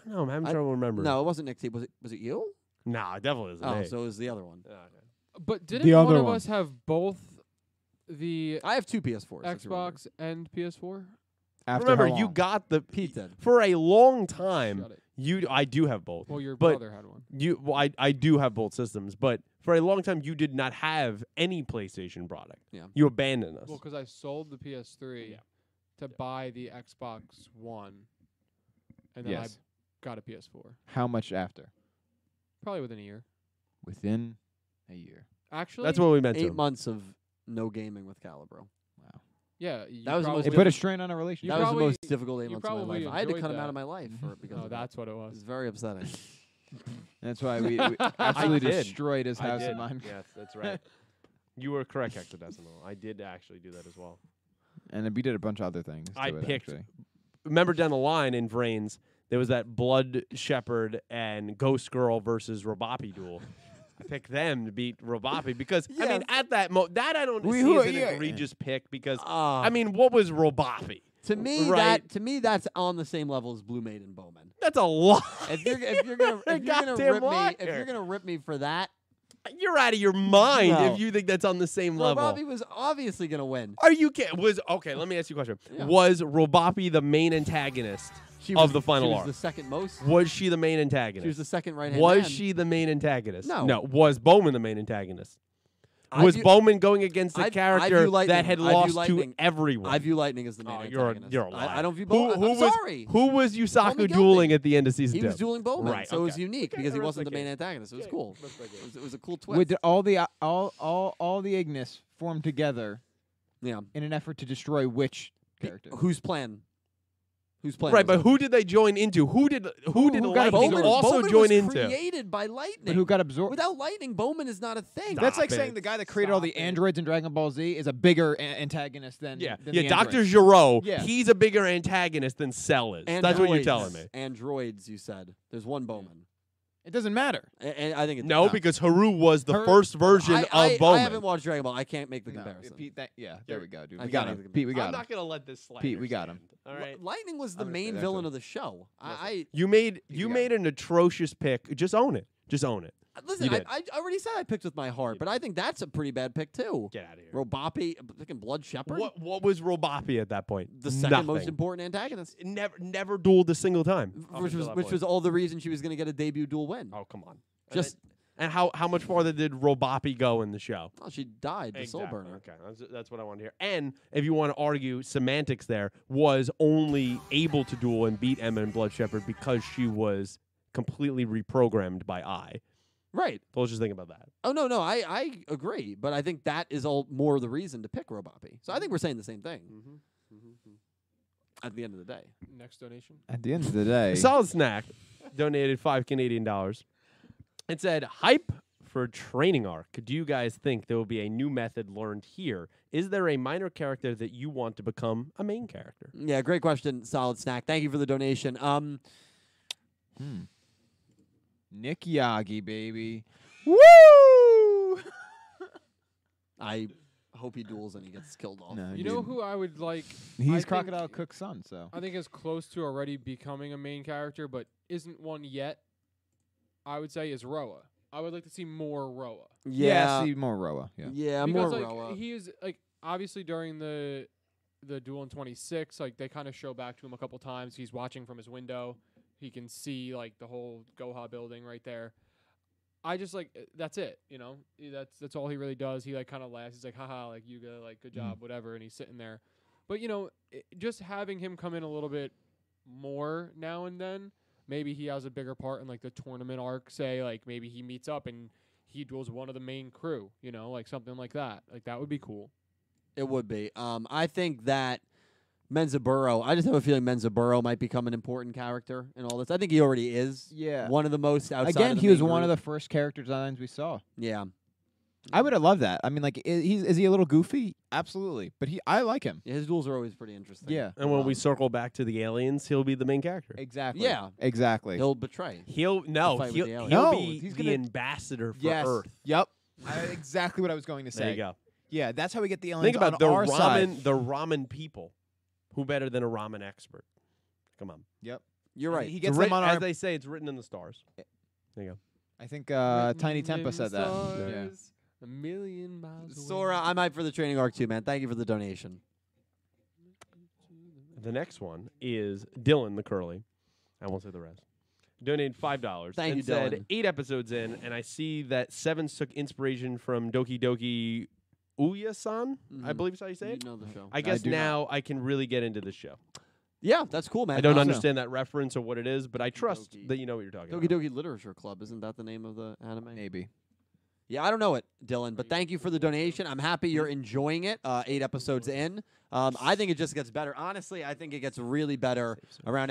S3: I don't know. I'm having
S2: I-
S3: trouble remembering.
S2: No, it wasn't Nick T. Was it? Was it you?
S3: nah, it definitely isn't.
S2: Oh,
S3: me.
S2: so it was the other one.
S3: Oh, okay.
S4: Uh, But didn't
S1: The
S4: one
S1: other
S4: of
S1: one.
S4: us have both the
S2: I have two PS4s. if you remember.
S4: Xbox and PS4?
S1: After how
S3: Remember, you
S1: long?
S3: got the
S2: Pete did.
S3: for a long time.
S4: Shut it.
S3: You, I do have both.
S4: Well, your
S3: but
S4: brother had one.
S3: You, well, I, I do have both systems, but for a long time you did not have any PlayStation product.
S2: Yeah.
S3: You abandoned us.
S4: Well, because I sold the PS3
S3: Yeah.
S4: to buy the Xbox One, and then
S1: Yes.
S4: I got a PS4
S1: How much after?
S4: probably within a year.
S1: Within a year.
S4: Actually,
S3: That's what we meant to.
S2: Eight months of no gaming with Calibro.
S4: Yeah, you
S2: That was the most
S1: It
S4: probably-
S1: put a strain on a
S4: You
S1: relationship.
S2: that was the
S4: probably-
S2: most difficult eight
S4: you
S2: months of my
S4: probably
S2: life. I had to
S4: enjoyed
S2: cut him out
S4: that.
S2: of my life for because
S4: Oh,
S2: of
S4: that's what it
S2: It was
S4: was.
S2: very upsetting.
S1: That's why we, we
S4: I
S1: absolutely
S3: did.
S1: destroyed his house
S3: did.
S1: and mine.
S3: Yes, that's right. you were correct, Hectodecimal. I did actually do that as well.
S1: And then we did a bunch of other things.
S3: I
S1: to it,
S3: picked-
S1: actually.
S3: Remember down the line in Vrains, there was that Blood Shepherd and Ghost Girl versus Robopi duel. I picked them to beat Robopi because I mean
S2: Yes.
S3: at that mo that I don't
S1: We-
S3: see
S1: who-
S3: as an
S1: yeah.
S3: egregious pick because
S2: Ah.
S3: I mean what was Robopi?
S2: to me,
S3: Right.
S2: that to me that's on the same level as Blue Maiden Bowman.
S3: That's a lot.
S2: If you're if you're gonna if you're gonna
S3: Goddamn
S2: rip me if
S3: liar.
S2: you're gonna rip me for that,
S3: You're out of your mind
S2: No.
S3: if you think that's on the same level.
S2: Robbie was obviously gonna win.
S3: Are you kidding? Was okay? Let me ask you a question.
S2: Yeah.
S3: Was Robopi the main antagonist
S2: She
S3: of
S2: was,
S3: the final
S2: she was
S3: arc?
S2: the second most.
S3: was she the main antagonist?
S2: She was the second right hand.
S3: Was she the main antagonist?
S2: No.
S3: No. Was Bowman the main antagonist?
S2: I
S3: was
S2: view-
S3: Bowman going against
S2: I- I
S3: a
S2: view
S3: character
S2: Lightning.
S3: that had
S2: I view
S3: lost to
S2: Lightning.
S3: everyone?
S2: I view Lightning as the main
S3: Oh, you're a,
S2: antagonist.
S3: you're a
S2: I-
S3: liar.
S2: I, don't view
S3: who,
S2: Bowman.
S3: who
S2: I'm
S3: was,
S2: sorry.
S3: Who was
S2: Tell me
S3: Yusaku
S2: guilty.
S3: dueling at the end of season
S2: he
S3: two?
S2: was dueling Bowman,
S3: Right,
S2: so it was
S3: okay.
S2: unique
S3: Okay,
S2: because he
S3: I
S2: wasn't the
S3: respect
S2: main
S3: it.
S2: antagonist. It was
S3: Okay,
S2: cool.
S3: respect it.
S2: It was, it was a cool twist.
S1: With all the all all all the Ignis formed together
S2: yeah.
S1: in an effort to destroy which character?
S2: Whose plan? Whose plan?
S3: right,
S2: was
S3: but
S2: it?
S3: who did they join into? Who did who did
S1: who got
S3: Lightning
S1: Bowman-
S3: also
S2: Bowman
S3: join
S2: was
S3: into?
S2: Created by
S1: But
S2: lightning.
S1: who got absorbed?
S2: Without lightning, Bowman is not a thing.
S3: Stop
S1: That's like
S3: it.
S1: saying the guy that created all the
S2: Stop it.
S1: androids in Dragon Ball Z is a bigger a- antagonist than
S3: Yeah,
S1: than
S3: yeah.
S1: the
S3: Doctor
S1: android.
S3: Giro,
S1: Yeah.
S3: he's a bigger antagonist than Cell is. That's what you're
S2: Androids.
S3: telling me.
S2: Androids, you said. There's one Bowman.
S1: It doesn't matter.
S2: And, and I think it
S3: No,
S2: no.
S3: because Haru was the
S1: Her-
S3: first version
S2: I,
S3: of
S2: I, I
S3: Bowman.
S2: haven't watched Dragon Ball. I can't make the
S1: No,
S2: comparison.
S1: Pete, that, yeah, there we go, dude.
S2: I
S1: We
S2: can't
S1: got
S2: make the
S1: him. Pete, we got
S3: I'm
S1: him.
S3: not gonna let this slide.
S1: Pete, we got him.
S3: All
S2: Li-
S3: right.
S2: Lightning was the
S1: I'm gonna say
S2: main
S1: that
S2: villain
S1: too.
S2: of the show. I,
S3: You made
S1: You
S3: you
S1: got
S3: made an atrocious pick. Just own it. Just own it.
S2: I listen.
S3: You
S2: I,
S3: did.
S2: I already said I picked with my heart, but I think that's a pretty bad pick too.
S3: Get out of here.
S2: Robopi, fucking Blood Shepherd,
S3: What what was Robopi at that point?
S2: the second
S3: Nothing.
S2: most important antagonist,
S3: Never never dueled a single time. up
S2: which
S3: until
S2: was
S3: that
S2: which
S3: point.
S2: was all the reason she was going to get a debut dual win.
S3: oh come on.
S2: Just
S3: And how how much farther did Robopi go in the show?
S2: oh, she died, the soul
S3: Exactly.
S2: burner.
S3: Okay, that's, that's what I want to hear. And if you want to argue semantics, there was only able to duel and beat Emma and Blood Shepherd because she was completely reprogrammed by I.
S2: Right.
S3: So let's just think about that.
S2: Oh no, no, I, I agree, but I think that is all more the reason to pick Robopi. So I think we're saying the same thing
S1: Mm-hmm.
S2: at the end of the day.
S4: Next donation.
S1: At the end of the day,
S3: Solid Snack donated five Canadian dollars. It said, "Hype for training arc. Do you guys think there will be a new method learned here? Is there a minor character that you want to become a main character?"
S2: Yeah, great question, solid snack. Thank you for the donation. Um,
S1: Nick Yagi, baby.
S3: Woo!
S2: I hope he duels and he gets killed off.
S1: No,
S4: You know who I would like? I
S1: He's
S4: think-
S1: Crocodile Cook's son, so
S4: I think is close to already becoming a main character, but isn't one yet. I would say is Roa. I would like to see more Roa.
S2: Yeah,
S1: see more Roa. Yeah,
S2: yeah, more
S4: because like
S2: Roa.
S4: he is like obviously during the the duel in 26 like they kind of show back to him a couple times he's watching from his window he can see like the whole goha building right there i just like uh, that's it you know Eh, that's that's all he really does he like kind of laughs he's like haha like yuga like good
S1: Mm.
S4: job whatever and he's sitting there but you know i just having him come in a little bit more now and then maybe he has a bigger part in like the tournament arc say like maybe he meets up and he duels one of the main crew, you know, like something like that. Like that would be cool.
S2: It would be. Um, I think that Menzaburo. I just have a feeling Menzaburo might become an important character in all this. I think he already is.
S1: yeah.
S2: One of the most outside.
S1: Again,
S2: of the
S1: he was
S2: main
S1: one of
S2: group.
S1: the first character designs we saw.
S2: Yeah.
S1: I would have loved that. I mean, like, is, he's, is he a little goofy? Absolutely, but he, I like him.
S2: Yeah, his duels are always pretty interesting.
S1: Yeah.
S3: And when
S2: Um,
S3: we circle back to the aliens, he'll be the main character.
S1: Exactly.
S2: Yeah.
S1: Exactly.
S2: he'll betray.
S3: He'll no,
S2: fight with
S3: he'll,
S2: the
S3: he'll
S2: aliens.
S1: No,
S3: be
S1: he's
S3: the
S1: gonna-
S3: ambassador for
S1: yes.
S3: Earth.
S1: Yep. I, exactly what I was going to say.
S3: There you go.
S1: Yeah, that's how we get the aliens
S3: Think about
S1: on
S3: the
S1: our
S3: ramen,
S1: side.
S3: the ramen people. Who better than a ramen expert? Come on,
S2: You're
S1: And
S2: right.
S1: He
S3: It's
S1: gets
S3: writ-
S1: them on
S3: as
S1: our.
S3: they say. It's written in the stars. There you go.
S1: I think uh, Tiny Tempa said that. Yeah.
S4: A million miles away.
S2: Sora, I'm hyped for the training arc too, man. Thank you for the donation.
S3: The next one is Dylan the Curly. I won't say the rest. Donated five dollars.
S2: Thank
S3: and
S2: you,
S3: said,
S2: Dylan.
S3: Eight episodes in, and I see that Sevens took inspiration from Doki Doki Uya-san. I
S2: Mhm.
S3: believe is how you say it.
S2: know the show.
S3: I guess
S1: do not.
S3: now I can really get into this show.
S2: yeah, that's cool, man.
S3: I don't
S2: Uh,
S3: understand that reference or what it is, but I trust
S2: Doki.
S3: that you know what you're talking
S2: Doki
S3: about.
S2: Doki Literature Club, isn't that the name of the anime?
S1: Maybe.
S2: Yeah, I don't know it, Dylan, but thank you for the donation. I'm happy
S3: Hmm?
S2: you're enjoying it. Uh, eight episodes in, um, I think it just gets better. Honestly, I think it gets really better around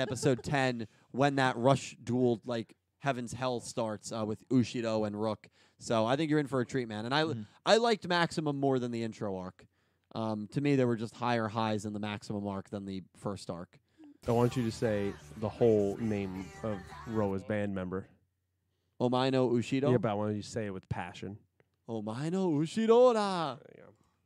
S2: episode ten when that rush duel, like Heaven's Hell, starts uh, with Ushido and Rook. So I think you're in for a treat, man. And I,
S3: Hmm.
S2: I liked Maximum more than the intro arc. Um, to me, there were just higher highs in the Maximum arc than the first arc.
S3: I want you to say the whole name of Roa's band member.
S2: Omino Ushido.
S3: Yeah, but I want you to say it with passion.
S2: Omino Ushidora.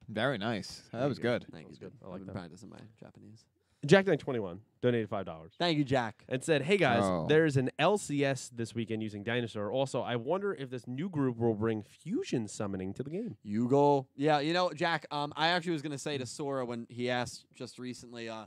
S1: Very nice. That was good.
S2: Thank you.
S3: Sounds good.
S2: dude.
S3: I like
S2: I've been
S3: that.
S2: practicing my Japanese.
S3: Jack Knight 21 donated five dollars.
S2: Thank you, Jack.
S3: and said, "Hey guys,
S1: Oh.
S3: there's an LCS this weekend using Dinosaur. Also, I wonder if this new group will bring fusion summoning to the game."
S2: You go. Yeah, you know, Jack, um, I actually was going to say to Sora when he asked just recently uh,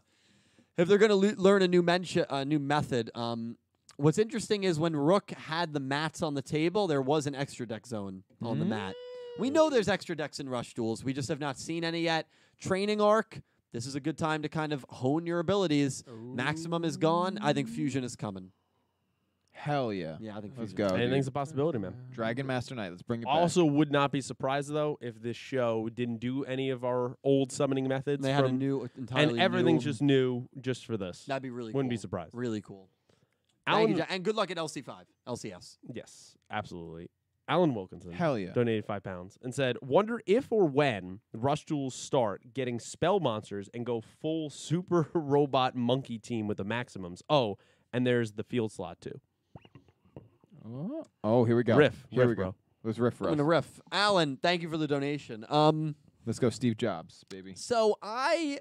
S2: if they're going to le- learn a new, mention, uh, new method. Um, what's interesting is when Rook had the mats on the table, there was an extra deck zone on the mat. We know there's extra decks in Rush Duels. We just have not seen any yet. Training arc. This is a good time to kind of hone your abilities. Maximum is gone. I think Fusion is coming.
S1: Hell yeah.
S2: Yeah, I think
S1: Let's
S2: Fusion.
S1: go. Oh, dude.
S3: Anything's a possibility, man.
S1: Dragon Master Knight. Let's bring it back.
S3: Also, would not be surprised though if this show didn't do any of our old summoning methods.
S2: They had a
S3: from-
S2: new, entirely
S3: and everything's
S2: new-
S3: just new, just for this.
S2: That'd be really
S3: Wouldn't be
S2: cool.
S3: surprised.
S2: Really cool. Thank you,
S3: Alan,
S2: Jack. And good luck at LC5, LCS.
S3: yes, absolutely. Alan Wilkinson.
S1: Hell yeah.
S3: donated five pounds and said, "Wonder if or when Rush Duels start getting spell monsters and go full super robot monkey team with the maximums." Oh, and there's the field slot too.
S1: Oh. Oh, here we go.
S3: Riff,
S1: Here
S3: riff,
S1: we go.
S3: bro.
S1: Let's riff
S2: I'm
S1: rush.
S2: gonna riff. Alan, thank you for the donation. Um,
S1: Let's go, Steve Jobs, baby.
S2: so I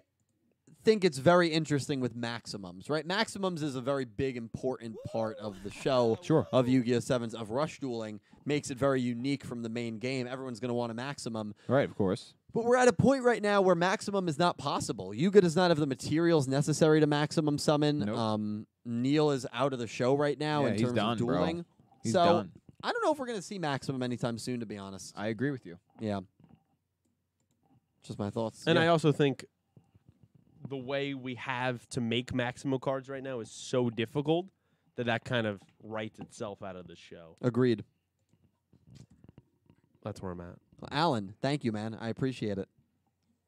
S2: think it's very interesting with maximums, right? Maximums is a very big, important part of the show.
S1: Sure.
S2: Of Yu-Gi-Oh! Sevens of Rush Dueling makes it very unique from the main game. Everyone's gonna want a maximum.
S1: All right, of course.
S2: But we're at a point right now where maximum is not possible. Yuga does not have the materials necessary to maximum summon.
S1: Nope.
S2: Um, Neil is out of the show right now
S1: Yeah,
S2: in
S1: he's
S2: terms
S1: done,
S2: of
S1: bro.
S2: dueling.
S1: He's
S2: so
S1: done.
S2: I don't know if we're gonna see maximum anytime soon. To be honest,
S1: I agree with you.
S2: yeah. Just my thoughts.
S3: And I also think the way we have to make Maximo cards right now is so difficult that that kind of writes itself out of the show.
S2: I agreed.
S3: That's where I'm at.
S2: Well, Alan, thank you, man. I appreciate it.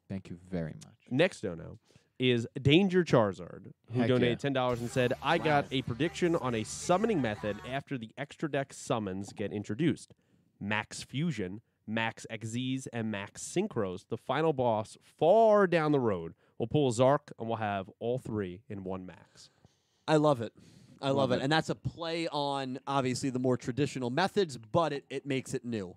S1: Thank you very much.
S3: Next dono is Danger Charizard, who
S1: Heck
S3: donated ten dollars and said, "I got a prediction on a summoning method after the extra deck summons get introduced: Max Fusion, Max XZs, and Max Synchros. The final boss far down the road. We'll pull a Zark, and we'll have all three in one Max.
S2: I love it. I love,
S1: Love
S2: it.
S1: it.
S2: And that's a play on obviously the more traditional methods, but it, it makes it new.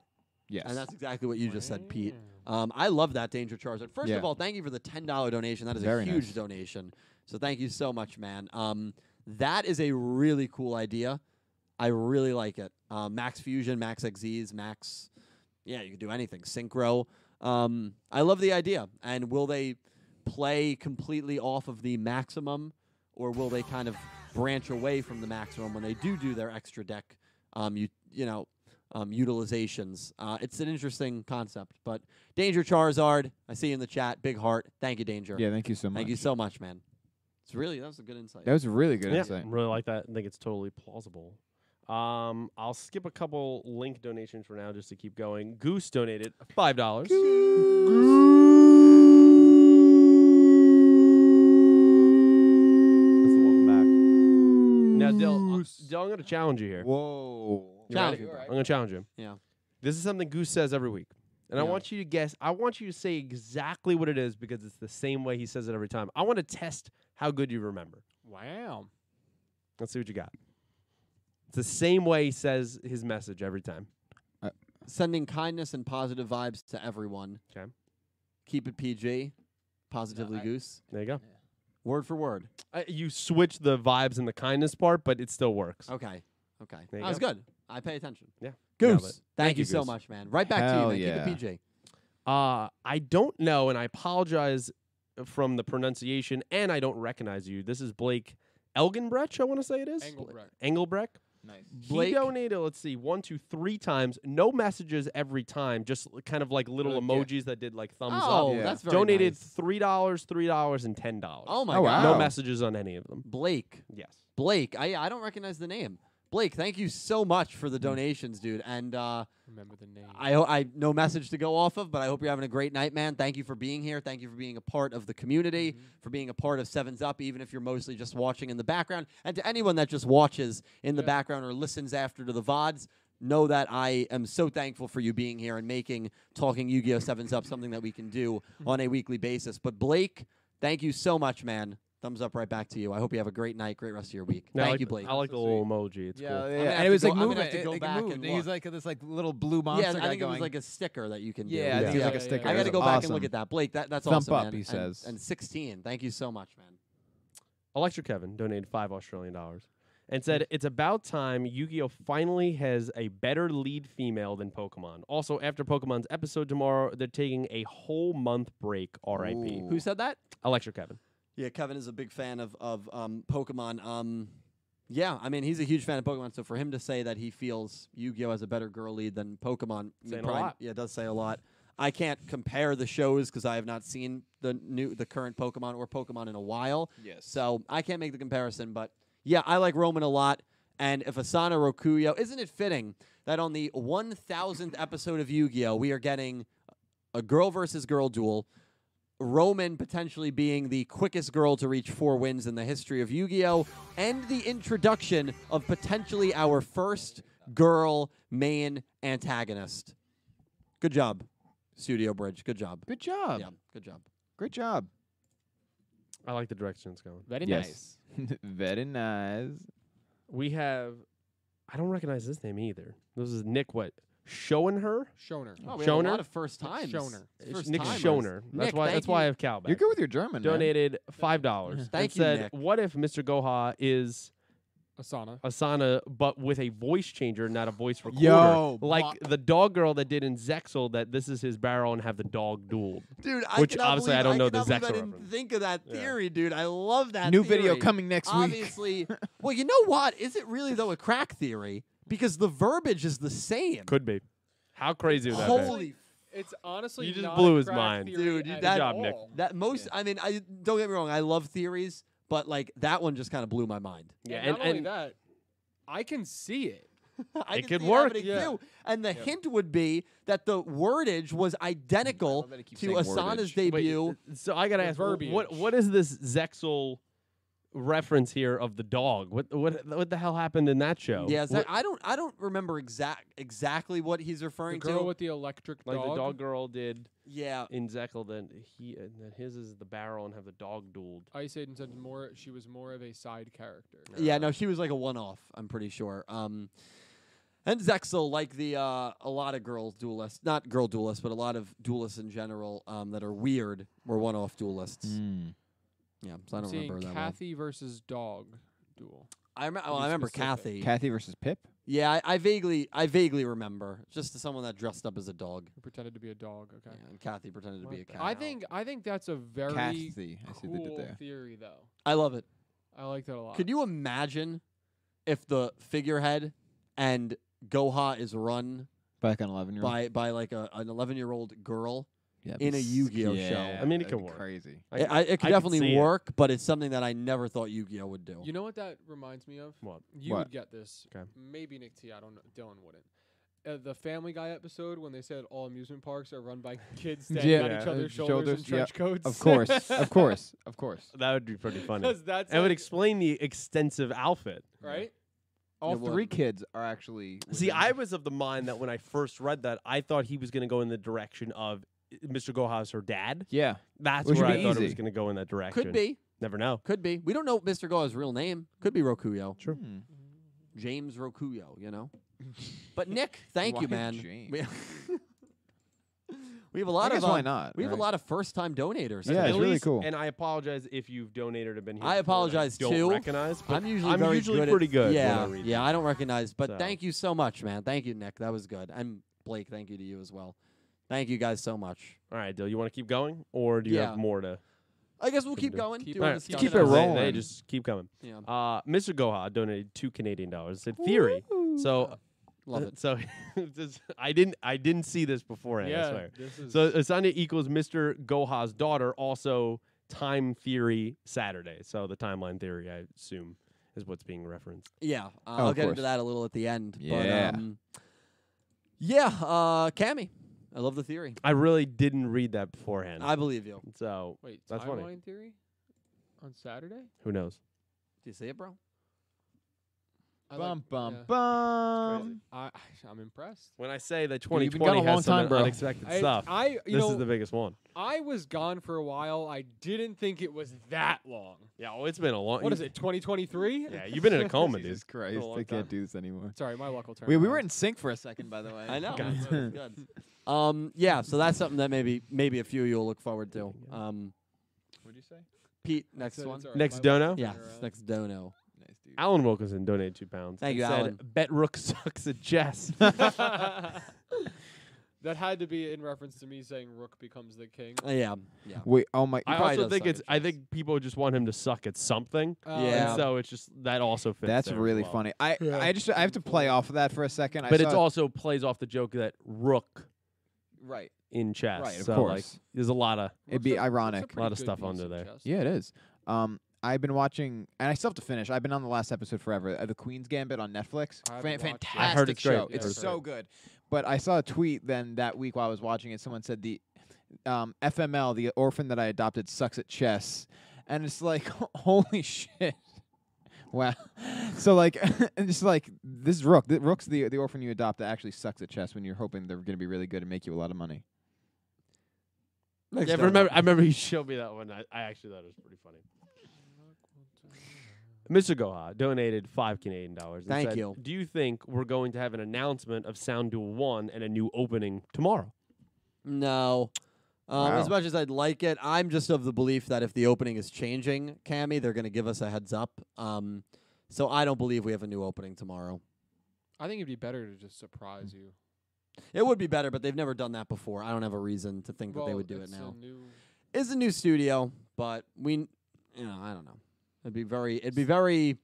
S1: Yes.
S2: And that's exactly what you just said, Pete. Um, I love that Danger Charizard. First
S1: Yeah.
S2: of all, thank you for the ten dollar donation. That is
S1: Very
S2: a huge
S1: nice.
S2: donation. So thank you so much, man. Um, that is a really cool idea. I really like it. Uh, Max Fusion, Max XZs, Max. Yeah, you can do anything. Synchro. Um, I love the idea. And will they play completely off of the maximum, or will they kind of branch away from the maximum when they do do their extra deck? Um, you you know, um, utilizations. Uh, it's an interesting concept. But Danger Charizard, I see you in the chat. Big heart. Thank you, Danger.
S1: yeah. Thank you so much.
S2: Thank you so much, man. It's really that was a good insight.
S1: That was a really good
S3: yeah,
S1: insight.
S3: really like that. I think it's totally plausible." Um, I'll skip a couple link donations for now just to keep going. Goose donated five dollars. That's the welcome back. Now, Dill, Dill, I'm going to challenge you here.
S1: Whoa.
S3: You ready?
S2: Challenge me, bro.
S3: I'm going to challenge you.
S2: Yeah.
S3: This is something Goose says every week. And I
S4: Yeah.
S3: want you to guess. I want you to say exactly what it is because it's the same way he says it every time. I want to test how good you remember.
S4: Wow.
S3: Let's see what you got. It's the same way he says his message every time.
S2: Sending kindness and positive vibes to everyone.
S3: 'Kay.
S2: Keep it PG. Positively
S1: I-
S2: Goose.
S3: There you go.
S2: Word for word.
S3: Uh, you switch the vibes and the kindness part, but it still works.
S2: Okay. Okay.
S3: There
S2: That
S3: you
S2: was
S3: go.
S2: good. I pay attention.
S3: Yeah. Nailed
S2: Goose.
S3: it.
S2: Thank,
S3: Thank
S2: you
S3: you,
S2: so
S3: Goose.
S2: much, man. Right back
S1: Hell
S2: to you, man.
S1: yeah.
S2: Keep it PG.
S3: Uh, I don't know, and I apologize from the pronunciation, and I don't recognize you. This is Blake Elgenbrecht, I want to say it is.
S4: Engelbrecht.
S3: Engelbrecht.
S1: Nice.
S3: He
S2: Blake-
S3: donated, let's see, one, two, three times. No messages every time, just l- kind of like little
S1: Uh, yeah.
S3: emojis that did like thumbs
S2: oh,
S3: up.
S1: Yeah.
S2: that's very
S3: Donated
S2: nice.
S3: $3, $3, and $10.
S2: Oh my
S1: Oh,
S2: god.
S1: wow.
S3: No messages on any of them.
S2: Blake.
S3: Yes.
S2: Blake. I I don't recognize the name. Blake, thank you so much for the
S3: Mm.
S2: donations, dude. And uh,
S4: Remember the name.
S2: I ho- I no message to go off of, but I hope you're having a great night, man. Thank you for being here. Thank you for being a part of the community, for being a part of Sevens Up, even if you're mostly just watching in the background. And to anyone that just watches in the
S4: Yeah.
S2: background or listens after to the vods, know that I am so thankful for you being here and making talking Yu-Gi-Oh Sevens Up something that we can do on a weekly basis. But Blake, thank you so much, man. Thumbs up right back to you. I hope you have a great night, great rest of your week.
S3: No, I
S2: thank
S3: like-
S2: you, Blake.
S3: I like the
S4: So
S3: little emoji. It's
S1: Yeah,
S3: cool.
S2: gonna
S1: yeah.
S2: have
S1: And it was
S2: to
S1: like
S2: go- I'm gonna
S1: moving.
S2: have to
S1: it-
S2: go
S1: it
S2: back
S1: moved.
S2: and
S1: He was
S2: look.
S1: like this, like little blue monster
S2: yeah, I
S1: guy
S2: think
S1: going.
S2: it was like a sticker that you can do.
S1: yeah, I think it was
S3: Yeah.
S1: like a
S4: Yeah,
S1: sticker.
S4: yeah,
S2: I
S4: yeah.
S2: got to
S4: That's
S2: go back and look
S1: Awesome.
S2: at that, Blake. That, that's
S1: Thump
S2: awesome,
S1: up,
S2: man.
S1: he
S2: And-
S1: says.
S2: And, 16. Thank you so much, man.
S3: Electric Kevin donated five Australian dollars and said, It's about time Yu Gi Oh! finally has a better lead female than Pokemon. Also, after Pokemon's episode tomorrow, they're taking a whole month break, RIP.
S1: Ooh.
S2: Who said that?
S3: Electric Kevin.
S2: Yeah, Kevin is a big fan of of um, Pokemon. Um, yeah, I mean he's a huge fan of Pokemon. So for him to say that he feels Yu-Gi-Oh has a better girl lead than Pokemon, I mean,
S3: Saying a
S2: probably-
S3: lot.
S2: Yeah, it does say a lot. I can't compare the shows because I have not seen the new the current Pokemon or Pokemon in a while.
S1: Yes.
S2: So I can't make the comparison, but yeah, I like Roman a lot. And if Asana Rokuyo, isn't it fitting that on the 1000th episode of Yu Gi Oh, we are getting a girl versus girl duel? Roman potentially being the quickest girl to reach four wins in the history of Yu Gi Oh! and the introduction of potentially our first girl main antagonist. Good job, Studio Bridge. Good job.
S1: Good job.
S2: Yeah, good job.
S1: Great job.
S3: I like the direction it's going.
S4: Very
S1: Yes.
S4: nice.
S1: Very nice.
S3: We have, I don't recognize this name either. This is Nick, what? Showing her?
S4: Shoner.
S2: Oh, we have a
S3: Schoner?
S2: lot of first times.
S4: Schoner.
S2: It's First
S3: Nick
S2: timers.
S3: Schoner. That's
S2: Nick,
S3: why
S2: thank
S3: That's why I
S2: you.
S3: have Cal back.
S1: You're good with your German. man.
S3: Donated five dollars.
S2: Thank
S3: and
S2: you,
S3: Said,
S2: Nick.
S3: what if Mr. Goha is
S4: Asana.
S3: Asana, but with a voice changer, not a voice recorder.
S1: Yo,
S3: like
S1: mo-
S3: the dog girl that did in Zexel that this is his barrel and have the dog dueled.
S2: Dude, I
S3: Which
S2: cannot
S3: obviously I
S2: believe-
S3: don't know the
S2: cannot believe
S3: Zexor
S2: I didn't
S3: reference.
S2: think of that
S3: Yeah.
S2: theory, dude. I love that.
S1: New video
S2: theory.
S1: coming next week.
S2: Obviously, well, you know what? Is it really though a crack theory? Because the verbiage is the same.
S3: Could be. How crazy would that be?
S2: Holy
S4: It's honestly
S3: You just
S4: not
S3: blew
S4: a
S3: his
S4: crack
S3: mind.
S4: theory
S2: Dude, you-
S4: at
S2: that- Good
S3: job, Nick.
S4: all.
S2: that most. I mean, I don't get me wrong. I love theories, but like that one just kind of blew my mind.
S3: Yeah,
S4: and,
S3: and,
S4: not only
S3: and
S4: that, I can see it.
S2: I
S3: It
S2: can
S3: could
S2: see
S3: work.
S2: happening,
S4: Yeah.
S2: too. And the hint would be that the wordage was identical
S1: love that it keeps
S2: to
S1: saying
S2: Asana's
S1: wordage.
S3: wait,
S2: debut.
S3: so I gotta
S4: The
S3: ask w- what
S4: verbiage.
S3: what is this Zexel reference here of the dog? What what what the hell happened in that show?
S2: Yeah, it's
S3: What-
S2: like- I don't I don't remember exact exactly what he's
S4: The
S2: referring
S4: girl
S2: to.
S4: with the electric
S3: like
S4: dog.
S3: the dog girl did
S2: yeah.
S3: in Zexel, then he and then his is the barrel and have the dog dueled.
S4: Ice Aiden said more. She was more of a side character.
S2: Yeah, no, she was like a one off, I'm pretty sure. Um and Zexel, like the uh, a lot of girl duelists, not girl duelists, but a lot of duelists in general um, that are weird, were one-off duelists.
S1: Hmm.
S2: Yeah,
S4: Mm.
S2: so I
S4: I'm
S2: don't
S4: seeing
S2: remember that. well.
S4: Kathy versus dog duel.
S2: I, rem- well,
S4: be
S2: I remember
S4: specific.
S2: Kathy.
S1: Kathy versus Pip.
S2: yeah, I, I vaguely, I vaguely remember just someone that dressed up as a dog.
S4: Who pretended to be a dog? Okay.
S2: Yeah, and Kathy pretended to be a cat.
S4: I think I think that's a very
S1: Kathy. I see what they did
S4: cool
S1: there.
S4: theory, though.
S2: I love it.
S4: I like that a lot.
S2: Could you imagine if the figurehead and Goha is run
S1: Back on eleven year old.
S2: by by like a, an 11 year old girl?
S1: Yeah,
S2: in a
S1: s-
S2: Yu-Gi-Oh show.
S1: yeah,
S3: I mean, it
S1: that'd be
S3: could work.
S1: Crazy.
S2: I, I, it could
S3: I could
S2: definitely
S3: see it.
S2: work, but it's something that I never thought Yu Gi Oh would do.
S4: You know what that reminds me of?
S3: What?
S4: You
S1: What?
S4: would get this.
S3: 'Kay.
S4: Maybe Nick T. I don't know. Dylan wouldn't. Uh, the Family Guy episode when they said all amusement parks are run by kids standing
S1: Yeah.
S4: on
S3: Yeah.
S4: each other's
S1: Uh,
S4: shoulders,
S1: shoulders,
S4: in trench coats.
S1: Of course, of course, of course.
S3: That would be pretty funny.
S4: Because that's
S3: That would
S4: like-
S3: explain the extensive outfit.
S4: right.
S1: all
S2: Yeah, well-
S1: three kids are actually.
S3: See,
S1: within-
S3: I was of the mind that when I first read that, I thought he was going to go in the direction of uh, Mr. Goha's her dad.
S1: Yeah.
S3: That's
S1: Which
S3: where
S1: would
S3: I
S1: be
S3: thought it was
S1: easy.
S3: going to go in that direction.
S2: Could be.
S3: Never know.
S2: Could be. We don't know Mr. Goh's real name. Could be Rokuyo.
S3: True.
S1: Hmm.
S2: James Rokuyo, you know? But Nick, thank
S1: Why
S2: you, man.
S1: James?
S2: We, we have a lot
S1: I
S2: of
S1: guess why
S2: um,
S1: not,
S2: We have
S1: right?
S2: a lot of first time donators.
S1: Yeah, it's
S3: At
S2: today.
S1: really
S3: least-
S1: cool.
S3: And I apologize if you've donated or been here.
S2: I
S3: before and
S2: apologize,
S3: don't
S2: too.
S3: Recognize, but
S2: I'm usually
S3: I'm
S2: very
S3: usually
S2: good at-
S3: pretty good.
S2: Yeah,
S3: When I read
S2: yeah, I don't recognize, but
S3: So.
S2: thank you so much, man. Thank you, Nick. That was good. And Blake, thank you to you as well. Thank you guys so much.
S3: All right, Dill, you want to keep going, or do you
S2: Yeah.
S3: have more to?
S2: I guess we'll
S3: Keep
S2: keep
S3: it-
S2: going.
S4: keep
S2: doing
S4: it-
S2: this
S4: keep
S2: stuff.
S1: it
S3: They-
S1: rolling.
S3: They just keep coming.
S2: Yeah,
S3: Uh, Mr. Goha donated two Canadian dollars. Said theory. So uh,
S2: love it.
S3: So this- I didn't I didn't see this beforehand. I
S4: yeah,
S3: swear.
S4: this is
S3: So uh, Asanya equals Mr. Goha's daughter, also time theory Saturday. So the timeline theory, I assume, is what's being referenced.
S2: Yeah, uh,
S1: Oh, of
S2: I'll get into
S1: course.
S2: that a little at the end.
S1: Yeah.
S2: But, um, yeah, uh, Cammy, I love the theory.
S3: I really didn't read that beforehand.
S2: I believe you.
S3: so
S4: wait
S3: that's
S4: timeline
S3: funny.
S4: theory on Saturday.
S3: who knows?
S2: Do you see it, bro?
S4: I like-
S1: Bum bum
S4: yeah.
S1: bum.
S4: I, I'm impressed.
S3: When I say that
S1: you've been
S3: 2020
S1: gone a long
S3: has some
S1: time, bro.
S3: unexpected
S4: I,
S3: stuff,
S4: I you
S3: this
S4: know
S3: is the biggest one.
S4: I was gone for a while. I didn't think it was that long.
S3: Yeah, oh, it's been a long.
S4: What is it? 2023?
S3: Yeah, you've been in a coma, dude.
S1: Jesus Christ,
S3: long
S1: I
S3: time.
S1: can't do this anymore.
S4: Sorry, my luck will turn.
S1: We, we were
S4: around.
S1: in sync for a second, by the way.
S2: I know.
S3: God.
S2: that's good. Um, yeah, so that's something that maybe maybe a few of you will look forward to. Um,
S1: What'd you say?
S2: Pete,
S4: That's
S2: next
S4: it,
S2: one.
S4: it's all right,
S3: Next
S4: my luck
S3: dono?
S4: will turn
S2: Yeah,
S4: around.
S2: next dono.
S1: Nice dude.
S3: Alan Wilkinson donated two pounds.
S2: Thank
S3: and
S2: you,
S3: said,
S2: Alan.
S3: Bet Rook sucks at chess.
S4: that had to be in reference to me saying Rook becomes the king.
S2: Uh, yeah, yeah.
S1: Wait, oh my.
S3: I
S2: probably
S3: also
S2: does
S3: think
S2: suck at
S3: it's. I
S2: chess.
S3: think people just want him to suck at something.
S4: Uh,
S2: Yeah.
S3: And so it's just that also fits.
S1: That's
S3: there as
S1: really
S3: well.
S1: funny. I,
S2: Yeah.
S1: I just I have to play off of that for a second. I
S3: But it's
S1: saw-
S3: also plays off the joke that rook
S1: right.
S3: in chess.
S1: Right, of
S3: so like
S1: course.
S3: there's a lot of
S1: It'd
S4: Rook's
S1: be
S4: a- Rook's
S1: ironic.
S4: pretty
S3: Lot of
S4: good
S3: stuff
S4: piece
S3: under
S4: in
S3: there.
S4: chess.
S1: Yeah, it is. Um, I've been watching, and I still have to finish. I've been on the last episode forever. Uh, the Queen's Gambit on Netflix.
S4: I
S1: Fan-
S4: haven't watched it.
S1: fantastic
S4: I
S3: heard it's great.
S1: show.
S3: Yeah,
S1: It's
S3: I've heard
S1: so good. But I saw a tweet then that week while I was watching it. Someone said the um, FML, the orphan that I adopted, sucks at chess, and it's like, holy shit. Wow, so like, and just like this is Rook. The, Rook's the the orphan you adopt that actually sucks at chess when you're hoping they're going to be really good and make you a lot of money.
S2: Next
S3: yeah. I
S2: dono.
S3: remember, I remember you showed me that one. I, I actually thought it was pretty funny. Mr. Goha donated five Canadian dollars. and
S2: Thank
S3: said,
S2: you.
S3: Do you think we're going to have an announcement of Sound Duel One and a new opening tomorrow?
S2: No. Um, As
S1: Wow.
S2: much as I'd like it, I'm just of the belief that if the opening is changing, Cammy, they're going to give us a heads up. Um, so I don't believe we have a new opening tomorrow.
S4: I think it'd be better to just surprise you.
S2: It would be better, but they've never done that before. I don't have a reason to think that they
S4: Well,
S2: would do it
S4: it's a
S2: now.
S4: new-
S2: It's a new studio, but we, n- you know, I don't know. It'd be very, it'd be very,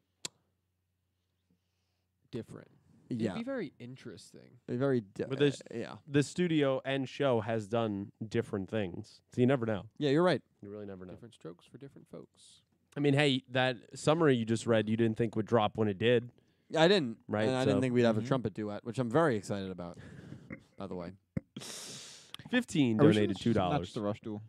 S4: different.
S2: yeah,
S4: It'd be very interesting.
S2: it'd be very, di-
S3: But there's-
S2: uh, yeah,
S3: The studio and show has done different things, so you never know.
S2: yeah. You're right.
S3: You really never know.
S4: Different strokes for different folks.
S3: I mean, hey, that summary you just read, you didn't think would drop when it did.
S2: I didn't,
S3: Right,
S2: And I didn't
S3: so- mm-hmm.
S2: think we'd have a
S1: Mhm.
S2: trumpet duet, which I'm very excited about. by the way,
S3: Fifteen
S1: Are we sure
S3: donated
S1: this
S3: two
S1: is not
S3: dollars.
S1: just a rush duel.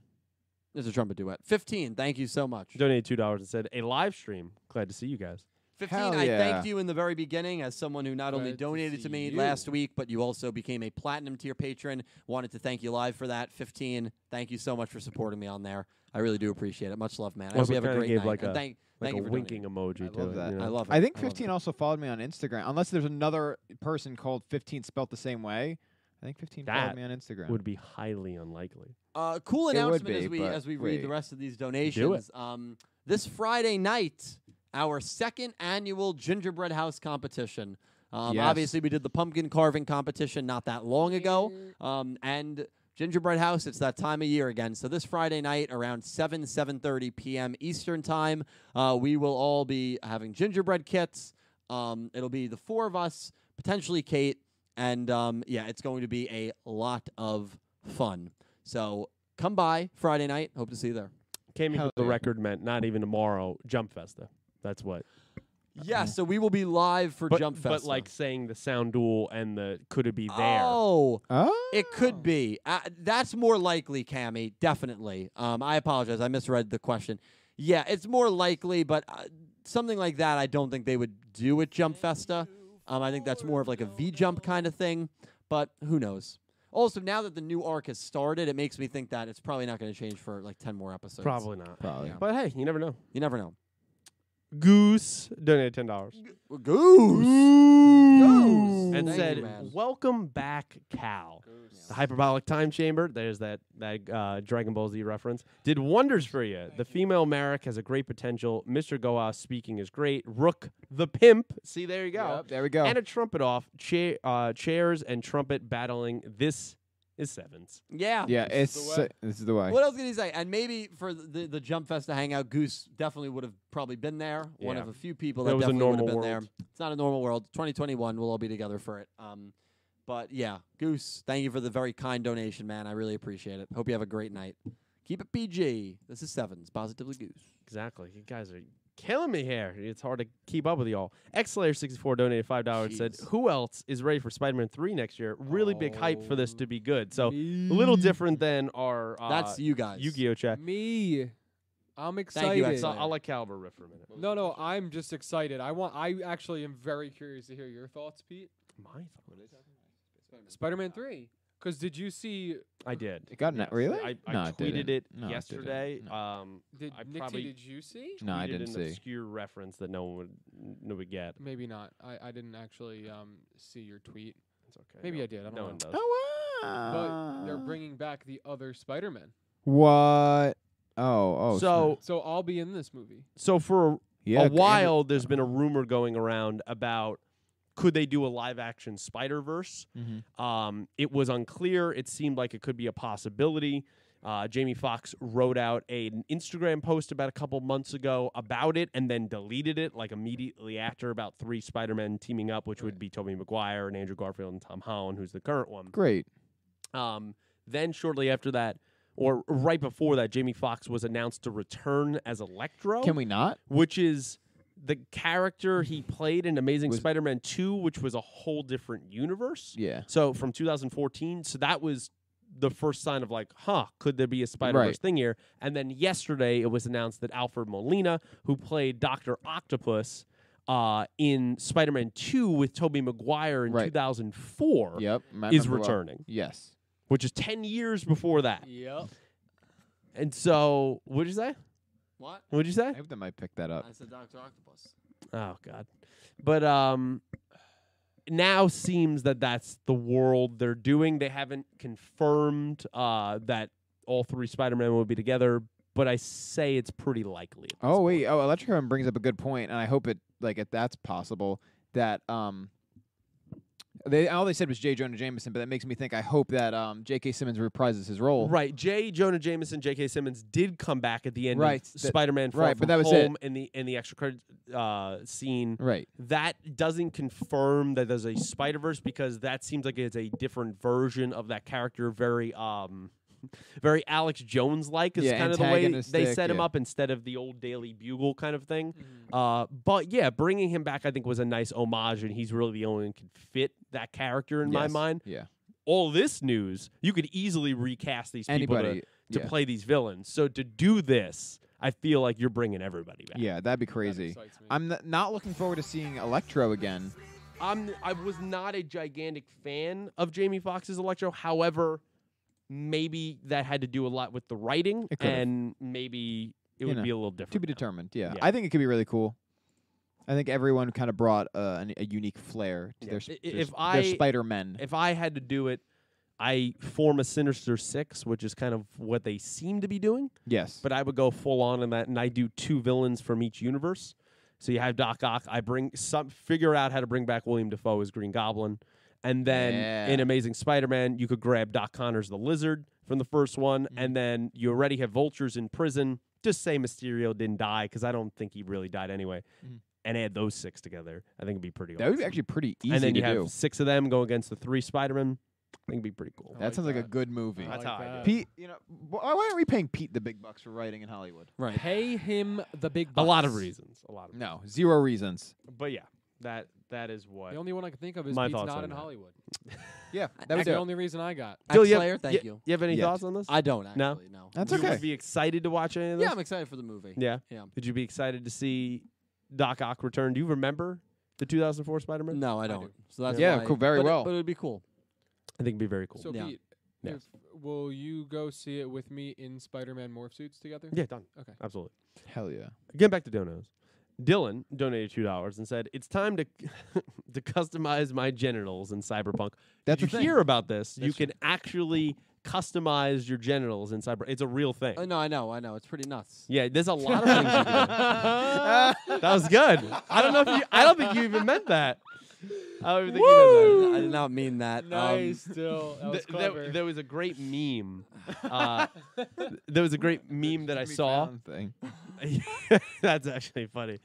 S2: there's a trumpet duet. Fifteen. Thank you so much.
S3: donated two dollars and said a live stream. Glad to see you guys.
S2: 15,
S1: Hell
S2: I
S1: yeah.
S2: thanked you in the very beginning as someone who not only
S4: Glad to
S2: donated to
S4: see
S2: me
S4: you.
S2: last week, but you also became a platinum tier patron. Wanted to thank you live for that. 15, thank you so much for supporting me on there. I really do appreciate it. Much love, man. I hope
S3: Also
S2: you have a
S3: kinda
S2: great
S3: gave
S2: night.
S3: like
S2: and
S3: a-
S2: thank,
S3: Like
S2: thank
S3: a
S2: you for
S3: winking emoji
S1: I love
S3: to it.
S1: that.
S3: you
S2: donating.
S3: know?
S2: I love it.
S1: I think
S2: love it.
S1: 15 also followed me on Instagram. Unless there's another person called 15 spelt the same way. I think 15
S3: That
S1: followed me on Instagram.
S3: would be highly unlikely.
S2: Uh, cool
S1: It would
S2: announcement
S1: be,
S2: as we
S1: but
S2: as we read the
S1: wait.
S2: rest of these donations. Um, this Friday night, our second annual gingerbread house competition. Um,
S1: Yes.
S2: Obviously, we did the pumpkin carving competition not that long ago, um, and gingerbread house. It's that time of year again. So this Friday night, around seven seven thirty p.m. Eastern time, uh, we will all be having gingerbread kits. Um, it'll be the four of us, potentially Kate, and um, yeah, it's going to be a lot of fun. So come by Friday night. Hope to see you there.
S3: Came
S1: Hell
S3: because the
S1: yeah.
S3: record meant not even tomorrow. Jump Festa. That's what.
S2: Yeah, so we will be live for
S3: But,
S2: Jump Fest.
S3: but like saying the sound duel and the could it be there?
S2: oh,
S1: Oh.
S2: it could be. Uh, that's more likely, Cammy. Definitely. Um, I apologize. I misread the question. Yeah, it's more likely, but uh, something like that, I don't think they would do at Jump Festa. Um, I think that's more of like a V jump kind of thing, but who knows? Also, now that the new arc has started, it makes me think that it's probably not going to change for like 10 more episodes.
S3: Probably not.
S1: Probably.
S3: But hey, you never know.
S2: You never know.
S3: Goose donated ten dollars
S2: Goose. Goose.
S3: and
S2: Thank you,
S3: said,
S2: man.
S3: "Welcome back, Cal." The hyperbolic time chamber. There's that that uh, Dragon Ball Z reference. Did wonders for you. the female Merrick has a great potential. Mr. Goa speaking is great. Rook the pimp. See, there you go.
S1: There we go.
S3: And a trumpet off. Cha- uh, chairs and trumpet battling. This is sevens.
S2: Yeah.
S1: yeah,
S4: This is the
S1: it's
S4: way.
S1: this is the way.
S2: What else can he say? And maybe for the, the Jump Fest to hang out, Goose definitely would have probably been there. One
S3: Yeah.
S2: of a few people that,
S3: That was a
S2: definitely would have been
S3: normal
S2: there.
S3: world.
S2: It's not a normal world. 2021, we'll all be together for it. Um, but yeah, Goose, thank you for the very kind donation, man. I really appreciate it. Hope you have a great night. Keep it PG. This is Sevens, positively Goose.
S3: Exactly. You guys are killing me here. It's hard to keep up with y'all. Xlayer64 donated $5 and said,
S2: Jeez.
S3: Who else is ready for Spider Man 3 next year? Really big hype for this
S4: Oh,
S3: to be good. So, a
S4: Me.
S3: little different than our uh,
S2: That's you guys.
S3: Yu Gi Oh! chat.
S4: Me. I'm
S2: you,
S4: excited.
S3: So,
S2: Xlayer.
S3: I'll let Caliber riff for a minute.
S4: no, no, I'm just excited. I want. I actually am very curious to hear your thoughts, Pete.
S3: My thoughts. Uh,
S4: Spider-Man Three. Because did you see?
S3: I did.
S1: Got an- really?
S3: I, I
S1: No, I
S3: tweeted
S1: didn't.
S3: it
S1: No, I didn't.
S3: yesterday.
S1: No.
S3: Um,
S4: Did
S3: I
S4: Nixie?
S3: probably-
S4: Did you see?
S1: no, I
S3: tweeted
S1: didn't
S3: an
S1: see.
S3: obscure reference that no one would, no one would get.
S4: Maybe not. I, I didn't actually um, see your tweet.
S3: It's okay.
S4: Maybe
S3: no,
S4: I did. I don't
S3: no
S4: know.
S3: one does.
S1: Oh
S4: Uh, But they're bringing back the other Spider-Man,
S1: what? Oh, oh.
S3: so,
S4: so I'll be in this movie.
S3: so for a
S1: yeah,
S3: a while there's been a rumor going around about could they do a live action Spider Verse?
S1: Mhm.
S3: Um, it was unclear. It seemed like it could be a possibility. Uh, Jamie Foxx wrote out a- an Instagram post about a couple months ago about it and then deleted it like immediately after about three Spider Men teaming up, which would
S4: Right.
S3: be Tobey Maguire and Andrew Garfield and Tom Holland, who's the current one.
S1: Great.
S3: Um, then shortly after that, or right before that, Jamie Foxx was announced to return as Electro
S1: Can we not?
S3: which is the character he played in Amazing
S1: Mm-hmm. Was-
S3: Spider-Man 2, which was a whole different universe.
S1: Yeah.
S3: So from 2014, so that was the first sign of like, huh, could there be a Spider-Verse
S1: Right.
S3: thing here? And then yesterday it was announced that Alfred Molina, who played Dr. Octopus uh, in Spider-Man 2 with Tobey Maguire in
S1: Right.
S3: 2004,
S1: Yep. I
S3: is
S1: remember well.
S3: returning,
S1: Yes.
S3: which is 10 years before that.
S4: Yep.
S3: And so, what'd you say?
S2: What?
S3: What'd you say?
S1: I hope they might pick that up.
S2: I said Dr. Octopus.
S3: Oh God, but um, now seems that that's the world they're doing. They haven't confirmed uh that all three Spider-Man will be together, but I say it's pretty likely. at this
S1: Oh wait,
S3: point.
S1: oh Electric Woman brings up a good point, and I hope it like if that's possible that um they all they said was J. Jonah Jameson, but that makes me think I hope that um J.K. Simmons reprises his role.
S3: Right, J. Jonah Jameson, J.K. Simmons did come back at the end
S1: Right,
S3: of
S1: that-
S3: Spider-Man: Far
S1: right, but
S3: From
S1: that was it.
S3: Home in the in the extra credit uh, scene.
S1: Right.
S3: That doesn't confirm that there's a Spider Verse because that seems like it's a different version of that character. Very, um, very Alex Jones like is
S1: Yeah,
S3: kind of the way they
S1: antagonistic,
S3: set him
S1: yeah.
S3: up instead of the old Daily Bugle kind of thing. Uh, but yeah, bringing him back I think was a nice homage, and he's really the only one who can fit that character in my
S1: Yes.
S3: mind.
S1: Yeah.
S3: All this news, you could easily recast these people to,
S1: Anybody.
S3: to
S1: yeah.
S3: play these villains. So to do this, I feel like you're bringing everybody back.
S1: Yeah, that'd be crazy. I'm n- not looking forward to seeing Electro again.
S3: I'm I was not a gigantic fan of Jamie Foxx's Electro. However, maybe that had to do a lot with the writing,
S1: It could've.
S3: and maybe it
S1: You
S3: would
S1: know,
S3: be a little different.
S1: To be
S3: now.
S1: determined. Yeah.
S3: Yeah.
S1: I think it could be really cool. I think everyone kind of brought uh, an, a unique flair to
S3: Yeah.
S1: their, s-
S3: I- i-
S1: their,
S3: if
S1: s-
S3: I-
S1: their Spider Men.
S3: If I had to do it, I form a Sinister Six, which is kind of what they seem to be doing.
S1: Yes.
S3: But I would go full on in that, and I do two villains from each universe. So you have Doc Ock. I bring some figure out how to bring back William Defoe as Green Goblin, and then
S1: Yeah.
S3: in Amazing Spider-Man, you could grab Doc Connors the Lizard from the first one,
S1: Mm-hmm.
S3: and then you already have Vultures in prison. Just say Mysterio didn't die because I don't think he really died anyway,
S1: Mhm.
S3: and add those six together. I think it'd be pretty.
S1: that would
S3: awesome.
S1: be actually pretty easy
S3: and then
S1: to
S3: you have
S1: do.
S3: six of them go against the three Spider-Man. I think it'd be pretty cool.
S4: I
S1: That
S4: like
S1: sounds like a
S4: that.
S1: good movie.
S3: That's how I do it.
S1: Pete, you know, wh- why aren't we paying Pete the big bucks for writing in Hollywood?
S2: Right.
S4: Pay him the big.
S3: A lot of
S4: bucks.
S3: reasons. A lot of.
S1: No, zero reasons.
S3: But yeah, that that is what.
S4: The only one I can think of is
S3: My
S4: Pete's
S3: thoughts
S4: not
S3: on
S4: in
S3: that.
S4: Hollywood.
S1: Yeah, that
S4: That's
S1: was
S4: the
S1: it.
S4: only reason I got.
S2: Dill,
S3: you have-
S2: thank
S3: you.
S2: you.
S3: You have any
S1: Yet.
S3: thoughts on this?
S2: I don't
S3: No?
S2: actually, no.
S1: That's
S3: you
S1: okay.
S3: would be excited to watch any of this?
S2: Yeah, I'm excited for the movie.
S3: Yeah.
S2: Yeah.
S3: Would you be excited to see Doc Ock returned. Do you remember the 2004 Spider-Man?
S2: No, I don't. So that's
S1: Yeah,
S2: why-
S1: cool, very
S2: but it-
S1: well.
S2: but it would be cool.
S3: I think it'd be very cool.
S4: So
S2: Yeah.
S4: Pete,
S3: Yeah.
S4: if, will you go see it with me in Spider-Man morph suits together?
S3: yeah, done.
S4: Okay.
S3: Absolutely.
S1: Hell yeah.
S3: Getting back to donos. Dylan donated two dollars and said, "It's time to to customize my genitals in Cyberpunk."
S1: That's
S3: Did
S1: the
S3: you
S1: thing.
S3: hear about this? you
S1: That's-
S3: can actually customize your genitals in Cyber. It's a real thing.
S2: Oh, no, I know, I know. It's pretty nuts.
S3: Yeah, there's a lot of things. you can do. that was good. I don't know if you. I don't think you even meant that. I don't even think you meant
S2: I did not mean that. Um,
S4: Nice, Dill. That
S3: that.
S4: was
S3: Th- there-
S4: clever.
S3: there was a great meme. Uh, there was a great meme that I saw.
S1: Thing.
S3: That's actually funny.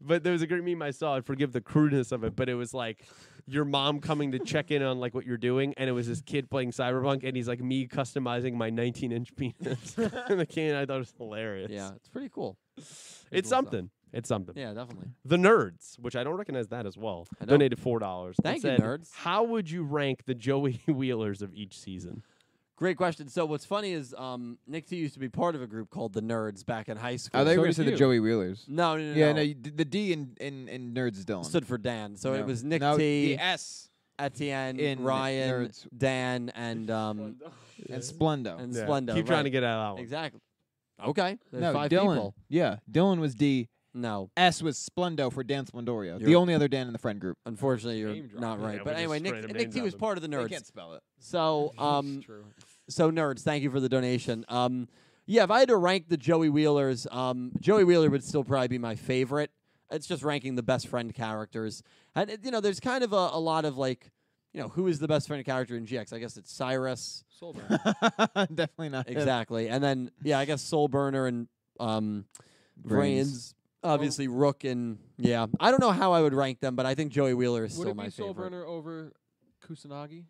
S3: But there was a great meme I saw, and forgive the crudeness of it, but it was like your mom coming to check in on like what you're doing, and it was this kid playing Cyberpunk, and he's like me customizing my 19 inch penis. and the kid, I thought it was hilarious.
S2: yeah, it's pretty cool.
S3: it's
S2: cool stuff.
S3: something. It's something.
S2: Yeah, definitely.
S3: The Nerds, which I don't recognize that as well,
S2: I don't.
S3: donated four dollars.
S2: Thank you, Nerds.
S3: How would you rank the Joey Wheelers of each season?
S2: Great question. So what's funny is um, Nick T used to be part of a group called the Nerds back in high school.
S1: I thought you Oh, were going to say
S4: So did
S1: the
S4: you.
S1: Joey Wheelers.
S2: no, no, no,
S1: Yeah,
S2: no.
S1: no, you, d- the D in, in, in Nerds is Dylan.
S2: stood for Dan. So
S1: No.
S2: it was Nick
S1: no,
S2: T,
S1: The S
S2: Etienne,
S1: in
S2: Ryan,
S1: Nerds.
S2: Dan, and um,
S1: and Splendo.
S2: and Splendo.
S3: Keep trying to
S2: right.
S3: get out of that one.
S2: exactly. Okay, there's
S1: no,
S2: five
S1: Dylan.
S2: people.
S1: Yeah, Dylan was D.
S2: No,
S1: S was Splendo for Dan Splendorio, the
S2: You're-
S1: only other Dan in the friend group.
S2: unfortunately,
S4: Name
S2: you're
S4: drop.
S2: not right.
S3: Yeah,
S2: but
S3: we're
S2: anyway,
S3: just
S2: Nick,
S3: random
S2: Nick
S3: names
S2: T
S3: out
S2: was
S3: there.
S2: part of the
S1: I
S2: Nerds.
S1: can't spell it.
S2: So um,
S4: That's true.
S2: so nerds, thank you for the donation. Um, yeah, if I had to rank the Joey Wheelers, um, Joey Wheeler would still probably be my favorite. It's just ranking the best friend characters, and it- you know, there's kind of a, a lot of like, you know, who is the best friend character in GX? I guess it's Cyrus,
S4: Soulburn.
S1: Definitely not. him.
S2: exactly, and then yeah, I guess Soul Burner and um, Brains.
S1: Brains.
S2: Obviously, Rook and yeah, I don't know how I would rank them, but I think Joey Wheeler is
S4: Would
S2: still
S4: it
S2: my
S4: be
S2: favorite.
S4: Soulburner over Kusanagi?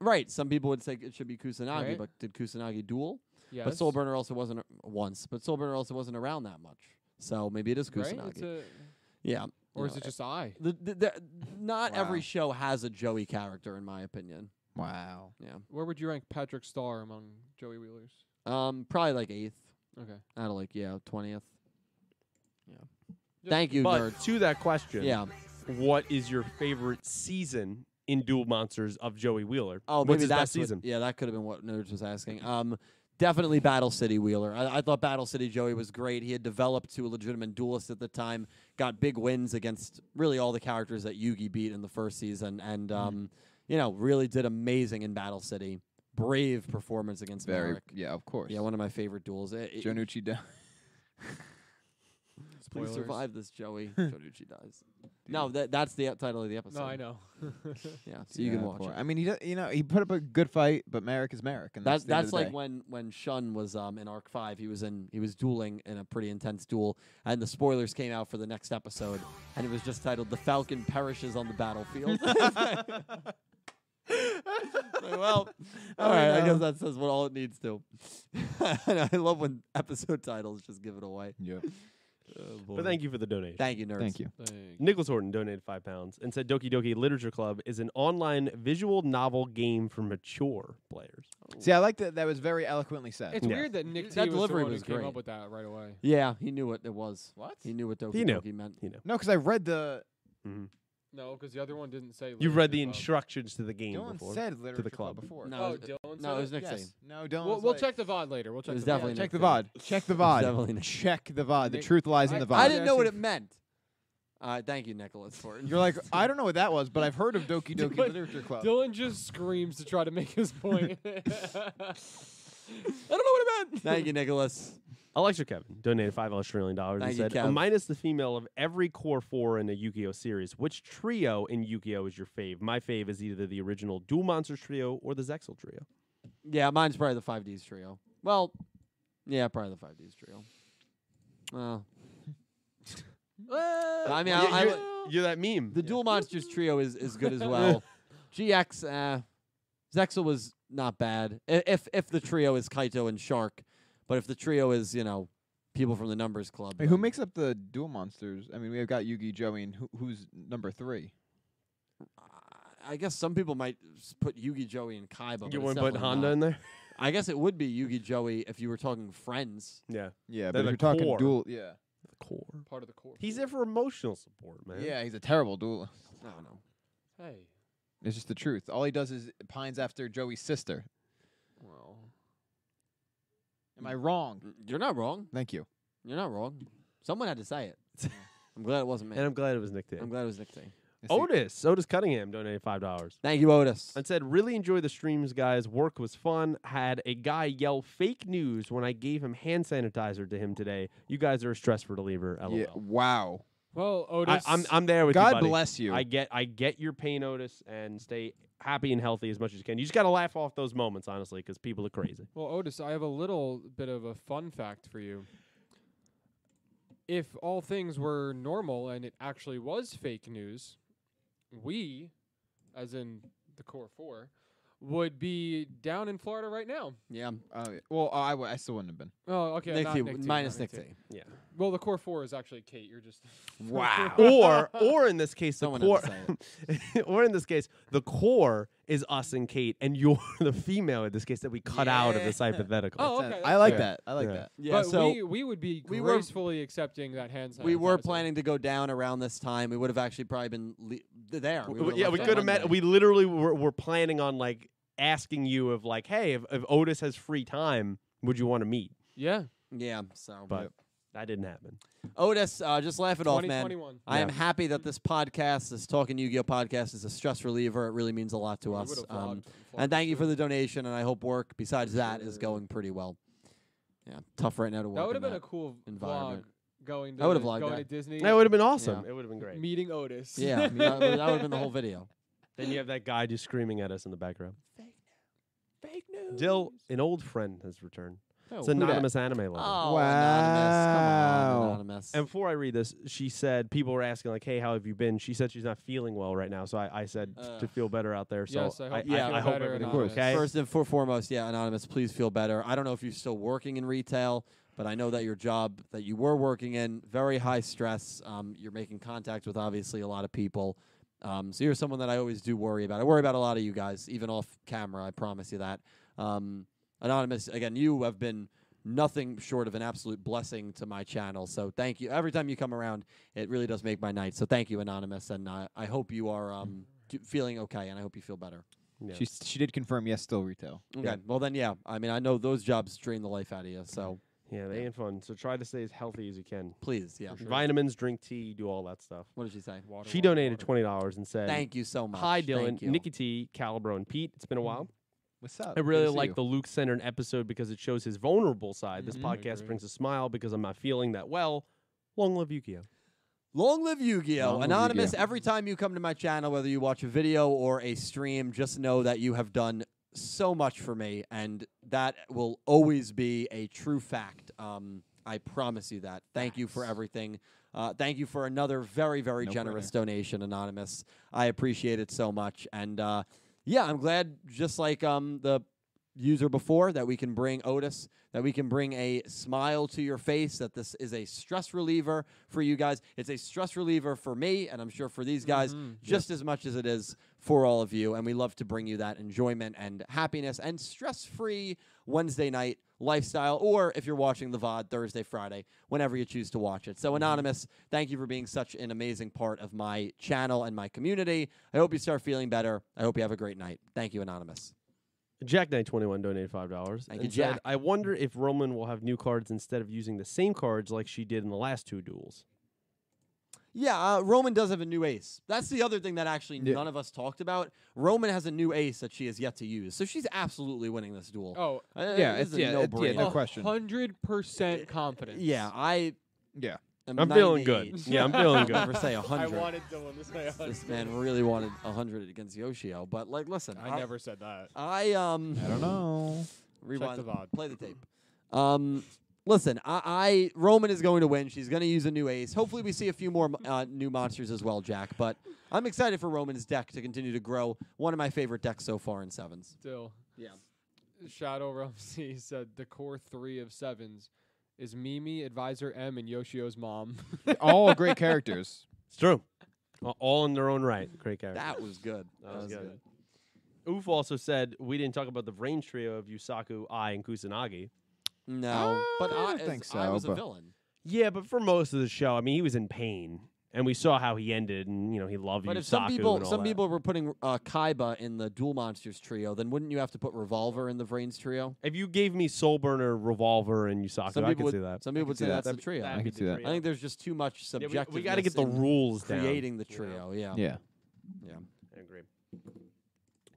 S2: Right? Some people would say it should be Kusanagi,
S4: Right.
S2: but did Kusanagi duel?
S4: Yes.
S2: But Soulburner also wasn't a- once. But Soulburner also wasn't around that much. So maybe it is
S4: right?
S2: Kusanagi.
S4: It's a,
S2: yeah.
S4: or
S2: you
S4: is
S2: know,
S4: it just I?
S2: The, the, the, not every
S1: Wow.
S2: show has a Joey character, in my opinion.
S1: Wow.
S4: Where would you rank Patrick Starr among Joey Wheelers?
S2: Um, probably like eighth.
S4: Okay.
S2: Out of like yeah, twentieth. Yeah.
S4: Just-
S2: Thank you,
S3: But
S2: nerd.
S3: to that question,
S2: Yeah.
S3: what is your favorite season in Duel Monsters of Joey Wheeler?
S2: Oh,
S3: What's
S2: maybe
S3: his
S2: that's
S3: best
S2: what-
S3: season?
S2: yeah, that could have been what Nerds was asking. Um, definitely Battle City Wheeler. I, I thought Battle City Joey was great. He had developed to a legitimate duelist at the time. Got big wins against really all the characters that Yugi beat in the first season, and um, you know, really did amazing in Battle City. Brave performance against
S1: Very.
S2: Merrick.
S1: Yeah, of course.
S2: Yeah, one of my favorite duels. It- it-
S1: Jonucci down.
S2: please
S4: Spoilers.
S2: survive this, Joey. Jonucci dies. No, that, that's the title of the episode.
S4: No, I know.
S2: Yeah, so you can watch it.
S1: I mean, he does, you know he put up a good fight, but Merrick is Merrick, and
S2: That's
S1: that's the end
S2: that's
S1: of the
S2: like
S1: day.
S2: when when Shun was um in Arc Five. He was in he was dueling in a pretty intense duel, and the spoilers came out for the next episode, and it was just titled "The Falcon Perishes on the Battlefield." Like, well, all right. I guess that says what all it needs to. and I love when episode titles just give it away.
S1: Yeah.
S3: But thank you for the donation.
S2: Thank you, nerds.
S1: Thank you.
S4: oh, Thank-
S3: Nicholas Horton donated five pounds and said Doki Doki Literature Club is an online visual novel game for mature players.
S1: See, I like that. That was very eloquently said.
S4: It's
S3: Yeah.
S4: weird that Nick T
S2: That
S4: was the
S2: delivery
S4: one
S2: was
S4: who came
S2: great.
S4: up with that right away.
S2: Yeah, he knew what it was.
S1: what?
S2: He knew what Doki
S3: He knew.
S2: Doki meant.
S1: No, because I read the.
S4: No, because the other one didn't say.
S3: You've read the
S4: literature
S3: instructions to the game
S1: Dylan
S3: before.
S1: said literature
S3: club.
S1: before.
S2: No,
S4: club.
S2: it was-
S4: Oh, Dylan.
S2: no,
S4: said
S2: it was Nick
S1: Yes.
S2: T.
S1: No, Dylan.
S4: We'll, we'll check the Vod later. We'll check.
S2: was
S4: the VOD.
S2: definitely
S1: check the
S2: Nick
S1: VOD. Check the VOD.
S2: Definitely. Nick.
S1: Check the VOD. The
S4: Nick-
S1: truth lies in
S4: I-
S1: the
S4: I
S2: I
S1: VOD.
S2: didn't know what it
S4: actually-
S2: meant. Uh, thank you, Nicholas, for
S1: You're like, I don't know what that was, but I've heard of Doki Doki
S4: Dylan-
S1: Literature Club.
S4: Dylan just screams to try to make his point. I don't know what it meant.
S2: Thank you, Nicholas.
S3: Alexa Kevin donated five Australian dollars and
S2: Thank you,
S3: said,
S2: Kev.
S3: minus the female of every core four in the Yu-Gi-Oh series, which trio in Yu-Gi-Oh is your fave? My fave is either the original Duel Monsters trio or the Zexal trio.
S2: Yeah, mine's probably the five Ds trio. Well, yeah, probably the five Ds trio. Well, I mean, I,
S3: you're,
S2: I,
S3: you're-
S2: li-
S3: you're that meme.
S2: the Dual Monsters trio is, is good as well. GX, uh, Zexel was not bad. I- If if the trio is Kaito and Shark, but if the trio is you know people from the Numbers Club,
S1: Wait, who
S2: then-
S1: makes up the dual monsters? I mean, we've got Yugi, Joey, and who, who's number three?
S2: I guess some people might s- put Yugi, Joey, and Kaiba. but
S3: you
S2: it's
S3: want to put
S2: definitely
S3: Honda
S2: not.
S3: in there?
S2: I guess it would be Yugi, Joey if you were talking friends.
S3: Yeah.
S1: Yeah, but
S3: They're the
S1: if you're talking
S3: core.
S1: dual, yeah,
S3: the core.
S4: part of the core.
S3: He's there for emotional support, man.
S1: Yeah, he's a terrible duelist.
S2: I don't know.
S4: Hey.
S1: It's just the truth. All he does is pines after Joey's sister.
S4: Well.
S1: Am I wrong?
S2: You're not wrong.
S1: Thank you.
S2: You're not wrong. Someone had to say it. I'm glad it wasn't me.
S3: And I'm glad it was Nick
S2: I'm
S3: Dave.
S2: glad it was Nick T.
S1: It's the-
S3: Otis, Otis Cunningham donated five dollars
S2: Thank you, Otis.
S4: Uh,
S3: and said, "Really enjoy the streams, guys. Work was fun. Had a guy yell fake news when I gave him hand sanitizer to him today. You guys are a stress reliever. LOL.
S1: Yeah, wow.
S4: Well,
S3: I,
S4: Otis.
S3: I'm I'm there with Oh, you,
S1: God
S3: buddy.
S1: bless you.
S3: I get I get your pain, Otis, and stay happy and healthy as much as you can. You just got to laugh off those moments, honestly, because people are crazy.
S4: Well, Otis, I have a little bit of a fun fact for you. If all things were normal and it actually was fake news, we, as in the core four, would be down in Florida right now.
S2: yeah.
S1: Uh, well, I I, w- I still wouldn't have been.
S4: Oh, okay.
S2: Nick
S4: not
S2: T.
S4: Nick T,
S2: Minus
S4: not
S2: Nick T.
S3: Yeah.
S4: Well, the core four is actually Kate. You're just
S1: Wow.
S3: Or or in this case, the
S2: Someone had
S3: core,
S2: to
S3: or in this case, the core is us and Kate, and you're the female in this case that we cut out of this
S1: Yeah.
S3: hypothetical.
S4: Oh, okay.
S1: That's-
S4: that's
S1: I like
S3: fair.
S1: that. I like
S3: Yeah.
S1: that.
S2: Yeah.
S4: but
S2: so
S4: we, we would be
S2: we were-
S4: gracefully accepting that hand
S2: we were
S4: sanitizer.
S2: planning to go down around this time. We would have actually probably been le- there.
S3: W- w-
S2: would've
S3: yeah,
S2: left
S3: we
S2: on
S3: could have
S2: Monday.
S3: met. We literally were, were planning on like asking you of like, hey, if, if Otis has free time, would you want to meet?
S4: Yeah.
S2: Yeah. So
S3: But that didn't happen.
S2: Otis, uh, just laugh it off, man.
S4: 2021.
S2: I am
S3: Yeah.
S2: happy that this podcast, this Talking Yu-Gi-Oh podcast, is a stress reliever. It really means a lot to
S4: We
S2: us.
S4: would've
S2: Um,
S4: vlogged from
S2: and
S4: Florida,
S2: thank you
S4: too.
S2: for the donation. And I hope work besides that is
S4: Sure.
S2: going pretty well. Yeah, tough right now to work.
S4: That would
S2: in
S4: have been a cool vlog.
S2: environment.
S4: Going to,
S2: I would've vlogged
S4: going
S2: that.
S4: to Disney.
S3: That would have been awesome. It would have been great.
S4: meeting Otis.
S2: yeah, I mean, that, that would have been the whole video.
S3: Then you have that guy just screaming at us in the background. Fake news. Jill, an old friend has returned.
S4: Oh,
S3: It's
S1: who dat?
S3: anonymous anime lover.
S2: Oh, anonymous. Come
S1: Wow.
S2: on, anonymous.
S3: And before I read this, she said people were asking like, "Hey, how have you been?" She said she's not feeling well right now, so I, I said t-
S2: Ugh.
S3: to feel better out there. So
S4: Yes, I hope
S3: I,
S4: you
S2: feel
S3: I hope
S4: better,
S3: everything's
S1: Anonymous.
S3: okay.
S2: First and for foremost, yeah, anonymous. Please feel better. I don't know if you're still working in retail, but I know that your job that you were working in very high stress. Um, you're making contact with obviously a lot of people. Um, so you're someone that I always do worry about. I worry about a lot of you guys, even off camera. I promise you that. Um, anonymous, again, you have been nothing short of an absolute blessing to my channel. So thank you. Every time you come around, it really does make my night. So thank you, anonymous, and uh, I hope you are um, do- feeling okay, and I hope you feel better.
S3: Yeah.
S1: She she did confirm. Yes, still retail.
S2: Okay. Well, then, yeah. I mean, I know those jobs drain the life out of you. So
S3: yeah, they ain't fun. So try to stay as healthy as you can.
S2: please, yeah.
S3: Vitamins, drink tea, do all that stuff.
S2: What did she say?
S4: Water,
S3: she
S4: water,
S3: donated
S4: water.
S3: twenty dollars and said,
S2: Thank you so much.
S3: "Hi, Dylan,
S2: Thank you.
S3: Nikki T, Calibro, and Pete. It's been a while.
S1: What's up?
S3: I really
S1: Good to see
S3: like
S1: you.
S3: the Luke centered episode because it shows his vulnerable side. This
S1: Mhm.
S4: I
S3: podcast
S4: agree.
S3: brings a smile because I'm not feeling that well. Long live Yukio.
S2: Long live Yu Gi
S1: Long
S2: Oh!
S1: live
S2: Anonymous,
S1: Yu-Gi-Oh.
S2: every time you come to my channel, whether you watch a video or a stream, just know that you have done so much for me, and that will always be a true fact. Um, I promise you that. Thank you for everything. Uh, thank you for another very, very
S1: No
S2: generous
S1: brainer.
S2: donation, Anonymous. I appreciate it so much. And uh, yeah, I'm glad, just like um, the user before, that we can bring Otis, that we can bring a smile to your face, that this is a stress reliever for you guys. It's a stress reliever for me, and I'm sure for these guys,
S4: Mm-hmm.
S2: just as much as it is for all of you. And we love to bring you that enjoyment and happiness and stress free Wednesday night lifestyle, or if you're watching the VOD Thursday, Friday, whenever you choose to watch it. So, Anonymous, thank you for being such an amazing part of my channel and my community. I hope you start feeling better. I hope you have a great night. Thank you, Anonymous.
S3: Jack Knight twenty one donated five dollars.
S2: Thank you, Jack.
S3: I wonder if Roman will have new cards instead of using the same cards like she did in the last two duels.
S2: Yeah, uh, Roman does have a new ace. That's the other thing that actually
S1: Yeah.
S2: none of us talked about. Roman has a new ace that she has yet to use, so she's absolutely winning this duel.
S4: Oh,
S2: Uh,
S1: Yeah,
S2: this
S1: it's-
S2: is a
S1: yeah, it- yeah,
S2: no-brainer.
S1: no question.
S4: Hundred percent confidence.
S2: Yeah, I.
S1: Yeah.
S2: am
S3: I'm feeling good.
S2: 98.
S3: Yeah, I'm feeling
S2: I'll
S3: good.
S2: Never say a
S4: I
S2: hundred.
S4: wanted Dylan to say
S2: This man really wanted a hundred against Yoshio, but like, listen,
S4: I never said that.
S2: I um.
S1: I don't know.
S2: Rewind.
S4: the VOD.
S2: Play the tape. Um, listen, I, I Roman is going to win. She's going to use a new ace. Hopefully, we see a few more uh, new monsters as well, Jack. But I'm excited for Roman's deck to continue to grow. One of my favorite decks so far in sevens.
S4: Still,
S2: Yeah.
S4: Shadow Rumsey said the core three of sevens is Mimi, Advisor M, and Yoshio's mom.
S1: All great characters.
S3: It's true. A- All in their own right. Great character.
S2: That was good.
S3: That was good. Oof also said we didn't talk about the range trio of Yusaku, I, and Kusanagi.
S2: No,
S1: Uh,
S2: but
S1: I
S2: I,
S1: don't
S2: as
S1: think
S2: I
S1: so,
S2: was a
S1: but-
S2: villain.
S3: Yeah, but for most of the show, I mean, he was in pain, and we saw how he ended, and you know, he loved
S2: But
S3: you,
S2: if some
S3: Saku
S2: people
S3: and all
S2: some
S3: that.
S2: people were putting uh, Kaiba in the Duel Monsters trio, then wouldn't you have to put Revolver in the Vrains trio?
S3: If you gave me Soul Burner, Revolver, and Yusaku,
S2: Some
S3: I
S2: people
S3: could
S2: would,
S3: see that.
S2: Some people would
S1: see
S2: say
S1: that.
S2: that's
S3: That'd
S2: the trio.
S1: I could see that.
S2: I think there's just too much
S3: Yeah, we-
S2: subjective.
S3: we, got to get the rules down.
S2: creating the
S3: you know?
S2: trio. Yeah.
S1: Yeah.
S3: I agree.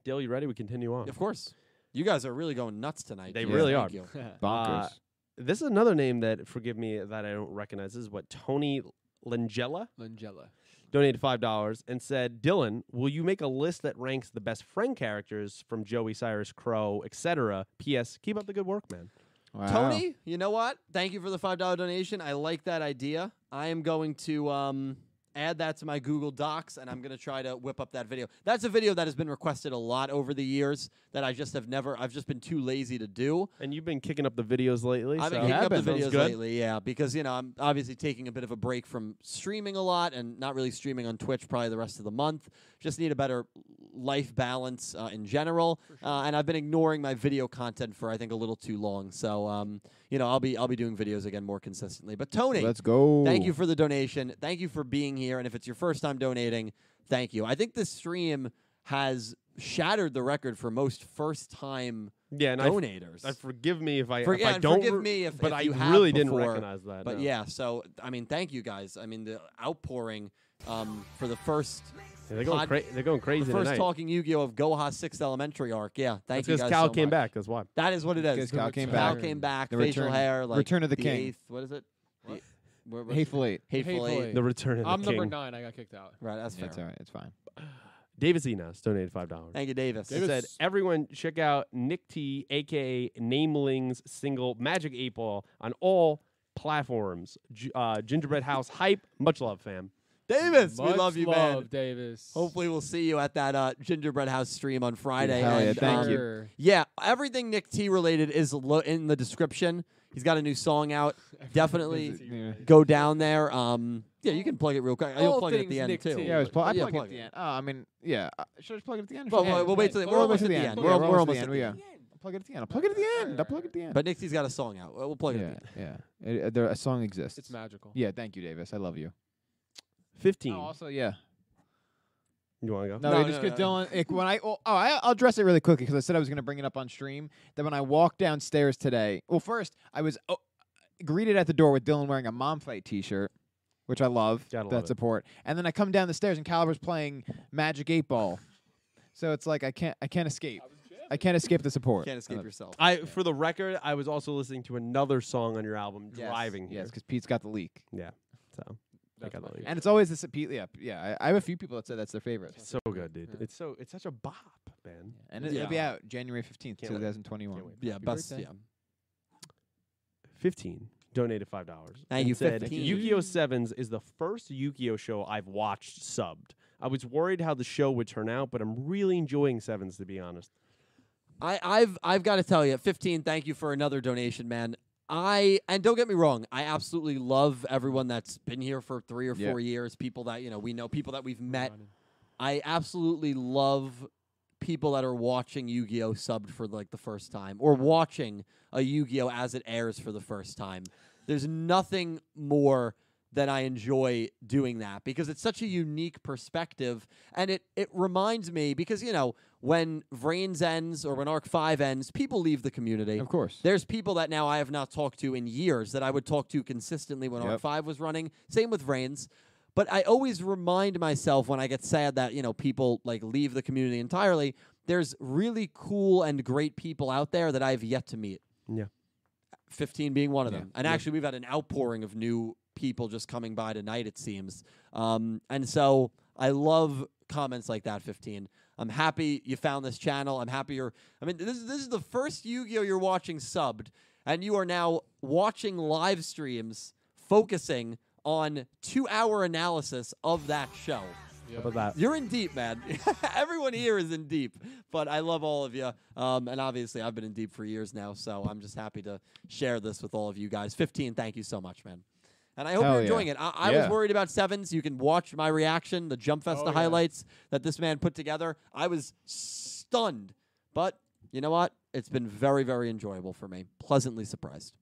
S3: Dale, you ready? We continue on.
S2: Of course. You guys are really going nuts tonight.
S3: They
S2: Keith.
S3: really
S2: Thank
S3: are.
S2: you.
S1: Bonkers.
S3: Uh, This is another name that, forgive me, that I don't recognize. This is what Tony Langella
S4: Langella.
S3: donated five dollars and said, "Dylan, will you make a list that ranks the best friend characters from Joey, Cyrus, Crow, etc.? P.S. Keep up the good work, man.
S1: Wow.
S2: Tony, you know what? Thank you for the five dollar donation. I like that idea. I am going to um, add that to my Google Docs, and I'm going to try to whip up that video. That's a video that has been requested a lot over the years that I just have never. I've just been too lazy to do.
S3: And you've been kicking up the videos lately.
S2: I've been
S3: so-
S2: kicking up the
S1: Sounds
S2: videos
S3: good.
S2: lately, yeah, because you know I'm obviously taking a bit of a break from streaming a lot and not really streaming on Twitch probably the rest of the month. Just need a better life balance uh, in general, uh, and I've been ignoring my video content for I think a little too long. So um, you know I'll be I'll be doing videos again more consistently. But Tony,
S1: Let's go.
S2: Thank you for the donation. Thank you for being here. And if it's your first time donating, thank you. I think this stream has shattered the record for most first time
S3: yeah, and I, f-
S2: donators.
S3: I forgive me if I
S2: For-
S3: if
S2: yeah,
S3: I
S2: and
S3: don't
S2: forgive
S3: re-
S2: me if-
S3: but
S2: if
S3: I
S2: you have
S3: really didn't
S2: before,
S3: recognize that.
S2: But
S3: no.
S2: yeah, so I mean, thank you guys. I mean, the outpouring um, for the first
S3: Yeah, they're going
S2: pod-
S3: cra- they're going
S2: the
S3: crazy
S2: first
S3: tonight.
S2: talking Yu-Gi-Oh of Goha Sixth Elementary arc. Yeah, thank
S3: That's
S2: you
S3: because
S2: guys.
S3: Cal
S2: so
S3: came
S2: much.
S3: back. That's why.
S2: That is what it is.
S1: Because Cal came
S2: Cal
S1: back.
S2: came back.
S1: The
S2: facial
S1: return-
S2: hair. Like
S1: Return of the King.
S2: Eighth, what is it?
S4: What?
S2: The- where- where-
S1: Hateful Eight.
S2: Hateful
S4: Hateful
S2: Eight.
S4: Eight.
S3: The return of the
S4: I'm
S3: king.
S4: number nine. I got kicked out.
S2: Right, that's fair.
S1: It's all right. It's fine.
S3: David Zenas donated five dollars.
S2: Thank you, Davis.
S3: It said,
S4: Davis-
S3: everyone check out Nick T, aka Nameling's single Magic Eight Ball on all platforms. G- uh, Gingerbread House hype. Much love, fam.
S2: Davis, we
S4: Much
S2: love you, man.
S4: love, Davis.
S2: Hopefully, we'll see you at that uh, Gingerbread House stream on Friday.
S1: Hell yeah,
S2: and,
S1: thank
S2: um,
S1: you.
S4: Sure.
S2: Yeah, everything Nick T related is lo- in the description. He's got a new song out. Definitely
S1: Yeah.
S2: go down there. Um, yeah, you can plug it real quick. You'll
S4: All
S2: plug it at
S4: things
S2: the end
S4: Nick
S2: too.
S4: T.
S1: Yeah, I was pl- I
S2: Yeah,
S1: plug it
S2: plug
S1: at the
S2: it.
S1: end. Oh, I mean, yeah. Uh, should I just plug it at the end?
S2: Well,
S1: Should I-
S2: we'll, we'll wait till the,
S4: Yeah,
S2: we're almost at the end. We're, we're almost at the
S1: we
S2: end.
S1: are. I'll plug it at the end. I'll plug it at the end. I'll plug it at the end.
S2: But Nick T's got a song out. We'll we'll plug it.
S1: yeah,
S2: At
S1: yeah. It, uh, there, a song exists.
S4: It's magical.
S1: Yeah, thank you, Davis. I love you.
S3: Fifteen.
S1: Oh, also, yeah.
S3: you want to go?
S1: No,
S2: No,
S1: it just
S2: no,
S1: goes
S2: no.
S1: Dylan. Like, when I oh, oh, I, I'll address it really quickly because I said I was going to bring it up on stream. That when I walked downstairs today, well, first I was oh, greeted at the door with Dylan wearing a mom fight T-shirt, which I love.
S3: Gotta love
S1: that
S3: it.
S1: support. And then I come down the stairs and Caliber's playing Magic Eight Ball, so it's like I can't I can't escape. I can't escape the
S2: the
S1: support.
S2: end. Can't escape
S1: Uh,
S2: yourself.
S3: I for the record, I was also listening to another song on your album,
S1: yes,
S3: driving here.
S1: Yes, because Pete's got the leak,
S3: So
S4: That's
S3: got
S4: my
S3: that
S4: favorite.
S1: and it's always this. Pete, yeah, yeah. I, I have a few people that say that's their favorite.
S3: it's so good, dude.
S4: Yeah.
S3: It's so it's such a bop, man.
S1: And it, will be
S2: Yeah.
S1: out January 15th,
S3: Can't wait.
S1: 2021.
S3: Can't wait.
S2: yeah,
S1: Happy
S2: best.
S1: birthday.
S2: Yeah.
S3: Fifteen donated five dollars.
S2: Thank you,
S3: Said
S2: 15.
S3: Yu-Gi-Oh Sevens is the first Yu-Gi-Oh show I've watched subbed. I was worried how the show would turn out, but I'm really enjoying Sevens to be honest.
S2: I, I've I've got to tell you, 15. Thank you for another donation, man. I and don't get me wrong, I absolutely love everyone that's been here for three or
S1: Yeah.
S2: four years. People that you know, we know people that we've met.
S4: Running.
S2: I absolutely love people that are watching Yu-Gi-Oh subbed for like the first time or watching a Yu-Gi-Oh as it airs for the first time. There's nothing more that I enjoy doing that because it's such a unique perspective and it it reminds me because you know when Vrains ends or when Arc 5 ends, people leave the community.
S1: Of course.
S2: There's people that now I have not talked to in years that I would talk to consistently when
S1: Yep.
S2: R5 was running. Same with Reigns. But I always remind myself when I get sad that, you know, people like leave the community entirely. There's really cool and great people out there that I've yet to meet.
S3: Yeah.
S2: 15 being one of
S1: Yeah.
S2: them. And actually, we've had an outpouring of new people just coming by tonight, it seems. Um, and so I love comments like that, 15. I'm happy you found this channel. I'm happy you're. I mean, this, is- this is the first Yu Gi Oh! you're watching subbed, and you are now watching live streams focusing on two hour analysis of that show.
S4: Yeah.
S3: How about that?
S2: You're in deep, man. Everyone here is in deep, but I love all of you. Um, and obviously, I've been in deep for years now, so I'm just happy to share this with all of you guys. 15, thank you so much, man. And I hope
S1: Hell
S2: you're
S1: yeah.
S2: enjoying it. I, I was
S1: Yeah.
S2: worried about sevens. You can watch my reaction, the Jump
S4: Oh,
S2: Festa
S4: yeah.
S2: highlights that this man put together. I was stunned, but you know what? It's been very, very enjoyable for me. Pleasantly surprised.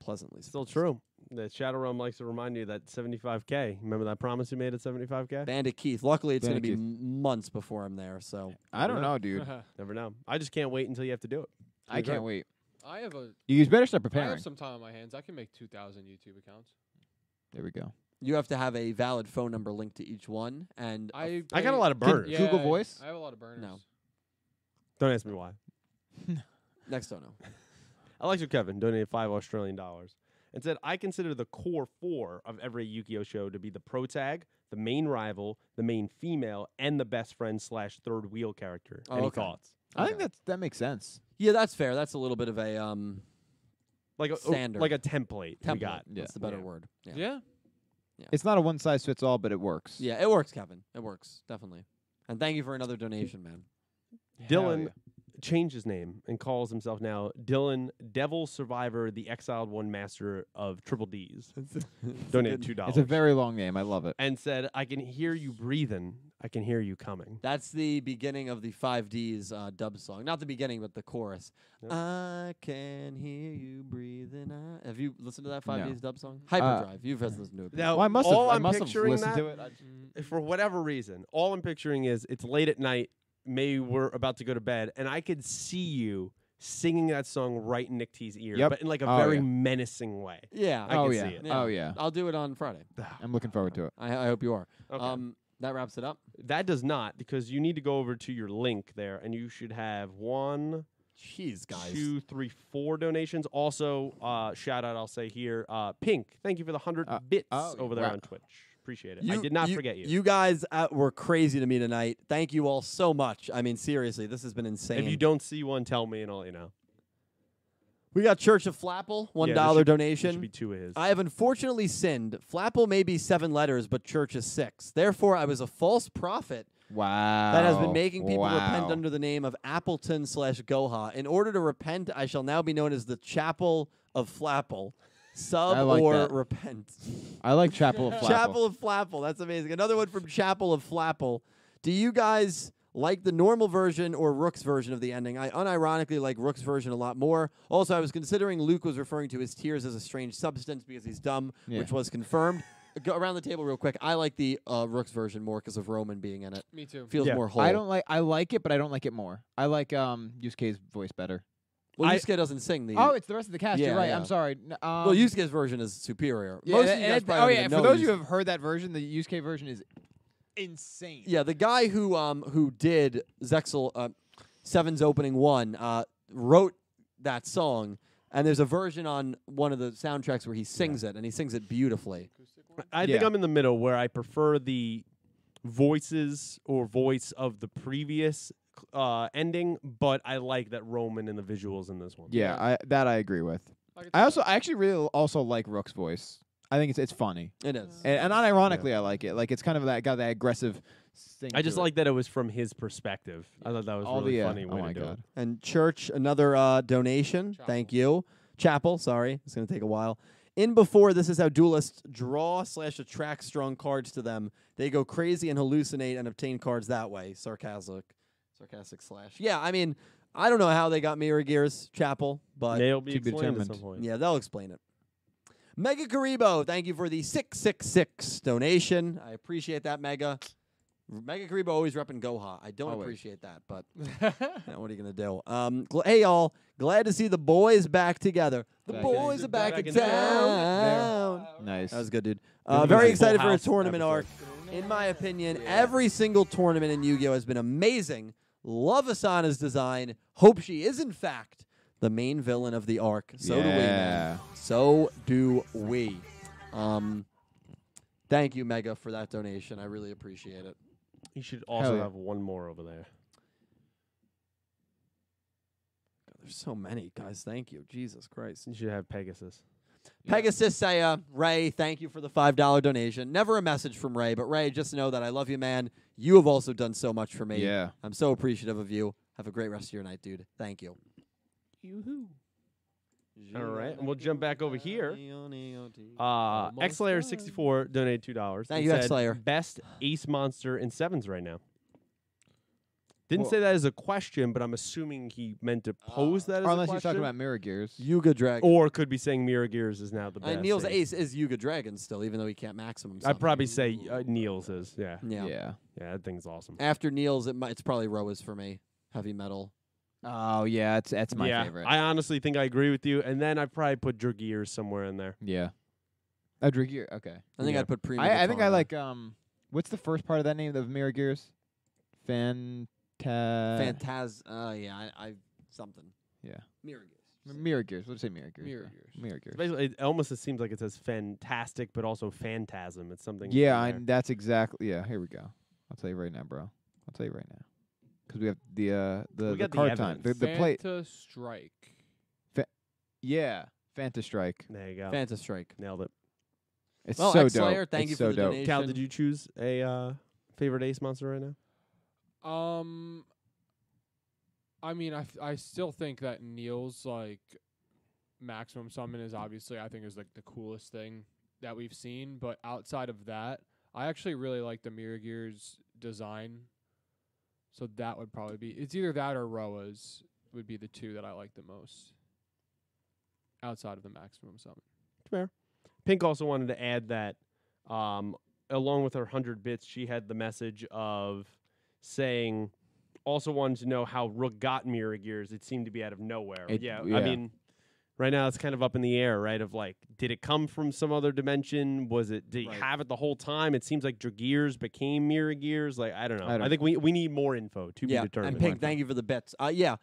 S2: Pleasantly surprised.
S3: Still true. The Shadow Realm likes to remind you that 75k. Remember that promise you made at 75k?
S2: Bandit Keith. Luckily, it's going to
S1: Bandit
S2: be
S1: Keith.
S2: m- months before I'm there. So
S1: I don't know, dude.
S3: Never know. I just can't wait until you have to do it.
S1: I can't wait.
S4: I have a.
S1: You better start
S4: I
S1: preparing.
S4: have some time on my hands. I can make two thousand YouTube accounts.
S1: There we go.
S2: you have to have a valid phone number linked to each one. And a
S4: I
S3: I got a
S4: play-
S3: lot of burners.
S1: Google
S4: Yeah,
S1: Voice?
S4: I have a lot of burners.
S2: No.
S3: Don't ask me why.
S2: f- next dono.
S3: Alexa Kevin donated five Australian dollars and said, I consider the core four of every Yukio show to be the pro tag, the main rival, the main female, and the best friend slash third wheel character.
S2: Oh,
S3: Any
S2: okay.
S3: thoughts?
S1: I think
S2: Okay.
S1: that that makes sense.
S2: Yeah, that's fair. That's a little bit of a um
S3: Like a, oh,
S2: Standard.
S3: like a template,
S2: template.
S3: we got.
S1: yeah.
S2: That's the better
S3: Yeah.
S2: word. Yeah. yeah,
S4: Yeah.
S1: It's not a one size fits all, but it works.
S2: it works, Kevin. It works definitely. And thank you for another donation, man.
S1: Hell
S3: Dylan
S1: yeah.
S3: changed his name and calls himself now Dylan Devil Survivor, the exiled one master of triple D's. Donated two dollars.
S1: It's a very long name. I love it.
S3: and said, I can hear you breathing. I can hear you coming.
S2: That's the beginning of the Five Ds uh, dub song. Not the beginning, but the chorus.
S3: Yep.
S2: I can hear you breathing. I... Have you listened to that Five
S1: No.
S2: Ds dub song?
S3: Uh,
S2: Hyperdrive. You've listened to it.
S3: Now,
S1: Well, I must have
S3: all
S1: I
S3: am
S1: must have
S3: picturing
S1: listened
S3: that,
S1: to it. I-
S4: Mm,
S3: for whatever reason, all I'm picturing is it's late at night. Maybe we're about to go to bed, and I could see you singing that song right in Nick T's ear,
S1: Yep.
S3: but in like a
S1: Oh,
S3: very
S1: yeah.
S3: menacing way.
S2: Yeah,
S3: I
S1: oh
S3: can
S1: yeah.
S3: see it.
S1: Oh yeah.
S2: I'll do it on Friday.
S1: I'm looking forward to it.
S2: I, I hope you are.
S3: Okay.
S2: Um, that wraps it up.
S3: that does not because you need to go over to your link there, and you should have one,
S2: Jeez, guys.
S3: two, three, four donations. Also, uh, shout out I'll say here, uh, Pink. Thank you for the hundred
S1: Uh,
S3: bits
S1: oh,
S3: over there
S1: wow.
S3: on Twitch. Appreciate it. I did not forget you.
S2: You guys uh, were crazy to me tonight. Thank you all so much. I mean, seriously, this has been insane.
S3: if you don't see one, tell me, and I'll let you know.
S2: we got Church of Flapple, one
S3: Yeah,
S2: dollar
S3: there should- There
S2: donation.
S3: should be two of his.
S2: I have unfortunately sinned. Flapple may be seven letters, but church is six. Therefore, I was a false prophet
S1: Wow.
S2: that has been making people repent
S1: Oh, Wow.
S2: under the name of Appleton slash Goha. In order to repent, I shall now be known as the Chapel of Flapple.
S1: I
S2: Sub
S1: like
S2: or
S1: that.
S2: repent.
S1: I like Chapel of Flapple.
S2: Chapel of Flapple. That's amazing. Another one from Chapel of Flapple. Do you guys like the normal version or Rook's version of the ending? I unironically like Rook's version a lot more. Also, I was considering Luke was referring to his tears as a strange substance because he's dumb,
S1: Yeah.
S2: which was confirmed. Go around the table real quick. I like the uh, Rook's version more because of Roman being in it.
S4: Me too.
S2: Feels
S3: Yeah.
S2: more whole.
S1: I don't like. I like it, but I don't like it more. I like um Yusuke's voice better.
S2: Well,
S3: I-
S2: Yusuke doesn't sing the.
S1: Oh, it's the rest of the cast.
S2: Yeah,
S1: You're right.
S2: yeah.
S1: I'm sorry. N- Um,
S2: well, Yusuke's version is superior.
S1: Yeah,
S2: Most
S1: that-
S2: of you guys
S1: that-
S2: probably
S1: oh
S2: don't
S1: yeah.
S2: even
S1: For
S2: know
S1: those who
S2: Yusuke.
S1: have heard that version, the Yusuke version is insane.
S2: Yeah, the guy who um who did Zexel uh, Seven's opening one uh wrote that song, and there's a version on one of the soundtracks where he sings it, and he sings it beautifully.
S3: I think
S1: Yeah.
S3: I'm in the middle where I prefer the voices or voice of the previous uh, ending, but I like that Roman and the visuals in this one.
S1: Yeah. I, that I agree with.
S4: could
S1: I
S4: see
S1: also
S4: that.
S1: I actually really also like Rook's voice. I think it's it's funny,
S2: It is.
S1: and, and unironically, I like it. Like it's kind of that got that aggressive. Thing
S3: I just
S1: to it.
S3: like that it was from his perspective. I thought that was
S1: all
S3: really
S1: the uh,
S3: funny.
S1: Oh
S3: way
S1: my
S3: to do
S1: god.
S3: It.
S2: And church, another uh, donation. Thank you, chapel. Sorry, it's gonna take a while. In before, this is how duelists draw slash attract strong cards to them. They go crazy and hallucinate and obtain cards that way. Sarcastic, sarcastic slash. Yeah, I mean, I don't know how they got Mirror Gears Chapel, but
S3: They'll be
S1: to be
S3: explained at
S1: determined.
S3: some point.
S2: Yeah, they'll explain it. Mega Karibo, thank you for the 666 donation. I appreciate that, Mega. Mega Karibo always repping Goha. I don't
S1: Always.
S2: appreciate that, but you know, what are you going to do? Um, gl- hey, y'all. Glad to see the boys back together. The
S1: Back in-
S2: boys are back,
S3: back
S2: in
S3: in
S2: town.
S1: Nice.
S2: That was good, dude.
S3: This
S2: Uh,
S3: is
S2: very
S3: a
S2: excited
S3: Full
S2: for a
S3: House
S2: tournament arc.
S3: episode.
S2: In my opinion, every single tournament in Yu-Gi-Oh has been amazing. Love Asana's design. Hope she is in fact the main villain of the arc. So do we, man.
S1: Yeah.
S2: So do we. Um, thank you, Mega, for that donation. I really appreciate it.
S3: You should also
S1: yeah.
S3: have one more over there.
S2: God, there's so many guys. Thank you, Jesus Christ.
S3: You should have Pegasus.
S2: Pegasus Saya, Ray, thank you for the five dollar donation. Never a message from Ray, but Ray, just know that I love you, man. You have also done so much for me.
S1: Yeah.
S2: I'm so appreciative of you. Have a great rest of your night, dude. Thank you.
S3: All right, and we'll jump back over here. Uh, Xlayer64 donated $2. and
S2: Thank you,
S3: said,
S2: Xlayer.
S3: Best ace monster in sevens right now. Didn't
S1: Well- Uh,
S3: say that as a question, but I'm assuming he meant to pose that as
S1: unless
S3: a
S1: you're
S3: question.
S1: talking about mirror gears.
S2: Yuga Dragon.
S3: or could be saying Mirror Gears is now Oh, the
S1: Uh,
S3: best.
S2: and Neil's ace is Yuga Dragon still, even though he can't maximum.
S3: I'd
S2: summon.
S3: probably say uh, Neil's is. Yeah.
S2: yeah.
S3: Yeah, that thing's awesome.
S2: After Neil's, it might, it's probably Roa's for me. Heavy metal.
S1: Oh yeah, it's that's my
S3: yeah,
S1: favorite.
S3: I honestly think I agree with you. And then I probably put Dragears somewhere in there.
S1: yeah. A gear. Okay.
S2: I think
S3: Yeah.
S2: I'd put Prima.
S1: I, I think I
S2: Guitarra.
S1: like um. What's the first part of that name of mirror gears? Fanta.
S2: Fantas. Uh, yeah, I, I something.
S1: Yeah.
S2: Mirror Gears.
S1: Mirror gears. Let's say mirror gears.
S4: Mirror Gears.
S1: Mirror
S3: It's
S1: gears.
S3: basically, it almost it seems like it says fantastic, but also phantasm. It's something.
S1: Yeah,
S3: in there.
S1: and that's exactly. Yeah, here we go. I'll tell you right now, bro. I'll tell you right now. 'Cause we have the uh the, the
S3: got the
S1: card time. The,
S3: evidence.
S1: the play.
S4: Fanta Strike.
S1: Yeah, Fanta Strike.
S3: There you go.
S2: Fanta Strike.
S3: Nailed it.
S1: It's
S2: Well,
S1: so
S2: X-Slayer,
S1: dope.
S2: thank
S1: it's
S2: you
S1: so
S2: for the
S1: dope.
S2: donation.
S3: Cal, did you choose a uh, favorite ace monster right now?
S4: Um, I mean, I, f- I still think that Neil's like maximum summon is obviously I think is like the coolest thing that we've seen. But outside of that, I actually really like the Mirror Gear's design. So that would probably be it's either that or Roa's would be the two that I like the most. Outside of the maximum summon.
S3: Pink also wanted to add that, um, along with her 100 bits, she had the message of saying, also wanted to know how Rook got Mirror Gears. It seemed to be out of nowhere.
S1: It-
S3: yeah,
S1: yeah.
S3: I mean, right now it's kind of up in the air, right? Of like, did it come from some other dimension? Was it, did
S2: Right.
S3: he have it the whole time? It seems like Dragears became Mirror Gears. Like, I don't know.
S1: I
S3: I,
S1: don't-
S3: think we, we need more info to
S2: yeah,
S3: be determined.
S2: and Pink, thank you for the bets. Uh, yeah,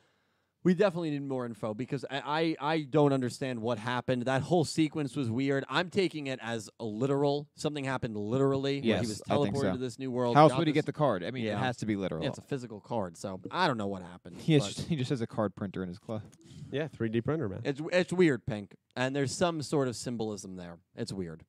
S2: we definitely need more info because I, I I don't understand what happened. That whole sequence was weird. I'm taking it as a literal. Something happened literally. where
S1: Yes,
S2: he was
S1: I think
S2: teleported
S1: so.
S2: to this new world.
S1: How else
S2: got
S1: would he
S2: this-
S1: get the card? I mean, it
S2: Yeah.
S1: has to be literal.
S2: Yeah, it's a physical card, so I don't know what happened.
S1: he, has
S2: but-
S1: just, he just has a card printer in his closet.
S3: Yeah, 3D printer, man.
S2: It's it's weird, Pink, and there's some sort of symbolism there. It's weird.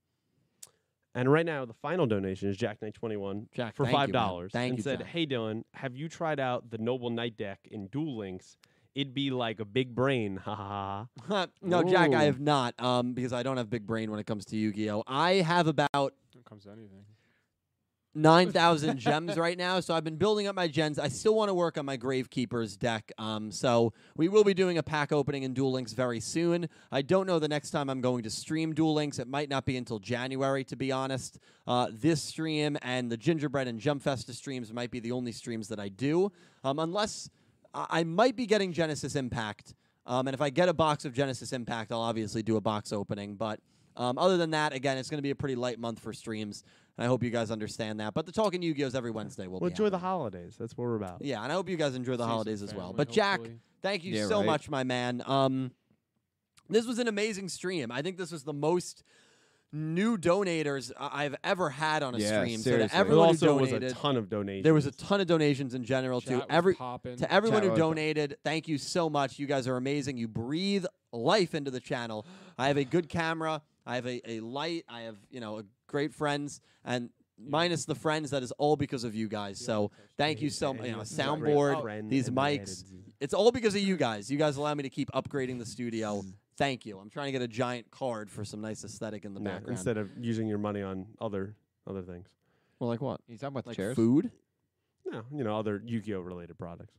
S3: And right now, the final donation is Jack Knight twenty one
S2: Jack,
S3: for
S2: thank you,
S3: five
S2: man.
S3: dollars.
S2: Thank
S3: and
S2: you,
S3: said,
S2: Jack.
S3: "Hey Dylan, have you tried out the Noble Knight deck in Duel Links? It'd be like a big brain, ha ha ha."
S2: no, Jack, I
S1: Ooh.
S2: have not, um, because I don't have big brain when it comes to Yu-Gi-Oh. I have about
S4: When it comes to anything.
S2: nine thousand gems right now, so I've been building up my gens. I still want to work on my Gravekeeper's deck. Um, so we will be doing a pack opening in Duel Links very soon. I don't know the next time I'm going to stream Duel Links. It might not be until January, to be honest. Uh, this stream and the Gingerbread and Jump Festa streams might be the only streams that I do, um, unless I I might be getting Genesis Impact. Um, and if I get a box of Genesis Impact, I'll obviously do a box opening. But um, other than that, again, it's going to be a pretty light month for streams, and I hope you guys understand that. But the talking Yu-Gi-Oh's every Wednesday. We'll
S3: Well,
S2: be
S3: enjoy the
S2: happening.
S3: holidays. That's what we're about.
S2: Yeah, and I hope you guys enjoy the
S4: some
S2: holidays as well.
S4: family,
S2: But Jack,
S4: hopefully.
S2: thank you
S1: Yeah,
S2: so
S1: right.
S2: much, my man. Um, this was an amazing stream. I think this was the most new donators I- I've ever had on a
S1: Yeah,
S2: stream. So to
S1: seriously.
S3: There
S2: everyone who
S3: also was
S2: donated,
S3: a ton of donations.
S2: there was a ton of donations in general
S4: Chat
S2: to
S4: was
S2: every
S4: poppin'.
S2: to everyone
S1: Chat
S2: who
S1: was poppin'.
S2: donated. Thank you so much. You guys are amazing. You breathe life into the channel. I have a good camera. I have a, a light. I have you know a great friends and minus the friends. That is all because of you guys. So thank you so much. You know, a soundboard. these mics. It's all because of you guys. You guys allow me to keep upgrading the studio. Thank you. I'm trying to get a giant card for some nice aesthetic in the
S3: Yeah,
S2: background.
S3: instead of using your money on other other things.
S2: well, like what?
S1: He's talking about the
S2: Like
S1: chairs.
S2: food?
S3: No, you know other Yu-Gi-Oh related products.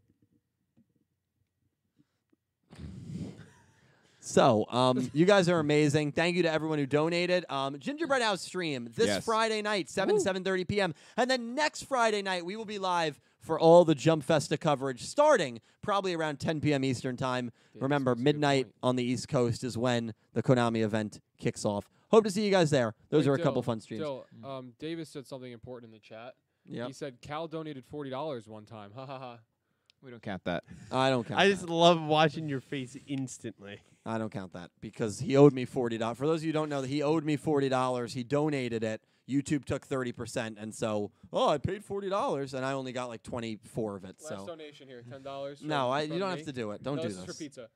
S2: So, um, you guys are amazing. Thank you to everyone who donated. Um, Gingerbread House stream this
S1: Yes.
S2: Friday night, seven seven thirty p.m. And then next Friday night, we will be live for all the Jump Festa coverage, starting probably around ten p.m. Eastern time.
S4: Yeah,
S2: Remember,
S4: that's a good
S2: midnight
S4: point.
S2: on the East Coast is when the Konami event kicks off. Hope to see you guys there. Those
S4: Wait,
S2: are a couple
S4: Dylan,
S2: fun streams.
S4: Dylan, um, Davis said something important in the chat.
S2: Yeah,
S4: He said Cal donated forty dollars one time. Ha ha ha.
S1: We don't count that.
S2: I don't count.
S3: I
S2: that.
S3: just love watching your face instantly.
S2: I don't count that because he owed me forty dollars. For those of you who don't know, he owed me forty dollars. He donated it. YouTube took thirty percent, and so oh, I paid forty dollars, and I only got like twenty four of it.
S4: Last
S2: So
S4: donation here, ten dollars.
S2: no, I, you don't have to do it. Don't
S4: no,
S2: do
S4: this.
S2: this.
S4: Is for pizza.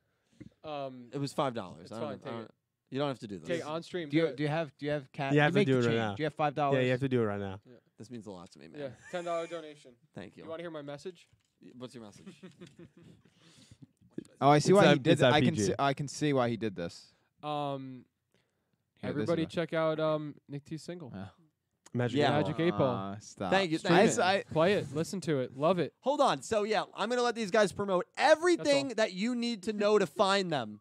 S4: Um,
S2: It was five dollars.
S4: It's fine, take it.
S2: You don't have to do this.
S4: okay, on stream.
S1: Do you
S4: do
S1: do you have do you have cash?
S3: You have to
S1: make
S3: do
S1: the
S3: it right
S1: change.
S3: now.
S1: Do you have five dollars?
S3: Yeah, you have to do it right now.
S2: This means a lot to me,
S4: it.
S2: man.
S4: yeah, ten dollar donation.
S2: Thank you.
S4: You want to hear my message?
S2: What's your message?
S1: Oh, I see
S3: It's
S1: why
S3: I-
S1: he did
S3: it's
S1: that. I can
S3: IPG.
S1: see, I can see why he did this.
S4: Um,
S1: Here, this is
S4: everybody
S1: a-
S4: check out um Nick T's single.
S1: Uh,
S3: Magic.
S2: Yeah.
S3: Eight Ball.
S4: Magic Eight Ball.
S1: Uh, stop.
S2: Thank you,
S1: Stream
S2: thank
S1: it.
S2: you. I-
S4: Play it. Listen to it. Love it.
S2: Hold on. So yeah, I'm gonna let these guys promote everything that you need to know to find them.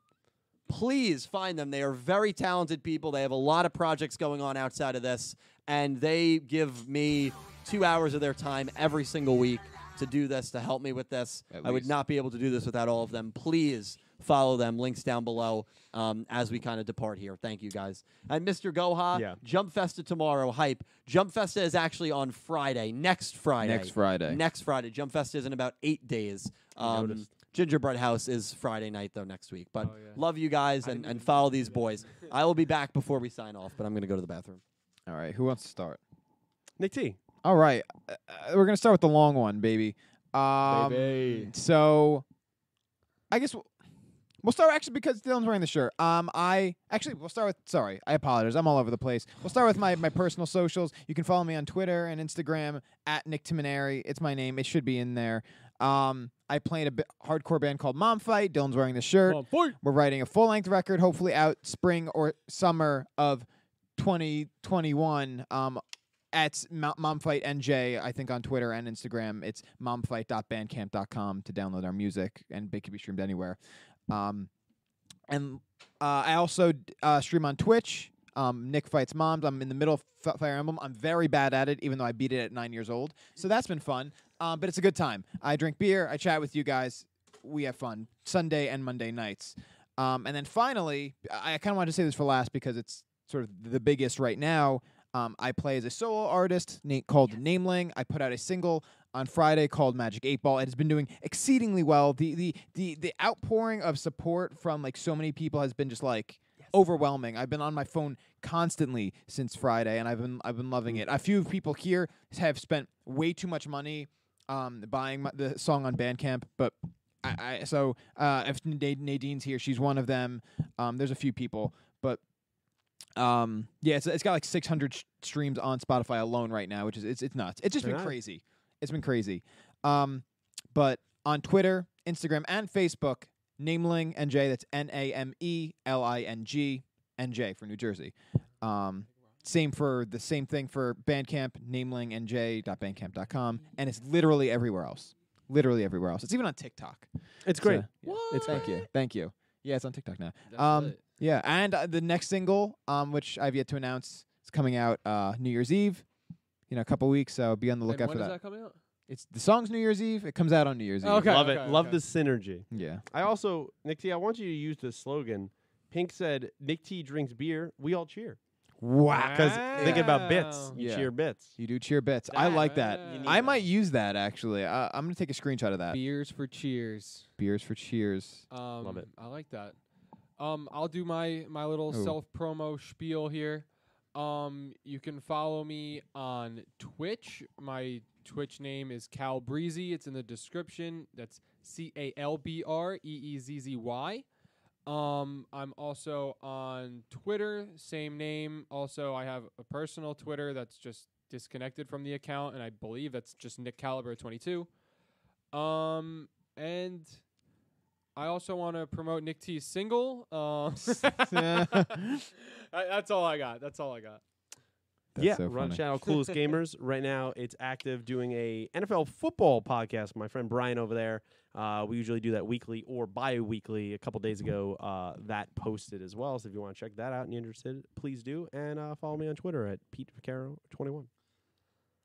S2: Please find them. They are very talented people. They have a lot of projects going on outside of this, and they give me two hours of their time every single week to do this to help me with this.
S1: At
S2: I would
S1: least.
S2: not be able to do this without all of them. Please follow them. Links down below um, as we kind of depart here. Thank you guys. And Mr. Goha,
S3: Yeah.
S2: Jump Festa tomorrow. Hype. Jump Festa is actually on Friday, next Friday.
S1: Next Friday.
S2: Next Friday. Jump Fest is in about eight days. Um,
S3: noticed.
S2: Gingerbread House is Friday night, though, next week. But
S4: Oh, yeah.
S2: love you guys
S4: I
S2: and,
S4: didn't
S2: and
S4: even
S2: follow
S4: know
S2: these
S4: that.
S2: boys. I will be back before we sign off, but I'm going to go to the bathroom.
S1: All right, who wants to start?
S3: Nick T.
S1: All right, uh, uh, we're gonna start with the long one, baby. Um,
S4: Baby.
S1: So, I guess we'll, we'll start actually because Dylan's wearing the shirt. Um, I actually we'll start with sorry, I apologize. I'm all over the place. We'll start with my my personal socials. You can follow me on Twitter and Instagram at Nick Timonari. It's my name. It should be in there. Um, I played a bi- hardcore band called Mom Fight. Dylan's wearing the shirt.
S4: Come on, fight.
S1: We're writing a full length record, hopefully out spring or summer of 2021. Um, at Mo- Momfight NJ, I think on Twitter and Instagram, it's momfight.bandcamp.com to download our music, and it can be streamed anywhere. Um, and uh, I also d- uh, stream on Twitch. Um, Nick fights moms. I'm in the middle of F- Fire Emblem. I'm very bad at it, even though I beat it at nine years old. So that's been fun. Um, but it's a good time. I drink beer. I chat with you guys. We have fun Sunday and Monday nights. Um, and then finally, I, I kind of wanted to say this for last because it's sort of the biggest right now. Um, I play as a solo artist na- called Nameling. I put out a single on Friday called Magic Eight Ball. It has been doing exceedingly well. The the the the outpouring of support from like so many people has been just like overwhelming. I've been on my phone constantly since Friday, and I've been I've been loving it. A few people here have spent way too much money um, buying my, the song on Bandcamp, but I, I so uh, if Na- Nadine's here, she's one of them. Um, there's a few people, but um, yeah, it's, it's got like 600 sh- streams on Spotify alone right now, which is it's it's nuts. It's just been
S3: Right.
S1: crazy. It's been crazy. Um, but on Twitter, Instagram, and Facebook, Nameling NJ. That's N A M E L I N G NJ for New Jersey. Um, same for the same thing for Bandcamp, Nameling NJ.bandcamp.com, and it's literally everywhere else. Literally everywhere else. It's even on TikTok.
S3: It's great.
S1: So, yeah. Thank you. Thank you. Yeah, it's on TikTok now.
S4: That's
S1: Um,
S4: it.
S1: yeah, and uh, the next single, um, which I've yet to announce, is coming out uh, New Year's Eve. You know, a couple weeks, so be on the
S4: And
S1: lookout
S4: when
S1: for
S4: is
S1: that.
S4: that coming out?
S1: It's the song's New Year's Eve. It comes out on New Year's
S4: Okay,
S3: Love it.
S4: okay,
S3: Love
S4: okay.
S3: the synergy.
S1: Eve. Yeah.
S3: I also, Nick T, I want you to use this slogan. Pink said, Nick T drinks beer, we all cheer.
S1: Wow.
S3: Because thinking Ah, about bits,
S4: Wow.
S3: you
S1: Yeah.
S3: cheer bits.
S1: You do cheer bits. I like that.
S4: Wow.
S3: You need
S1: I
S3: that.
S1: might use that actually. Uh, I'm gonna take a screenshot of that.
S4: Beers for cheers.
S1: Beers for cheers.
S4: Um,
S3: Love it.
S4: I like that. Um, I'll do my my little
S1: Ooh.
S4: self promo spiel here. Um, you can follow me on Twitch. My Twitch name is Cal Breezy. It's in the description. That's C A L B R E E Z Z Y. Um, I'm also on Twitter, same name. Also, I have a personal Twitter that's just disconnected from the account, and I believe that's just Nick Caliber 22. Um, and I also want to promote Nick T's single. Um, I- that's all I got. That's all I got.
S1: That's
S3: yeah,
S1: so
S3: Run
S1: funny.
S3: Channel Clueless Gamers. Right now, it's active doing a NFL football podcast. My friend Brian over there. Uh, we usually do that weekly or bi-weekly. A couple days ago, uh, that posted as well. So if you want to check that out and you're interested, please do. And uh, follow me on Twitter at Pete Picaro 21.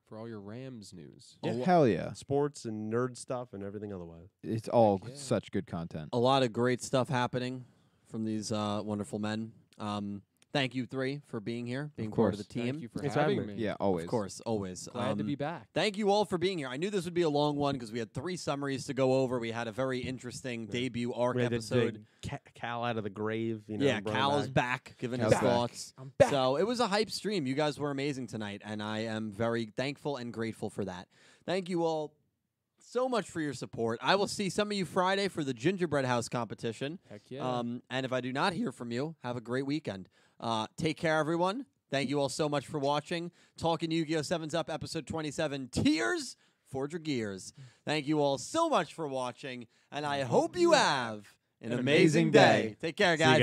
S4: For all your Rams news.
S3: Yeah.
S1: Oh, Hell yeah!
S3: Sports and nerd stuff and everything otherwise.
S1: It's all
S4: Heck yeah.
S1: such good content.
S2: A lot of great stuff happening from these uh, wonderful men. Um, thank you three for being here, being part of the
S1: course.
S2: team.
S4: Thank you for
S3: Thanks for
S4: having
S3: having
S4: me.
S1: Yeah, always.
S2: Of course, always.
S4: Glad to
S2: Um,
S4: be back.
S2: Thank you all for being here. I knew this would be a long one because we had three summaries to go over. We had a very interesting debut arc
S3: We had to
S2: episode.
S3: dig Ca- Cal out of the grave. You know,
S2: yeah,
S3: brought
S2: Cal
S3: him
S2: is
S3: back.
S2: back, giving
S1: Cal's
S2: his
S1: back.
S2: thoughts.
S4: I'm back.
S2: So it was a hype stream. You guys were amazing tonight, and I am very thankful and grateful for that. Thank you all so much for your support. I will see some of you Friday for the Gingerbread House competition.
S4: Heck yeah.
S2: Um, and if I do not hear from you, have a great weekend. Uh, take care, everyone. Thank you all so much for watching. Talking Yu Gi Oh! 7's Up, episode 27 Tears, Forge Your Gears. Thank you all so much for watching, and I hope you have an amazing
S1: amazing
S2: day.
S1: day.
S2: Take care,
S3: you
S2: guys.